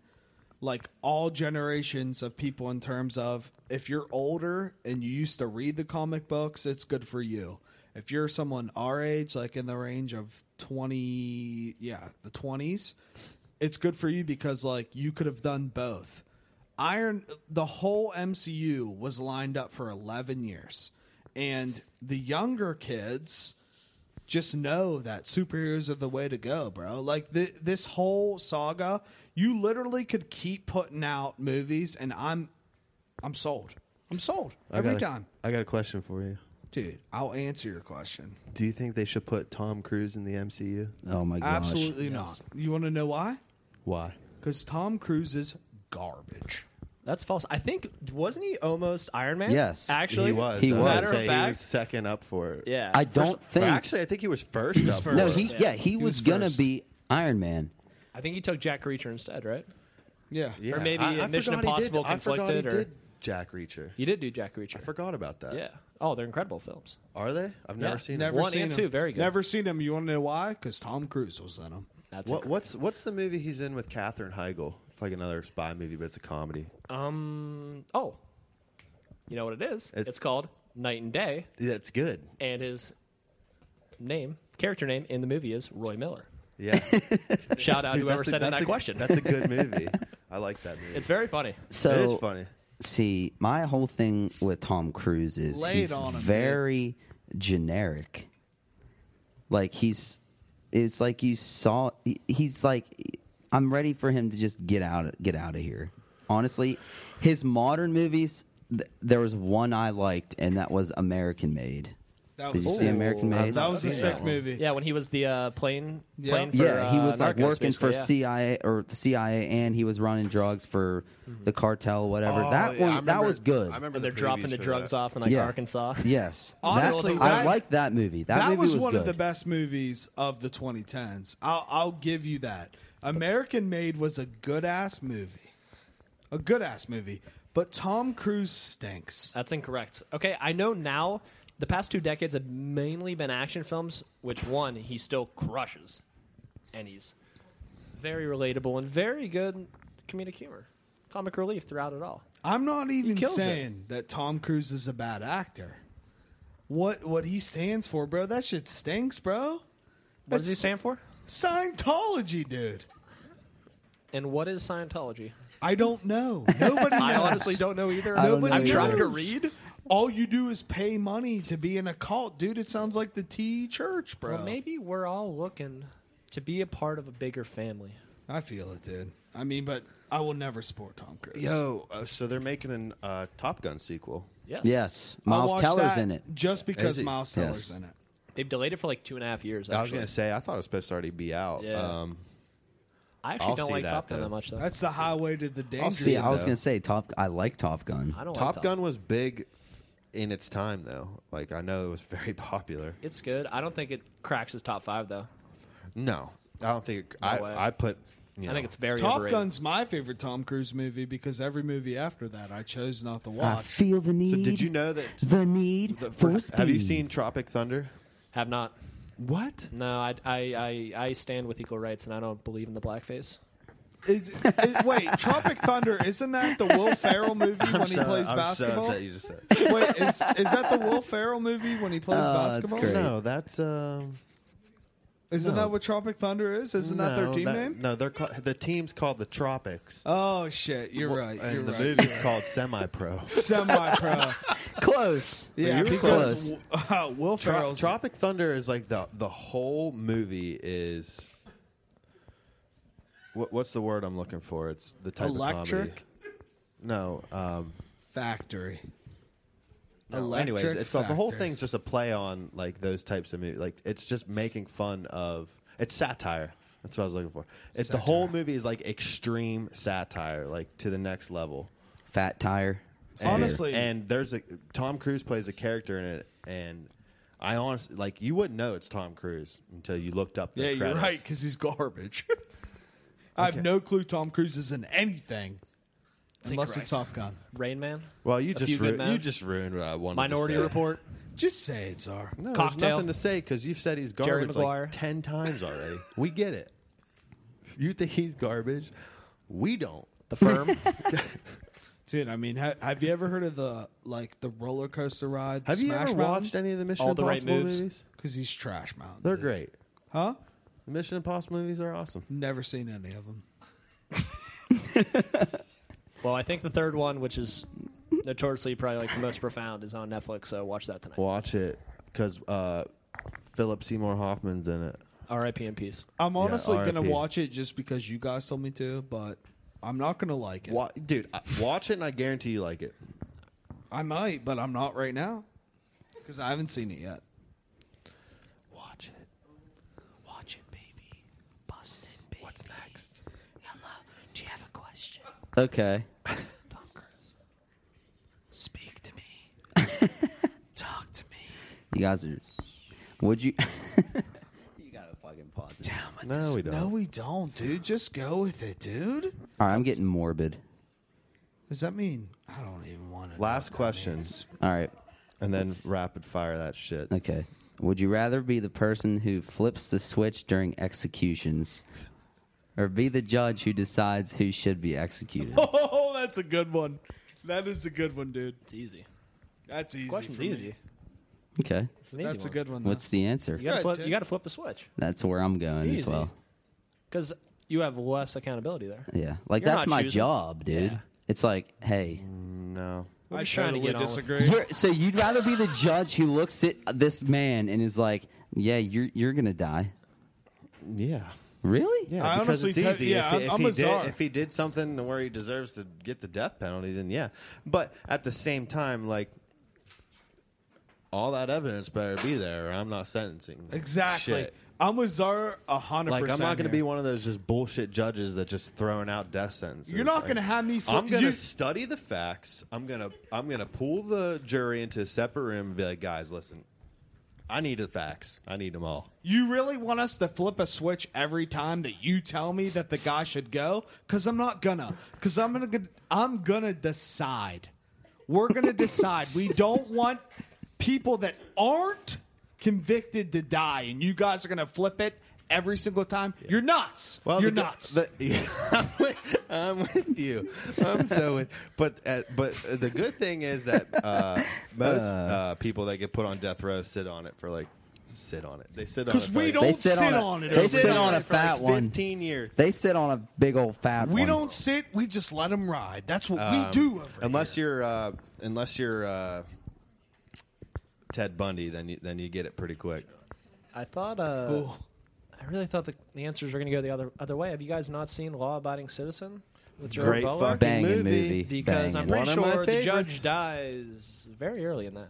Speaker 4: like all generations of people in terms of if you're older and you used to read the comic books, it's good for you. If you're someone our age, like in the range of 20, yeah, the 20s, it's good for you because like you could have done both. Iron the whole MCU was lined up for 11 years. And the younger kids just know that superheroes are the way to go, bro. Like th- this whole saga, you literally could keep putting out movies, and I'm, I'm sold. I'm sold
Speaker 3: I
Speaker 4: every
Speaker 3: got a-
Speaker 4: time,
Speaker 3: I got a question for you.
Speaker 4: dude. I'll answer your question.
Speaker 3: Do you think they should put Tom Cruise in the MCU?
Speaker 2: Oh my gosh.
Speaker 4: Absolutely not. You want to know why?
Speaker 3: Why?
Speaker 4: Because Tom Cruise is garbage.
Speaker 5: That's false. I think wasn't he almost Iron Man?
Speaker 2: Yes,
Speaker 5: actually,
Speaker 3: he was.
Speaker 2: He
Speaker 3: I was
Speaker 2: was.
Speaker 5: Matter
Speaker 3: gonna
Speaker 5: of
Speaker 3: say He was
Speaker 5: fact,
Speaker 3: second up for it.
Speaker 5: yeah.
Speaker 2: I don't
Speaker 3: Or
Speaker 2: think.
Speaker 3: actually, I think he was first. up
Speaker 4: first.
Speaker 2: no,
Speaker 3: For
Speaker 2: he
Speaker 3: it.
Speaker 2: yeah,
Speaker 5: Yeah.
Speaker 2: he,
Speaker 4: He
Speaker 2: was,
Speaker 4: was
Speaker 2: gonna
Speaker 4: first.
Speaker 2: be Iron Man.
Speaker 5: I think he took Jack Reacher instead, right?
Speaker 4: Yeah.
Speaker 3: Yeah.
Speaker 5: Or maybe
Speaker 3: I, I
Speaker 5: Mission
Speaker 3: forgot he
Speaker 5: Impossible
Speaker 3: did, I forgot he
Speaker 5: conflicted, or-
Speaker 3: did Jack Reacher.
Speaker 5: You did do Jack Reacher.
Speaker 3: I forgot about that.
Speaker 5: Yeah. Oh, they're incredible films.
Speaker 3: Are they? I've never
Speaker 5: Yeah.
Speaker 3: seen
Speaker 5: Never
Speaker 3: it.
Speaker 5: One and two, very good.
Speaker 4: Never seen him. You want to know why? Because Tom Cruise was in him.
Speaker 5: That's
Speaker 3: What,
Speaker 5: incre-
Speaker 3: what's what's the movie he's in with Katherine Heigl? It's like another spy movie, but it's a comedy.
Speaker 5: um. Oh, you know what it is?
Speaker 3: It's-
Speaker 5: It's, called Night and Day,
Speaker 3: Yeah, it's good.
Speaker 5: and his name, character name in the movie is Roy Miller.
Speaker 3: Yeah, Dude,
Speaker 5: Shout out whoever
Speaker 3: that's a-
Speaker 5: said in
Speaker 3: that's
Speaker 5: that
Speaker 3: a-
Speaker 5: question.
Speaker 3: That's a good movie. I like that movie.
Speaker 5: it's very funny.
Speaker 2: So
Speaker 3: it is funny.
Speaker 2: See, my whole thing with Tom Cruise is
Speaker 4: Lay it
Speaker 2: he's
Speaker 4: on him,
Speaker 2: very generic. Like he's, it's like you saw. he- He's like, I'm ready for him to just get out, get out of here. Honestly, his modern movies. th- There was one I liked, and that was American Made.
Speaker 4: That
Speaker 2: Did you
Speaker 4: was-
Speaker 2: see
Speaker 4: Ooh,
Speaker 2: American
Speaker 3: I've
Speaker 2: Made?
Speaker 4: That was a
Speaker 3: seen
Speaker 4: sick
Speaker 3: that one.
Speaker 4: movie.
Speaker 5: Yeah, when he was the uh, plane,
Speaker 4: Yeah.
Speaker 5: plane. For,
Speaker 2: yeah, he
Speaker 5: uh,
Speaker 2: was like
Speaker 5: Narcos,
Speaker 2: working for
Speaker 5: basically, yeah.
Speaker 2: CIA or the CIA, and he was running drugs for
Speaker 4: Mm-hmm.
Speaker 2: the cartel,
Speaker 4: Oh,
Speaker 2: whatever.
Speaker 5: Oh,
Speaker 2: that
Speaker 3: yeah, I
Speaker 2: one, that
Speaker 3: remember-
Speaker 2: was good.
Speaker 3: I remember
Speaker 5: When they're
Speaker 3: the
Speaker 5: dropping
Speaker 3: previews
Speaker 5: the
Speaker 3: for
Speaker 5: drugs
Speaker 3: that.
Speaker 5: off in like
Speaker 2: Yeah.
Speaker 5: Arkansas.
Speaker 2: Yes,
Speaker 4: Honestly,
Speaker 2: That- I
Speaker 4: that-
Speaker 2: like that movie. That,
Speaker 4: That,
Speaker 2: movie
Speaker 4: was,
Speaker 2: was,
Speaker 4: one
Speaker 2: good.
Speaker 4: of the best movies of the 2010s. I'll, I'll give you that. American Made was a good ass movie, a good ass movie. But Tom Cruise stinks.
Speaker 5: That's incorrect. Okay, I know now. The past two decades have mainly been action films, which one he still crushes, and he's very relatable and very good comedic humor, comic relief throughout it all.
Speaker 4: I'm not even
Speaker 5: kills it.
Speaker 4: saying that Tom Cruise is a bad actor. What what he stands for, bro? That shit stinks, bro.
Speaker 5: What does he
Speaker 4: That's-
Speaker 5: stand for?
Speaker 4: Scientology, dude.
Speaker 5: And what is Scientology?
Speaker 4: I don't know. Nobody knows.
Speaker 5: I honestly don't know either.
Speaker 2: I don't know
Speaker 5: I'm
Speaker 2: either.
Speaker 5: trying to
Speaker 4: knows.
Speaker 5: read.
Speaker 4: All you do is pay money to be in a cult, dude. It sounds like the T Church, bro.
Speaker 5: Well, maybe we're all looking to be a part of a bigger family.
Speaker 4: I feel it, dude. I mean, but I will never support Tom Cruise.
Speaker 3: Yo, uh, so they're making a uh, Top Gun sequel.
Speaker 5: Yes.
Speaker 2: Yes,
Speaker 4: I
Speaker 2: Miles
Speaker 4: watched
Speaker 2: Teller's
Speaker 4: that
Speaker 2: in it.
Speaker 4: just
Speaker 3: Is
Speaker 4: because
Speaker 3: he?
Speaker 4: Miles Teller's
Speaker 2: Yes.
Speaker 4: in it.
Speaker 5: They've delayed it for like two and a half years. Actually,
Speaker 3: I was gonna say I thought it was supposed to already be out.
Speaker 5: Yeah.
Speaker 3: Um,
Speaker 5: I actually
Speaker 3: I'll
Speaker 5: don't
Speaker 3: see
Speaker 5: like
Speaker 3: that,
Speaker 5: Top Gun
Speaker 3: though.
Speaker 5: that much though.
Speaker 4: That's the highway to the danger.
Speaker 3: see
Speaker 2: See,
Speaker 3: it,
Speaker 2: I was
Speaker 3: though.
Speaker 2: gonna say Top. I like Top Gun.
Speaker 5: I don't like
Speaker 3: Top Gun was big in its time, though. Like I know it was very popular.
Speaker 5: It's good. I don't think it cracks his top five though.
Speaker 3: No, I don't think.
Speaker 5: No way.
Speaker 3: I, I put. You know,
Speaker 5: I think it's very
Speaker 4: Top
Speaker 5: overrated.
Speaker 4: Gun's my favorite Tom Cruise movie because every movie after that I chose not to
Speaker 2: I
Speaker 4: watch.
Speaker 2: feel the need.
Speaker 3: So did you know that?
Speaker 2: the need
Speaker 3: that-
Speaker 2: for speed?
Speaker 3: have you seen Tropic Thunder?
Speaker 5: Have not.
Speaker 3: What?
Speaker 5: No, I, I, I, I stand with equal rights, and I don't believe in the blackface.
Speaker 4: Is, is, wait, Tropic Thunder isn't that the Will Ferrell movie when he plays basketball?
Speaker 3: you just said.
Speaker 4: Wait, is, is that the Will Ferrell movie when he plays
Speaker 2: Oh, that's
Speaker 4: basketball?
Speaker 2: great.
Speaker 3: No, that's um.
Speaker 4: Isn't
Speaker 3: No.
Speaker 4: that what Tropic Thunder is? Isn't that their
Speaker 3: no,
Speaker 4: team name?
Speaker 3: No, they're ca- the team's called the Tropics.
Speaker 4: Oh shit, you're right.
Speaker 3: and
Speaker 4: You're
Speaker 3: the
Speaker 4: right.
Speaker 3: movie's called Semi Pro.
Speaker 4: Semi-pro.
Speaker 2: Close.
Speaker 4: yeah,
Speaker 3: you're
Speaker 4: because w- uh, Will Ferrell's
Speaker 3: Tropic Thunder is like the the whole movie is. What, what's the word I'm looking for? It's the type of comedy.
Speaker 4: Electric?
Speaker 3: No, um,
Speaker 4: factory.
Speaker 3: no. Anyways,
Speaker 4: Electric
Speaker 3: it's all- the whole
Speaker 4: Factory.
Speaker 3: thing's just a play on like those types of movies. Like it's just making fun of. It's satire. That's what I was looking for. It's the whole movie is like extreme satire, like to the next level.
Speaker 2: Fat tire.
Speaker 3: And-
Speaker 4: Honestly-
Speaker 3: and there's a Tom Cruise plays a character in it, and I honestly like you wouldn't know it's Tom Cruise until you looked up. The
Speaker 4: Yeah, you're
Speaker 3: credits.
Speaker 4: right because he's garbage. I have no clue Tom Cruise is in anything unless it's Top Gun.
Speaker 5: Rain Man,
Speaker 3: Well, you
Speaker 5: A
Speaker 3: just
Speaker 5: Few Good
Speaker 3: ru-
Speaker 5: Men?
Speaker 3: you just ruined what I wanted.
Speaker 5: Minority
Speaker 3: to say.
Speaker 5: Report.
Speaker 4: Just say it's our.
Speaker 3: No,
Speaker 5: Cocktail.
Speaker 3: there's nothing to say because you've said he's
Speaker 5: Jerry
Speaker 3: garbage like
Speaker 5: Maguire.
Speaker 3: ten times already. We get it. You think he's garbage? We don't.
Speaker 5: The Firm.
Speaker 4: Dude, I mean, ha- have you ever heard of the like the roller coaster ride?
Speaker 3: Have
Speaker 4: Smash
Speaker 3: you ever watched any of the Mission
Speaker 5: All the Right
Speaker 3: Impossible
Speaker 5: Moves?
Speaker 3: movies?
Speaker 4: Because he's trash mountain.
Speaker 3: They're
Speaker 4: dude.
Speaker 3: great.
Speaker 4: huh?
Speaker 3: The Mission Impossible movies are awesome.
Speaker 4: Never seen any of them.
Speaker 5: well, I think the third one, which is notoriously probably like the most profound, is on Netflix. So watch that tonight.
Speaker 3: Watch it because uh, Philip Seymour Hoffman's in it.
Speaker 5: R.I.P. in peace.
Speaker 4: I'm honestly gonna
Speaker 3: RIP.
Speaker 4: watch it just because you guys told me to, but I'm not gonna like it.
Speaker 3: Wa- dude, I- watch it and I guarantee you like it.
Speaker 4: I might, but I'm not right now because I haven't seen it yet.
Speaker 1: Watch it. Watch it, baby. Busted, baby. What's next? Hello. Do you have a question?
Speaker 2: Okay.
Speaker 1: Tom Cruise. Speak to me. Talk to me.
Speaker 2: You guys are. Would you? you gotta fucking pause it.
Speaker 1: Down with
Speaker 3: No, we don't.
Speaker 4: No, we don't, dude. Just go with it, dude.
Speaker 2: All right, I'm getting morbid.
Speaker 4: Does that mean I don't even want to?
Speaker 3: Last questions,
Speaker 2: All right.
Speaker 3: and then rapid fire that shit.
Speaker 2: Okay. Would you rather be the person who flips the switch during executions or be the judge who decides who should be executed?
Speaker 4: Oh, that's a good one. That is a good one, dude.
Speaker 5: It's easy.
Speaker 4: That's easy.
Speaker 5: Question's
Speaker 4: for me.
Speaker 5: easy.
Speaker 2: Okay.
Speaker 5: It's an easy
Speaker 4: That's a
Speaker 5: one.
Speaker 4: good one. Though.
Speaker 2: What's the answer?
Speaker 5: You gotta,
Speaker 4: Good,
Speaker 5: flip,
Speaker 4: dude.
Speaker 5: you gotta flip the switch
Speaker 2: That's where I'm going as
Speaker 5: Easy.
Speaker 2: well.
Speaker 5: because you have less accountability there.
Speaker 2: Yeah. Like
Speaker 5: You're
Speaker 2: that's
Speaker 5: not
Speaker 2: my
Speaker 5: choosing.
Speaker 2: job, dude.
Speaker 5: Yeah.
Speaker 2: It's like, hey,
Speaker 3: No,
Speaker 5: We're
Speaker 4: I
Speaker 5: just trying to
Speaker 4: totally
Speaker 5: get on with-
Speaker 4: disagree.
Speaker 2: you're, so you'd rather be the judge who looks at this man and is like, "Yeah, you're you're gonna die."
Speaker 3: yeah,
Speaker 2: Really?
Speaker 3: yeah.
Speaker 4: I
Speaker 3: because
Speaker 4: honestly
Speaker 3: it's
Speaker 4: tell-
Speaker 3: easy.
Speaker 4: yeah,
Speaker 3: if,
Speaker 4: I'm-
Speaker 3: if
Speaker 4: I'm
Speaker 3: he
Speaker 4: a czar.
Speaker 3: did, if he did something where he deserves to get the death penalty, then yeah. But at the same time, like. All that evidence better be there, or I'm not sentencing.
Speaker 4: Exactly.
Speaker 3: Shit.
Speaker 4: I'm with Zara hundred
Speaker 3: Like
Speaker 4: percent.
Speaker 3: I'm not going to be one of those just bullshit judges that just throwing out death sentences.
Speaker 4: You're not
Speaker 3: Like,
Speaker 4: going to have me. Fl-
Speaker 3: I'm going to
Speaker 4: you-
Speaker 3: study the facts. I'm going to I'm going to pull the jury into a separate room and be like, guys, listen, I need the facts. I need them all.
Speaker 4: You really want us to flip a switch every time that you tell me that the guy should go? Because I'm not gonna. Because I'm gonna. I'm gonna decide. We're gonna decide. We don't want people that aren't convicted to die, and you guys are gonna flip it every single time. You're nuts. You're
Speaker 3: the-
Speaker 4: nuts.
Speaker 3: the- I'm, with, I'm with you. I'm so with. But uh, but uh, the good thing is that uh, most uh, people that get put on death row sit on it for like sit on it. They sit on it
Speaker 4: 'Cause
Speaker 3: for
Speaker 4: we
Speaker 3: like-
Speaker 4: don't
Speaker 2: They sit, on,
Speaker 4: sit on
Speaker 2: a,
Speaker 4: it
Speaker 2: They
Speaker 4: over
Speaker 2: sit
Speaker 4: there.
Speaker 2: on a
Speaker 3: for like
Speaker 2: fat one.
Speaker 3: 15 years.
Speaker 2: They sit on a big old fat one.
Speaker 4: we don't sit. We just let them ride. That's what
Speaker 3: Um,
Speaker 4: we do. Over
Speaker 3: unless you're uh, unless you're uh, Ted Bundy, then you then you get it pretty quick.
Speaker 5: I thought. Uh,
Speaker 4: here. Ooh.
Speaker 5: I really thought the, the answers were going to go the other other way. Have you guys not seen Law Abiding Citizen with Gerard
Speaker 3: Great
Speaker 5: Butler?
Speaker 3: fucking
Speaker 2: Banging
Speaker 3: movie.
Speaker 2: movie.
Speaker 5: Because I'm
Speaker 2: Banging.
Speaker 3: One
Speaker 5: pretty
Speaker 3: of my
Speaker 5: sure the
Speaker 3: favorites.
Speaker 5: judge dies very early in that.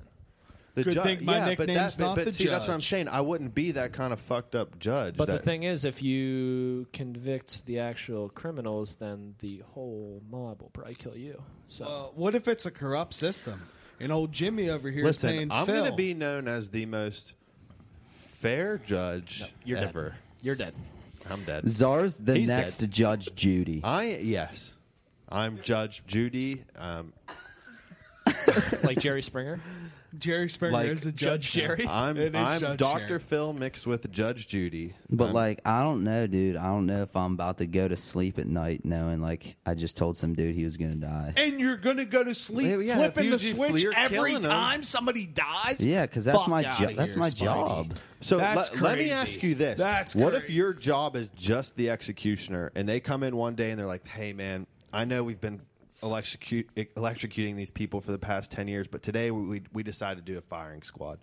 Speaker 3: The
Speaker 4: Good thing my
Speaker 3: yeah, but
Speaker 4: nickname's
Speaker 3: that, but-
Speaker 4: not
Speaker 3: but
Speaker 4: the
Speaker 3: see, That's what I'm
Speaker 4: judge.
Speaker 3: saying. I wouldn't be that kind of fucked up judge.
Speaker 5: But
Speaker 3: that-
Speaker 5: the thing is, if you convict the actual criminals, then the whole mob will probably kill you. So
Speaker 4: Well, Uh, what if it's a corrupt system? And old Jimmy over here is
Speaker 3: listen,
Speaker 4: paying
Speaker 3: I'm
Speaker 4: Phil.
Speaker 3: going to be known as the most fair judge
Speaker 5: you're dead.
Speaker 3: ever.
Speaker 5: you're dead.
Speaker 3: I'm dead.
Speaker 2: Czar's the
Speaker 3: He's
Speaker 2: next
Speaker 3: dead. Uh,
Speaker 2: Judge Judy.
Speaker 3: I yes, I'm Judge Judy. Um,
Speaker 5: like Jerry Springer.
Speaker 4: Jerry Springer
Speaker 3: Like,
Speaker 4: is a judge.
Speaker 5: Judge Jerry?
Speaker 4: now.
Speaker 3: I'm
Speaker 4: It is
Speaker 3: I'm
Speaker 4: Judge
Speaker 3: Doctor
Speaker 4: Jerry.
Speaker 3: Phil mixed with Judge Judy.
Speaker 2: But
Speaker 3: I'm-
Speaker 2: like, I don't know, dude. I don't know if I'm about to go to sleep at night knowing like I just told some dude he was gonna die.
Speaker 4: And you're gonna go to sleep
Speaker 3: Yeah, yeah, if
Speaker 4: flipping
Speaker 3: you
Speaker 4: the
Speaker 3: just-
Speaker 4: switch
Speaker 3: you're
Speaker 4: every
Speaker 3: killing 'em.
Speaker 4: time somebody dies.
Speaker 2: Yeah, because that's
Speaker 4: Fuck
Speaker 2: my
Speaker 4: outta
Speaker 2: job. That's
Speaker 4: here,
Speaker 2: my
Speaker 4: Spidey.
Speaker 2: job.
Speaker 3: So
Speaker 4: That's
Speaker 3: let, let me
Speaker 4: crazy.
Speaker 3: ask you this:
Speaker 4: That's
Speaker 3: What if
Speaker 4: crazy.
Speaker 3: your job is just the executioner, and they come in one day and they're like, "Hey, man, I know we've been electrocu- electrocuting these people for the past ten years, but today we we, we decided to do a firing squad."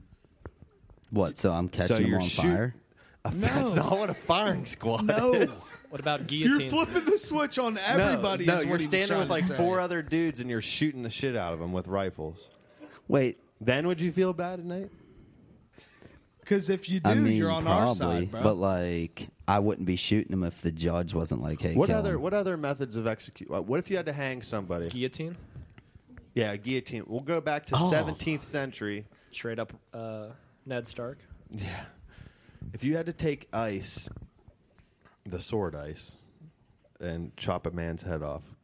Speaker 2: What? So I'm catching him
Speaker 3: you're
Speaker 2: on
Speaker 3: shoot-
Speaker 2: fire.
Speaker 3: That's not what a firing squad
Speaker 4: No,
Speaker 3: is.
Speaker 5: What about
Speaker 4: you're
Speaker 5: guillotine?
Speaker 4: flipping the switch on
Speaker 3: No,
Speaker 4: everybody.
Speaker 3: no,
Speaker 4: is
Speaker 3: you're
Speaker 4: what he was
Speaker 3: standing
Speaker 4: trying
Speaker 3: with
Speaker 4: to
Speaker 3: like
Speaker 4: say.
Speaker 3: four other dudes and you're shooting the shit out of them with rifles.
Speaker 2: Wait,
Speaker 3: Then would you feel bad at night?
Speaker 4: Because if you do,
Speaker 2: I mean,
Speaker 4: you're on
Speaker 2: probably,
Speaker 4: our side, bro.
Speaker 2: but like, I wouldn't be shooting him if the judge wasn't like, "Hey,
Speaker 3: What
Speaker 2: kill
Speaker 3: other
Speaker 2: him.
Speaker 3: what other methods of execute? What if you had to hang somebody?
Speaker 5: guillotine.
Speaker 3: yeah, guillotine. We'll go back to
Speaker 2: Oh.
Speaker 3: 17th century.
Speaker 5: Straight up, uh, Ned Stark.
Speaker 3: Yeah. If you had to take ice, the sword ice, and chop a man's head off,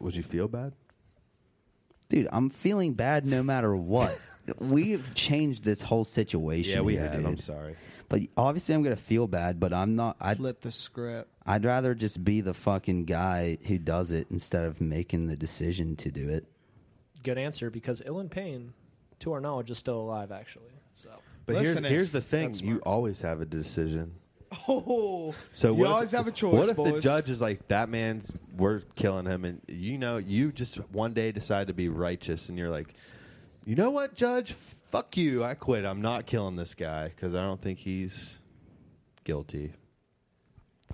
Speaker 3: would you feel bad?
Speaker 2: dude?" I'm feeling bad no matter what. We've changed this whole situation. here, dude.
Speaker 3: I'm sorry.
Speaker 2: But obviously, I'm gonna feel bad. But I'm not. I'd,
Speaker 4: Flip the script.
Speaker 2: I'd rather just be the fucking guy who does it instead of making the decision to do it.
Speaker 5: Good answer because Ilan Payne, to our knowledge, is still alive. Actually, so
Speaker 3: But here's,
Speaker 4: Listen, if-
Speaker 3: here's the thing:
Speaker 4: that's smart.
Speaker 3: you always have a decision.
Speaker 4: Oh,
Speaker 3: So
Speaker 4: you
Speaker 3: what if-
Speaker 4: always have a choice.
Speaker 3: What if the
Speaker 4: boys.
Speaker 3: judge is like, "That man's, we're killing him," and you know, you just one day decide to be righteous, and you're like, you know what, Judge? Fuck you. I quit. I'm not killing this guy because I don't think he's guilty.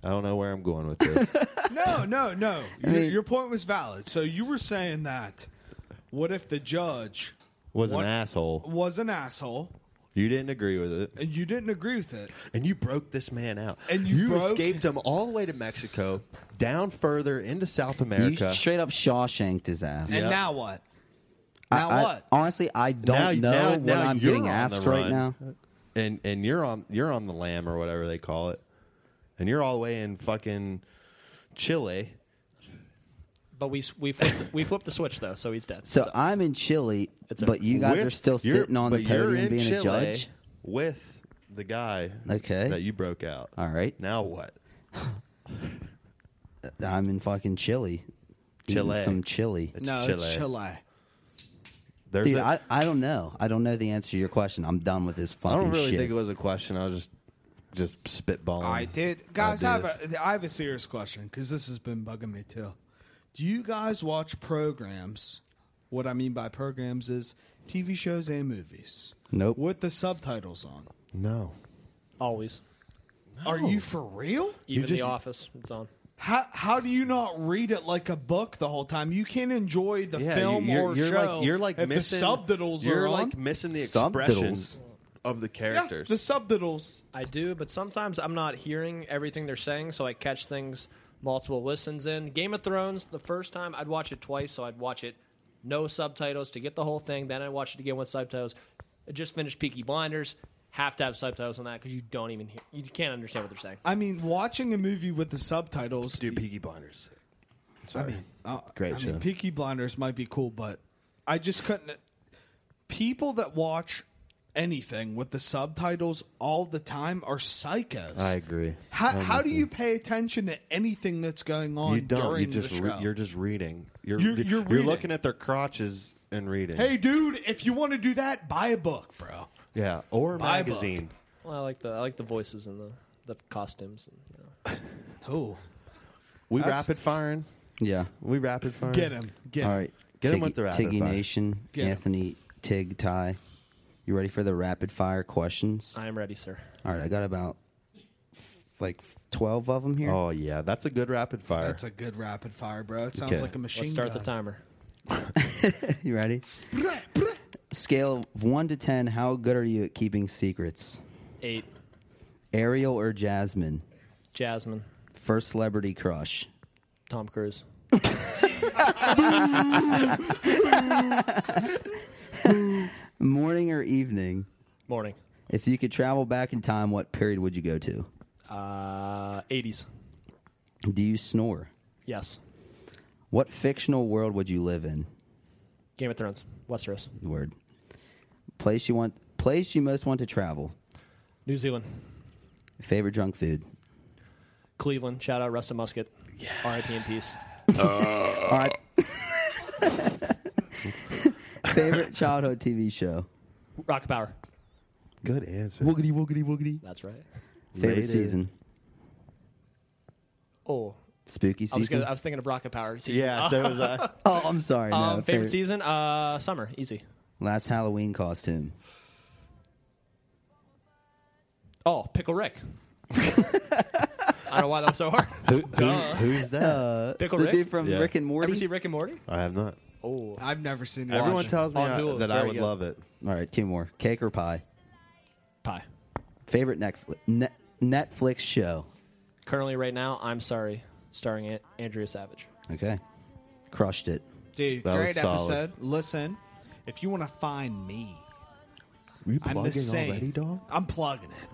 Speaker 3: I don't know where I'm going with this.
Speaker 4: No, no, no. Your, your point was valid. So you were saying that what if the judge
Speaker 3: Was
Speaker 4: What?
Speaker 3: an asshole.
Speaker 4: was an asshole
Speaker 3: You didn't agree with it.
Speaker 4: and you didn't agree with it?
Speaker 3: and you broke this man out.
Speaker 4: And you broke-
Speaker 3: escaped him all the way to Mexico, down further into South
Speaker 2: You
Speaker 3: America.
Speaker 2: straight up Shawshanked his ass.
Speaker 4: And now what?
Speaker 2: I-
Speaker 4: Now
Speaker 2: I-
Speaker 4: what?
Speaker 2: honestly, I don't know
Speaker 3: Now- now-
Speaker 2: what
Speaker 3: now
Speaker 2: I'm
Speaker 3: you're
Speaker 2: getting
Speaker 3: on
Speaker 2: asked
Speaker 3: the
Speaker 2: right
Speaker 3: run.
Speaker 2: now.
Speaker 3: and and you're on you're on the lam or whatever they call it. And you're all the way in fucking Chile.
Speaker 5: But we s- we flipped, we flipped the switch though, so he's dead.
Speaker 2: So, I'm in Chile,
Speaker 5: It's
Speaker 2: but
Speaker 5: over.
Speaker 2: you guys
Speaker 3: with-
Speaker 2: are still
Speaker 3: you're-
Speaker 2: sitting on the
Speaker 3: but you're
Speaker 2: podium
Speaker 3: in
Speaker 2: being a
Speaker 3: Chile
Speaker 2: judge.
Speaker 3: with the guy
Speaker 2: Okay.
Speaker 3: that you broke out.
Speaker 2: All right,
Speaker 3: Now what?
Speaker 2: I'm in fucking Chile. eating
Speaker 3: Chile.
Speaker 2: some chili.
Speaker 3: It's
Speaker 4: no, it's Chile.
Speaker 3: There's
Speaker 2: Dude,
Speaker 3: a-
Speaker 2: I, I don't know. I don't know the answer to your question. I'm done with this
Speaker 3: I
Speaker 2: fucking
Speaker 3: don't really
Speaker 2: shit.
Speaker 3: think it was a question. I was just just spitballing.
Speaker 4: I did, guys. I
Speaker 3: I'll
Speaker 4: have
Speaker 3: do
Speaker 4: a, I have a serious question because this has been bugging me too. Do you guys watch programs? What I mean by programs is TV shows and movies.
Speaker 2: Nope.
Speaker 4: With the subtitles on.
Speaker 3: no.
Speaker 5: always,
Speaker 4: Are you for real?
Speaker 5: even
Speaker 3: just-
Speaker 5: the office, it's on.
Speaker 4: How how do you not read it like a book the whole time? You can't enjoy the
Speaker 3: Yeah,
Speaker 4: film
Speaker 3: you're,
Speaker 4: or
Speaker 3: you're
Speaker 4: show.
Speaker 3: Like, you're like
Speaker 4: if
Speaker 3: missing
Speaker 4: the subtitles
Speaker 3: You're
Speaker 4: are
Speaker 3: like
Speaker 4: on.
Speaker 3: missing the
Speaker 2: Subtitles?
Speaker 3: expressions of the
Speaker 4: Yeah,
Speaker 3: characters.
Speaker 4: the subtitles.
Speaker 5: I do, but sometimes I'm not hearing everything they're saying, so I catch things multiple listens in. Game of Thrones, the first time I'd watch it twice, so I'd watch it no subtitles to get the whole thing. Then I watched it again with subtitles. I just finished Peaky Blinders. Have to have subtitles on that because you don't even hear, you can't understand what they're saying.
Speaker 4: I mean, watching a movie with the subtitles.
Speaker 3: Dude, Peaky Blinders.
Speaker 4: I mean, uh,
Speaker 2: Great
Speaker 4: I
Speaker 2: show.
Speaker 4: Mean, Peaky Blinders might be cool, but I just couldn't. People that watch anything with the subtitles all the time are psychos.
Speaker 3: I agree.
Speaker 4: How,
Speaker 3: I'm
Speaker 4: how
Speaker 3: with
Speaker 4: do
Speaker 3: you.
Speaker 4: you pay attention to anything that's going on
Speaker 3: You don't. You
Speaker 4: during
Speaker 3: just
Speaker 4: the show?
Speaker 3: re- you're just reading. You're
Speaker 4: You're-
Speaker 3: you're,
Speaker 4: you're reading.
Speaker 3: looking at their crotches and reading.
Speaker 4: hey, dude, if you want to do that, buy a book, bro.
Speaker 3: yeah, or a
Speaker 4: buy a book.
Speaker 3: magazine.
Speaker 5: Well, I like the I like the voices and the the costumes. And, you know.
Speaker 4: Who?
Speaker 3: We
Speaker 4: That's-
Speaker 3: rapid firing.
Speaker 2: yeah.
Speaker 3: We rapid firing.
Speaker 4: Get him. Get him.
Speaker 2: All right.
Speaker 3: Get 'em
Speaker 2: Tig-
Speaker 3: with the rapid
Speaker 2: Tiggy
Speaker 3: fire.
Speaker 2: Nation,
Speaker 4: Get 'em.
Speaker 2: Anthony, Tig, Ty. You ready for the rapid fire questions?
Speaker 5: I am ready, sir.
Speaker 2: All right, I got about f- like 12 of them here.
Speaker 3: Oh yeah, that's a good rapid fire.
Speaker 4: That's a good rapid fire, bro. It sounds
Speaker 2: Okay.
Speaker 4: like a machine
Speaker 5: Let's start
Speaker 4: gun.
Speaker 5: the timer.
Speaker 2: You ready? Scale of 1 to 10, how good are you at keeping secrets?
Speaker 5: Eight,
Speaker 2: Ariel or Jasmine?
Speaker 5: Jasmine,
Speaker 2: First celebrity crush.
Speaker 5: Tom Cruise,
Speaker 2: Morning or evening?
Speaker 5: morning,
Speaker 2: If you could travel back in time, what period would you go to?
Speaker 5: uh, 80s.
Speaker 2: Do you snore?
Speaker 5: Yes,
Speaker 2: What fictional world would you live in?
Speaker 5: Game of Thrones, Westeros,
Speaker 2: Word. Place you want place you most want to travel.
Speaker 5: New Zealand,
Speaker 2: Favorite drunk food.
Speaker 5: Cleveland. Shout out Rustin Musket. R.I.P. in peace.
Speaker 2: All right. Favorite childhood TV show.
Speaker 5: Rocket Power.
Speaker 3: good answer.
Speaker 2: Woogity woogity woogity.
Speaker 5: That's right.
Speaker 2: Favorite
Speaker 3: Rated.
Speaker 2: season.
Speaker 5: Oh,
Speaker 2: Spooky
Speaker 5: I was,
Speaker 2: season.
Speaker 5: gonna, I was thinking of Rocket Power. Season.
Speaker 3: yeah, so was I.
Speaker 2: oh, I'm sorry. No,
Speaker 5: Um, favorite, season? Uh, summer. Easy.
Speaker 2: Last Halloween costume.
Speaker 5: Oh, Pickle Rick. I don't know why that was so hard.
Speaker 3: Who, who- who's that?
Speaker 5: Pickle
Speaker 2: the
Speaker 5: Rick.
Speaker 2: dude from
Speaker 3: Yeah.
Speaker 2: Rick and
Speaker 5: Ever
Speaker 2: Morty.
Speaker 5: see Rick and Morty?
Speaker 3: I have not.
Speaker 5: Oh,
Speaker 4: I've never seen it.
Speaker 3: Everyone tells me
Speaker 5: On
Speaker 3: I-
Speaker 5: Hulu,
Speaker 3: that
Speaker 5: it's
Speaker 3: I
Speaker 5: very
Speaker 3: would
Speaker 5: good.
Speaker 3: love it.
Speaker 2: All right, two more. Cake or pie?
Speaker 5: pie.
Speaker 2: Favorite Netflix, Net, Netflix show.
Speaker 5: Currently, right now, I'm sorry, starring An- Andrea Savage.
Speaker 2: Okay. Crushed it.
Speaker 4: Dude,
Speaker 3: That was
Speaker 4: great
Speaker 3: solid.
Speaker 4: episode. Listen, if you want to find me,
Speaker 3: Were you
Speaker 4: I'm the same.
Speaker 3: already, dog?
Speaker 4: I'm plugging it.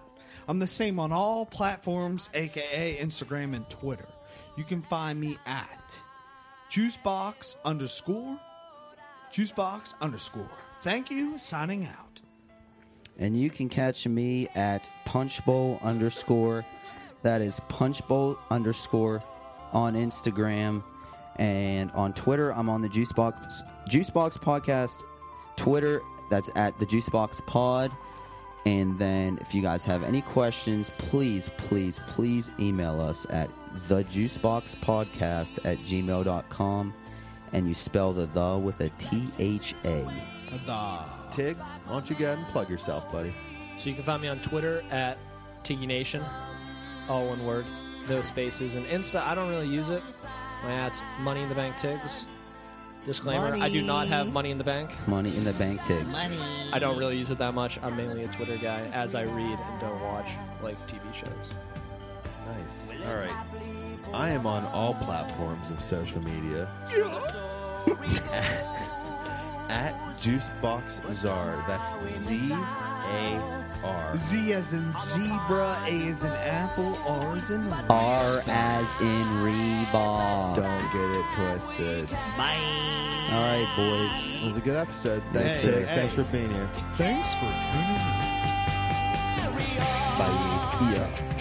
Speaker 4: I'm the same on all platforms, aka Instagram and Twitter. You can find me at juicebox underscore juicebox underscore. Thank you. Signing out.
Speaker 2: And you can catch me at punchbowl underscore. That is punchbowl underscore on Instagram and on Twitter. I'm on the Juicebox Juicebox podcast Twitter. That's at the Juicebox Pod. And then if you guys have any questions, please, please, please email us at thejuiceboxpodcast at gmail.com. and you spell the the with a T H A.
Speaker 4: Duh.
Speaker 3: Tig, why don't you go ahead and plug yourself, buddy?
Speaker 5: So you can find me on Twitter at Tiggy Nation, all one word, no spaces, and Insta. I don't really use it. My ad's Money in the Bank Tigs. Disclaimer: I do not have money in the bank.
Speaker 2: Money in the bank tigs.
Speaker 5: I don't really use it that much. I'm mainly a Twitter guy, as I read and don't watch like TV shows.
Speaker 3: Nice. All right. I am on all platforms of social media. At JuiceboxZar. That's Z A R.
Speaker 6: Z as in zebra, A as in apple, R as in
Speaker 2: R as in Reebok.
Speaker 3: Don't get it twisted.
Speaker 2: All right, boys.
Speaker 3: It was a good episode. Thanks,
Speaker 6: Hey,
Speaker 3: Tig.
Speaker 6: hey.
Speaker 3: Thanks for being here.
Speaker 6: Thanks for tuning in.
Speaker 3: Bye. Yeah.